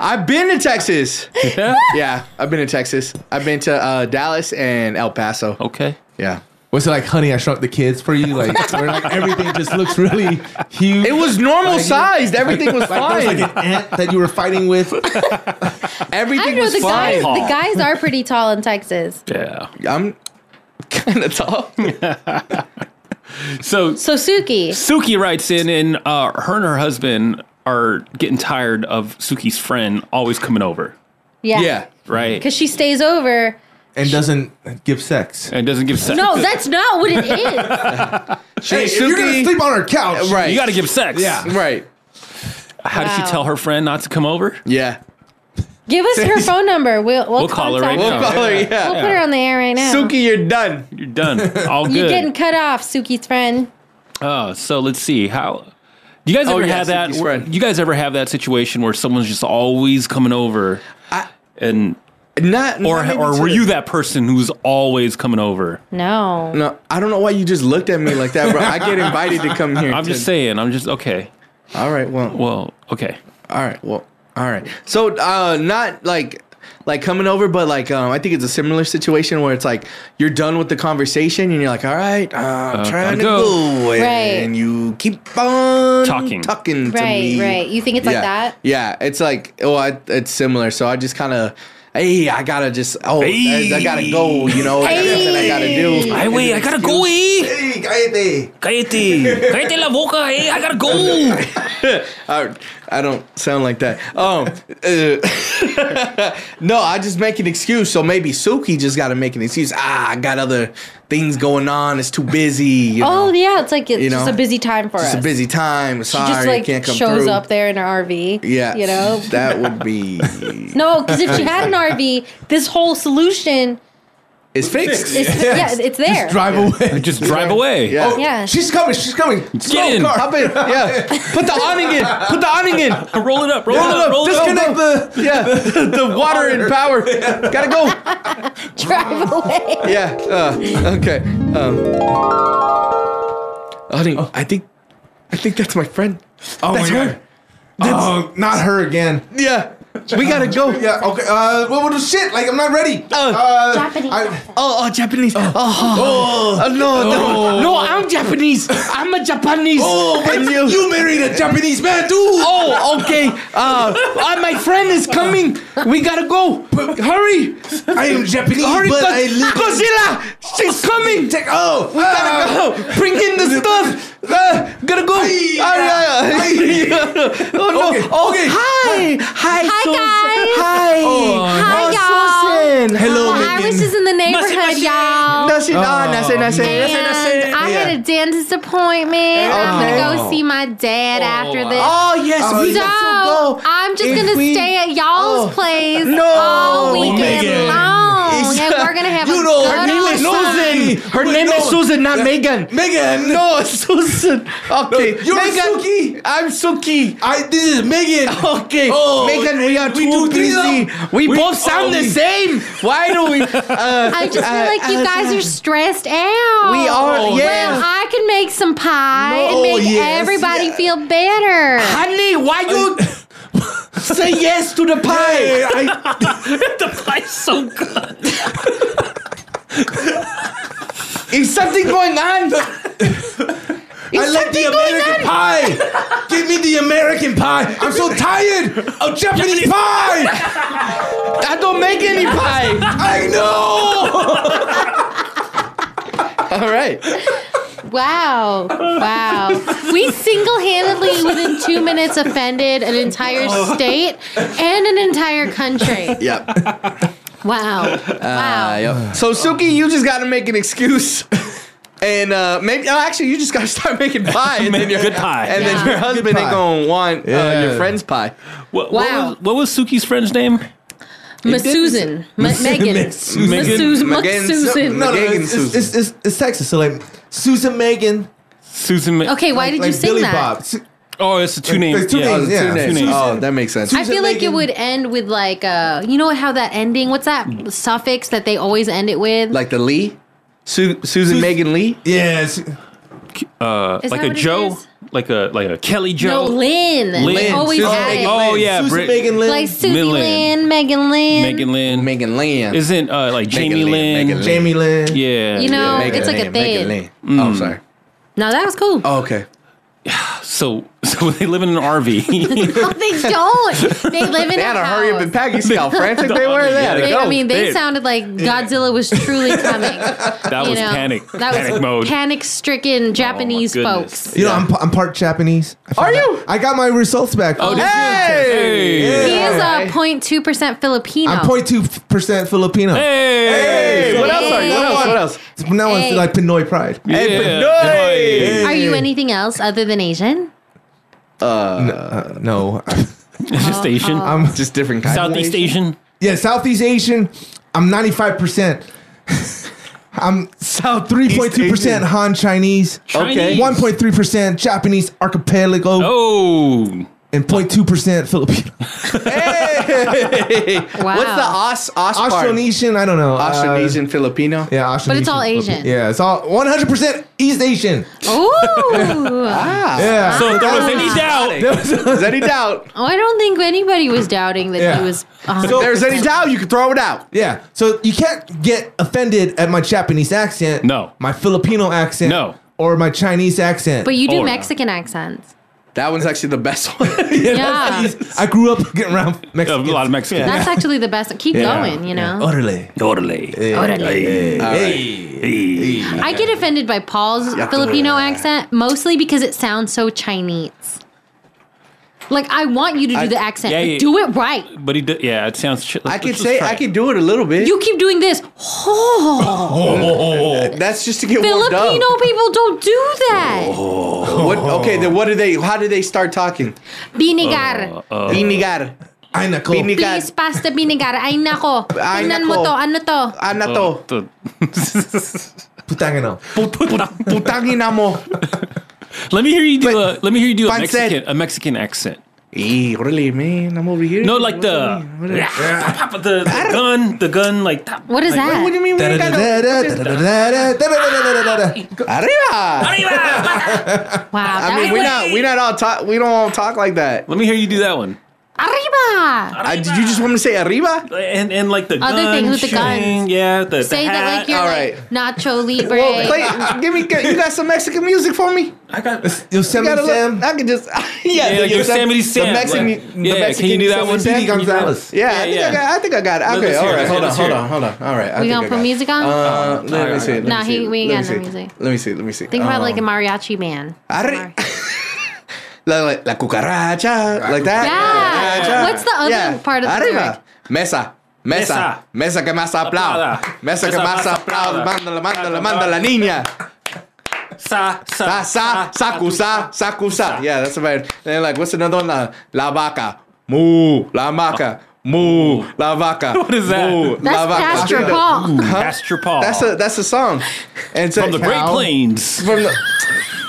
S6: I've been to Texas.
S2: Yeah?
S6: I've been to Texas. I've been to uh, Dallas and El Paso.
S2: Okay.
S6: Yeah.
S5: Was it like, honey, I shrunk the kids for you? Like,
S6: (laughs)
S5: where like everything just looks really huge.
S6: It was normal
S5: Like,
S6: sized. Everything
S2: (laughs)
S6: was
S5: like, there
S6: fine.
S5: was like an ant that you were fighting with.
S6: Everything
S4: I know
S6: was
S4: the
S6: fine.
S4: guys. The guys are pretty tall in Texas.
S2: Yeah.
S6: I'm kind of tall.
S2: So
S4: So Suki,
S2: Suki writes in, and uh, her and her husband are getting tired of Suki's friend always coming over,
S4: yeah,
S2: right?
S4: because she stays over.
S5: And doesn't give sex.
S6: (laughs)
S2: And doesn't give sex. (laughs)
S4: No, that's not what it is.
S5: Hey, if you're gonna sleep on our couch,
S6: right?
S2: You got to give sex.
S5: Yeah.
S6: (laughs) Right.
S2: How did she
S4: Wow.
S2: tell her friend not to come over?
S6: Yeah.
S4: Give us her phone number. We'll we'll,
S2: We'll call her
S4: contact
S2: right
S6: (laughs)
S2: now. We'll call her,
S6: Oh, yeah.
S4: We'll put her on the air right now.
S6: Suki, you're done.
S2: You're done.
S4: (laughs)
S2: All
S4: You're getting
S2: good.
S4: cut off, Suki's friend.
S2: Oh, so let's see how. Do you guys
S6: Oh,
S2: ever
S6: yeah,
S2: have that?
S6: Suki's
S2: where-
S6: friend.
S2: you guys ever have that situation where someone's just always coming over, and
S6: Not
S2: or
S6: not maybe
S2: or
S6: to
S2: were
S6: the-
S2: you that person who's always coming over?
S4: No.
S6: No, I don't know why you just looked at me like that, bro. I get invited to come
S2: (laughs)
S6: here.
S2: I'm
S6: to-
S2: just saying. I'm just okay.
S6: All right. Well.
S2: Well, okay.
S6: All right. Well, all right. So, uh, not like like coming over, but like um, I think it's a similar situation where it's like you're done with the conversation and you're like, all right, uh, I'm
S2: Uh,
S6: trying
S2: gotta
S6: to
S2: go."
S6: go,
S4: Right.
S6: and you keep on
S2: Talking.
S6: talking to
S4: Right,
S6: me.
S4: right. You think it's
S6: yeah.
S4: like that?
S6: Yeah, it's like oh, I, it's similar. So I just kind of. Hey, I gotta just oh, I, I gotta go. You know, I got something I gotta do.
S2: Hey, wait, I gotta go. Eh?
S6: (laughs)
S5: Hey, cállate.
S2: Cállate. Cállate la boca. Hey, I gotta go.
S6: I, I don't sound like that. Um, uh, (laughs) no, I just make an excuse. So maybe Suki just got to make an excuse. Ah, I got other things going on. It's too busy. You know,
S4: Oh yeah, it's like it's
S6: You
S4: just
S6: know,
S4: a busy time for
S6: it's
S4: us.
S6: a busy time.
S4: she
S6: Sorry,
S4: just like
S6: can't come
S4: shows
S6: through.
S4: up there in her RV.
S6: Yeah,
S4: you know.
S6: that would (laughs) be
S4: No, because if she had
S6: (laughs)
S4: an RV, this whole solution
S6: it's fixed.
S4: is yeah, it's there.
S5: Drive away.
S2: Just drive away.
S6: Yeah.
S4: Oh,
S6: Oh,
S4: yeah,
S5: She's coming. She's coming. Slow
S2: in.
S5: car.
S6: Hop in. Yeah, put the awning in. Put the awning in.
S2: Oh, Roll it up. Roll it up. Roll it up.
S6: Disconnect the yeah (laughs) the water and power. (laughs) Gotta go.
S4: drive away.
S6: Yeah. Uh, okay. Um, honey, I think I think that's my friend.
S5: Oh
S6: That's
S5: my
S6: her.
S5: god. Oh, not her again.
S6: Yeah. We gotta go.
S5: (laughs) Yeah. Okay. Uh, well, well, shit. Like, I'm not ready. Uh,
S13: Japanese.
S5: I,
S6: Oh, oh, Japanese. Oh, oh, no, no, no, I'm Japanese. I'm a Japanese. Oh,
S5: but you, married a Japanese
S6: (laughs)
S5: man, dude.
S6: oh, okay. Uh, uh, my friend is coming. We gotta go. Hurry,
S5: I am Japanese,
S6: hurry,
S5: but I
S6: Go-
S5: live.
S6: Godzilla. She's coming.
S5: Take, oh,
S6: We gotta go. Bring in the stuff. Uh, gotta go.
S5: Aye.
S6: Ah, yeah. (laughs) oh no.
S5: Okay,
S6: Oh,
S5: okay. Oh,
S6: Hi. Hi.
S4: Hi,
S6: Susan.
S4: guys.
S6: Hi. Oh,
S4: Hi,
S6: Susan. Hello.
S4: Well, I was just in the neighborhood, y'all.
S6: That's it. Ah, that's
S5: Oh,
S6: it. That's it. That's it. That's it.
S4: And I had a dentist appointment. I'm gonna go see my dad after this.
S6: Oh yes, we
S4: so
S6: got to go.
S4: I'm just
S6: If
S4: gonna
S6: we-
S4: stay at y'all's
S6: Oh.
S4: place
S6: No,
S4: all
S5: Oh,
S4: weekend
S6: Megan.
S4: long, and
S6: Exact-
S4: Oh, we're gonna have a
S6: (laughs) you know, her
S4: good
S6: name
S4: old
S6: is
S4: time.
S6: Susan. Her
S5: Wait,
S6: name is
S5: no.
S6: Susan, not Megan.
S5: Megan.
S6: (laughs) No, Susan. Okay,
S5: you're Suki.
S6: I'm Suki.
S5: I, this is
S4: (laughs)
S5: Megan.
S6: (laughs) Okay,
S5: Oh,
S6: Megan, we are
S5: we
S6: too
S5: do threesome?
S6: busy. We,
S5: We-
S6: both sound
S5: oh,
S6: the
S5: we-
S6: same. Why do
S5: (laughs)
S6: we? Uh,
S4: I just feel
S6: uh,
S4: like
S6: uh,
S4: you guys are stressed out.
S6: We are,
S4: Well,
S6: yeah.
S4: I can make some pie
S6: No,
S4: and make
S6: yes,
S4: everybody
S6: yeah.
S4: feel better.
S6: Honey, why
S5: (laughs)
S6: you say yes to the pie?
S5: I,
S6: (laughs)
S2: The pie's so good.
S6: Is something going on? Is
S5: I like Get the American pie! Give me the American pie! I'm so tired of Oh, Japanese pie! I don't make any pie! (laughs) I know!
S6: All right.
S4: Wow. Wow. We single handedly, within two minutes, offended an entire
S6: Oh.
S4: state and an entire country.
S6: Yep. Uh,
S4: Wow.
S6: wow. Yep. So Suki, you just got to make an excuse. (laughs) And uh, maybe oh, actually, you just gotta start making pie, and
S2: Make good pie.
S6: and
S2: Yeah.
S6: then your husband
S2: Good
S6: ain't
S2: pie.
S6: gonna want uh,
S2: Yeah.
S6: your friend's pie.
S2: What, what
S4: Wow.
S2: was, what was Suki's friend's name?
S4: Miss Susan.
S6: (laughs)
S4: Ma- Megan. Miss Susan. Miss Susan.
S5: No, no, it's, it's, it's, it's, it's Texas. So like Susan Megan.
S2: Susan. Ma-
S4: Okay, why did you sing
S5: Billy
S4: that?
S5: Bob. Su-
S2: Oh, it's a two
S5: Like,
S2: name.
S5: there's two
S2: yeah.
S5: names, yeah.
S6: Two names.
S5: Susan-
S6: Oh, that makes sense.
S4: I feel like it would end with like uh you know how that ending what's that suffix that they always end it with
S6: like the Lee, Su- Susan Megan Lee.
S5: Yes.
S2: Uh,
S4: Is
S2: like
S4: that
S2: a
S4: what it
S2: Joe, like a like a Kelly Joe.
S4: No, Lynn.
S2: Lynn.
S4: They always
S2: Susan
S4: add
S2: Megan
S4: it.
S2: Lynn. Oh, yeah, Susan Brit- Megan Lynn.
S4: Like Susie
S2: Min
S4: Lynn,
S2: Lynn.
S4: Megan Lynn.
S2: Megan Lynn.
S6: Megan Lynn.
S2: Isn't uh, like
S6: Megan
S2: Jamie
S6: Lynn,
S2: Lynn?
S6: Megan Lynn. Jamie
S5: Lynn.
S2: Yeah.
S4: You know, Megan it's like a Lynn, Megan thing. Lynn.
S2: Oh, I'm sorry.
S4: No, that was cool.
S6: Oh, okay.
S2: So, (laughs) so they live in an
S4: (laughs)
S2: RV.
S4: No, they don't. They live in
S6: They
S4: a
S6: had to
S4: house.
S6: hurry up and pack. You see how frantic they were? They had to
S4: They-
S6: go.
S4: I mean, they
S6: They-
S4: sounded like Godzilla was truly coming.
S2: (laughs) that
S4: you
S2: was
S4: know?
S2: panic.
S4: That
S2: panic
S4: was
S2: mode. Oh,
S4: panic-stricken Japanese folks.
S5: You know, I'm, I'm part Japanese. Are you? I got my results back.
S4: Oh, did you?
S5: hey!
S4: He
S5: Yeah.
S4: is a 0.2 percent Filipino.
S5: I'm 0.2 percent Filipino.
S2: Hey!
S4: What else are you? What else? What
S6: else?
S5: From now on,
S4: Hey.
S5: it's like Pinoy pride.
S2: Hey,
S5: Hey.
S4: Are you anything else other than Asian?
S5: Uh, no.
S2: Just Asian.
S4: Uh-huh.
S5: I'm
S6: just different
S2: kinds of Southeast Asian?
S5: Yeah, Southeast Asian. I'm 95 percent. (laughs) I'm South 3.2 percent Han Chinese.
S2: Okay. Chinese.
S5: 1.3 percent Japanese archipelago.
S2: Oh.
S5: And 0.2
S2: (laughs)
S5: percent Filipino.
S6: (laughs)
S4: Wow.
S6: What's the os os part?
S5: Austronesian. I don't know. Uh,
S6: Austronesian Filipino.
S5: Yeah, Austronesian.
S4: But it's all Asian.
S5: Yeah, it's all 100 percent East Asian.
S4: Ooh.
S5: Yeah.
S2: Ah.
S4: Ah.
S2: So if there was
S4: Uh-huh.
S2: any doubt,
S6: There's any doubt.
S4: Oh, I don't think anybody was doubting that
S5: Yeah.
S4: he was.
S5: So-
S6: If there's any doubt, you can throw it out.
S5: Yeah. So you can't get offended at my Japanese accent.
S2: No.
S5: My Filipino accent.
S2: No.
S5: Or my Chinese accent.
S4: But you do
S2: Or-
S4: Mexican accents.
S6: That one's actually the best one.
S5: Yeah,
S4: Yeah.
S5: that's easy. I grew up getting around
S2: a
S5: Mexicans.
S2: lot of Mexicans.
S4: That's actually the best. Keep going, you know?
S5: Orale.
S2: Orale.
S4: Orale. I get offended by Paul's Filipino accent mostly because it sounds so Chinese. Like, I want you to do
S2: I-
S4: the accent.
S2: Yeah,
S4: but
S2: yeah.
S4: do it right.
S2: But he did. Yeah, it sounds. Ch-
S6: I can say I can do it a little bit.
S4: You keep doing this. Oh,
S6: That's just to get warmed up.
S4: (laughs) Filipino people don't do that.
S6: What, okay, then what do they? How do they start talking?
S4: Binigar.
S6: Binigar.
S5: Ay, nako.
S4: Please,
S6: Binigar.
S4: pasta binigar. Ay, nako.
S6: Ay,
S4: Tingnan mo
S6: nako.
S4: to. Ano to?
S6: Anato.
S5: Putang ina.
S6: Putanginamo.
S2: (laughs) Let me hear you do a. Let me hear you do a
S6: Pancet.
S2: Mexican. A Mexican accent.
S6: Eh, really, man? I'm over here.
S2: No, like the the, the gun, the gun, like
S4: What is
S6: What
S4: that?
S6: do you mean? We ain't got no-
S5: Da-da-da-da-da-da-da-da-da-da-da-da-da.
S6: Arriba.
S4: Wow. That
S6: I mean,
S4: was
S6: we're not. We're not all talk. We don't all talk like that.
S2: Let me hear you do that one.
S4: Arriba.
S6: I, did you just want me to say arriba?
S2: And and like the
S4: Other
S2: gun
S4: thing with the guns.
S2: Yeah, the,
S4: Say
S2: the hat.
S4: that like you're
S6: All
S4: like
S6: (laughs)
S4: Nacho Libre.
S6: Well, play, give me. You got some Mexican music for me?
S2: I got.
S6: You got
S5: Yosemite
S6: a little,
S5: Sam.
S6: I can just. (laughs) Yeah,
S2: Yeah, like
S6: the-
S2: Yosemite
S6: the,
S2: Sam,
S6: The Mexican.
S2: right.
S6: The
S2: Yeah, can
S6: Mexican
S2: you do that one?
S6: Yosemite
S5: Speedy
S6: Sam?
S5: Gonzalez.
S6: Yeah, I
S2: Yeah,
S6: think
S2: yeah.
S6: I got. I think I got.
S2: Let-
S6: Okay,
S2: let's
S6: all
S2: hear it,
S6: right. Hold on,
S2: let's
S6: hold
S2: hear
S6: on,
S2: it. Oh,
S6: hold on. All right. I think
S4: We gonna
S6: I
S4: put
S6: got it.
S4: music on?
S6: Uh, let me
S2: alright,
S6: see.
S2: alright.
S6: let me
S4: Nah, he-
S6: see,
S4: we ain't
S6: let
S4: got
S6: me see.
S4: no music.
S6: Let me see. Let me see.
S4: Think about like a
S6: Um,
S4: mariachi man.
S6: arre-
S4: Mar-
S6: La, la, la cucaracha, like that.
S4: Yeah.
S6: Cucaracha.
S4: What's the other part of the
S6: Arriba.
S4: lyric?
S6: Mesa. Mesa. Mesa que más aplauda.
S2: Aplauda.
S6: Mesa que
S2: Mesa
S6: más
S2: más
S6: aplauda.
S2: aplauda.
S6: Mándala, mándala, mándala, niña.
S2: Sa
S6: Sa,
S2: sa
S6: sa, sacusa, sacusa. Yeah, that's about it. And then, like, what's another one? La, la vaca. Moo. La maca. Moo. La vaca.
S2: (laughs) What is that?
S6: Moo. (laughs) La
S4: That's
S6: vaca.
S4: Pastor Paul.
S2: Pastor Paul.
S6: That's a that's a song. And so
S2: from the Great Plains.
S6: From the,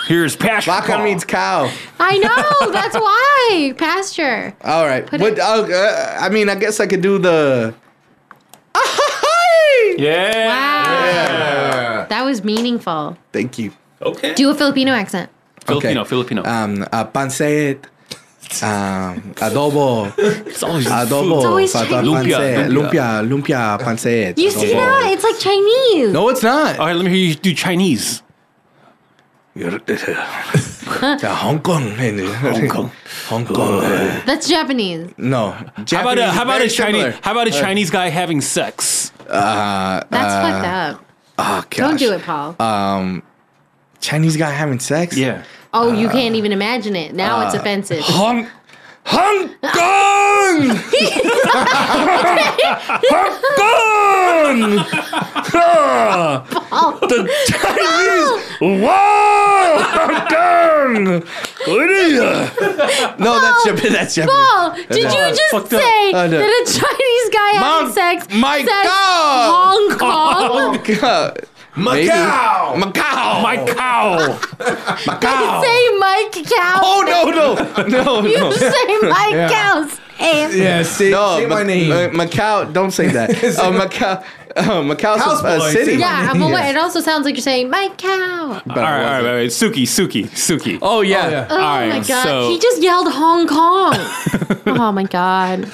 S2: Here's Pastor
S6: vaca
S2: Paul.
S6: means cow.
S4: I know. That's why.
S6: (laughs)
S4: Pasture.
S6: All right.
S4: Put
S6: What?
S4: it-
S6: I'll- uh, I mean, I guess I could do the.
S2: Yeah.
S4: Wow. That was meaningful.
S6: Thank you.
S2: Okay.
S4: Do a Filipino accent.
S2: Filipino. Filipino.
S6: Um, uh, pancet, um, adobo,
S2: it's always
S6: adobo,
S4: It's always
S6: pata-
S4: Chinese.
S2: Lumpia,
S6: pancet, lumpia, lumpia, pancet.
S4: You see
S6: adobo.
S4: that? It's like Chinese.
S6: No, it's not. (laughs)
S2: All right, let me hear you do Chinese.
S6: Hong Kong. Hong Kong. Hong Kong.
S4: That's Japanese.
S6: 네. No.
S2: How about a,
S6: Japanese is
S2: how about
S6: very
S2: a Chinese?
S6: similar.
S2: How about a
S6: Uh,
S2: Chinese guy having sex?
S6: Uh,
S4: That's
S6: uh,
S4: fucked up.
S6: Oh,
S4: Don't
S6: gosh.
S4: do it, Paul.
S6: Um, Chinese guy having sex? Yeah.
S4: Oh, you can't even imagine it. Now it's
S6: uh,
S4: offensive.
S6: Hong Hong Kong. Hong Kong. the Chinese. Wow, Hong Kong. What is that? No, that's Japan. That's Japan.
S4: Paul, did you just say that a Chinese guy having sex
S6: my
S4: says
S6: God. (laughs)
S4: Hong Kong?
S6: Macau. Macau.
S2: Macau.
S4: You
S6: Macau.
S4: say Mike Cow.
S6: Oh no no no
S4: You
S6: no.
S4: say
S6: (laughs)
S4: Mike
S6: Yeah.
S4: Cow's ass.
S6: no,
S5: say my
S6: Ma-
S5: name.
S6: uh, Macau, don't say that. uh, Macau, uh, Macau's a- a
S5: Houseboy,
S6: city.
S4: Yeah, I'm aware. It also sounds like you're saying Mike Oh
S2: all
S4: Cow.
S2: right, all right, all right. Suki, Suki, Suki. Oh
S6: yeah. Uh,
S4: Oh my god, he just yelled
S6: (laughs)
S4: Hong Kong. oh my god.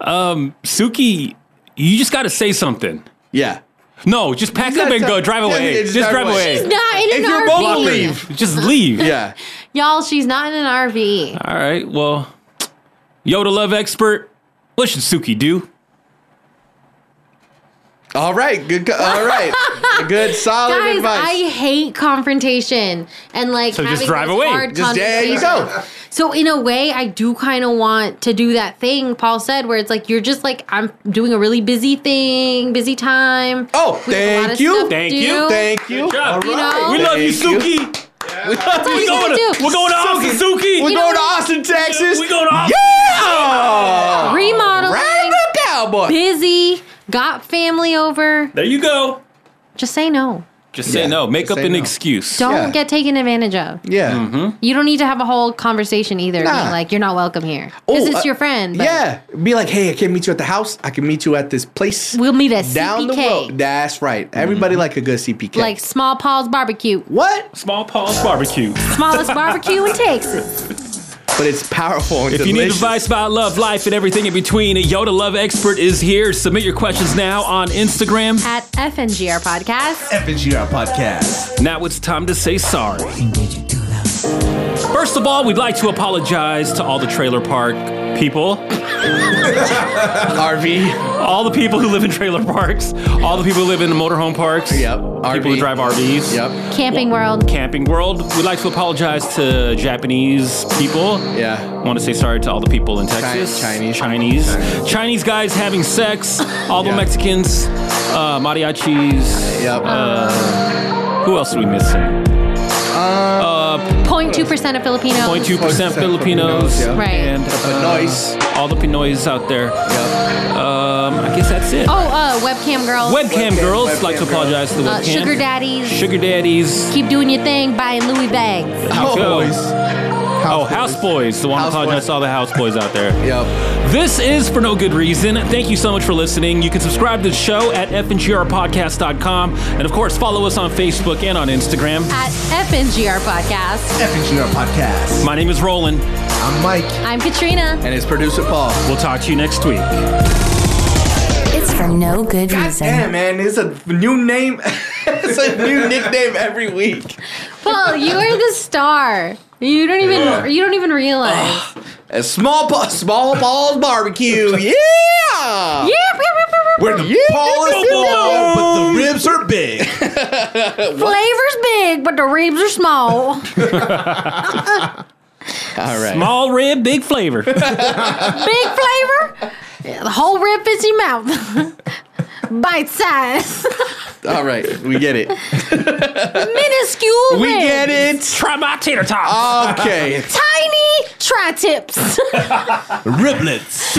S2: Um, Suki, you just got to say something.
S6: Yeah.
S2: No, just pack
S4: You
S2: up
S4: gotta
S2: and
S4: tell-
S2: go drive
S4: Yeah,
S2: away.
S4: yeah,
S2: just, drive away.
S4: She's not in an RV.
S2: Just leave.
S6: Yeah.
S4: Y'all, she's not in an RV.
S2: All right. Well, Yoda love expert. What should Suki do?
S6: All right. Good. co- All
S4: (laughs)
S6: right. good. Solid
S4: Guys,
S6: advice.
S4: I hate confrontation and like
S6: So just
S4: having
S6: drive
S4: this
S6: away.
S4: hard
S6: Just- there you
S4: conversation.
S6: go.
S4: So in a way, I do kind of want to do that thing Paul said, where it's like you're just like I'm doing a really busy thing, busy time.
S6: Oh,
S4: We have a lot
S6: thank
S4: of
S6: you.
S4: stuff to
S6: Thank
S4: do.
S6: you. Thank you.
S4: You know?
S6: Oh.
S2: We love you,
S6: Thank you.
S2: Suki.
S6: We
S4: That's all
S2: We're
S4: you gotta
S2: going to-
S4: do.
S2: we're going to Austin, Suki.
S6: We're
S4: You
S6: going
S4: know
S6: to
S4: what?
S6: Austin, Texas.
S2: We're going to Austin.
S6: Yeah.
S4: Remodeling.
S6: Round the cowboy.
S4: Busy. Got family over.
S2: There you go.
S4: Just say no.
S2: Just say no. Make up an excuse.
S4: Don't get taken advantage of.
S6: Yeah. Oh,
S4: You don't need to have a whole conversation either.
S6: Nah.
S4: Being like, you're not welcome here. Because
S6: Oh,
S4: it's
S6: uh,
S4: your friend. but
S6: Yeah. Be like, hey, I can't meet you at the house. I can meet you at this place.
S4: We'll meet at
S6: down the
S4: CPK.
S6: road. That's right. Everybody like a good CPK.
S4: Like Small Paul's Barbecue.
S6: What?
S2: Small Paul's Barbecue.
S4: Smallest barbecue in Texas.
S6: but it's powerful and
S2: If you need
S6: delicious.
S2: advice about love, life, and everything in between, a Yoda Love Expert is here. Submit your questions now on Instagram.
S4: At FNGR Podcast.
S2: FNGR Podcast. Now it's time to say sorry. First of all, we'd like to apologize to all the trailer park people.
S6: RV.
S2: All the people who live in trailer parks. All the people who live in motorhome parks. Yep. People who drive RVs. Yep.
S4: Camping World.
S2: Camping World. We'd like to apologize to Japanese people. Yeah. Want to say sorry to all the people in Texas. Chinese. Chinese. Chinese, guys having sex. (laughs) All the Mexicans. Uh, mariachis. Yep. Uh, who else are we missing? Uh,
S4: 0.2% of Filipinos.
S2: 0.2% Filipinos.
S4: Right.
S2: And Pinoys. All the Pinoys out there. Yep. Um, I guess that's it.
S4: Oh, uh, webcam girls.
S2: Webcam, girls, like to apologize to the
S4: Uh,
S2: webcam.
S4: sugar daddies.
S2: Sugar daddies.
S4: Keep doing your thing, buying Louis bags.
S2: Houseboys. oh, houseboys. The one to apologize to all the houseboys out there. Yep. This is For No Good Reason. Thank you so much for listening. You can subscribe to the show at fngrpodcast.com. And of course, follow us on Facebook and on Instagram.
S4: At FNGR Podcast.
S2: FNGR Podcast. My name is Roland. I'm Mike.
S4: I'm Katrina.
S2: And it's producer Paul. We'll talk to you next week.
S1: It's for no good reason.
S6: Damn, man, it's a new name. (laughs) it's a new nickname every week.
S4: Paul, you are the star. You don't even
S6: Yeah.
S4: you don't even realize.
S6: A small, pa- small balls (laughs) barbecue. Yeah. Where the
S5: Paul is small, but the ribs are big.
S4: Flavor's big, but the ribs are small.
S6: All right.
S2: Small rib, big flavor.
S4: big flavor. The whole rib fits in your mouth. (laughs) Bite size. (laughs)
S6: All right, we get it.
S4: Minuscule
S6: We
S4: ribs.
S6: get it.
S2: Try my tater tots.
S6: Okay.
S4: (laughs) Tiny tri tips.
S5: Riblets.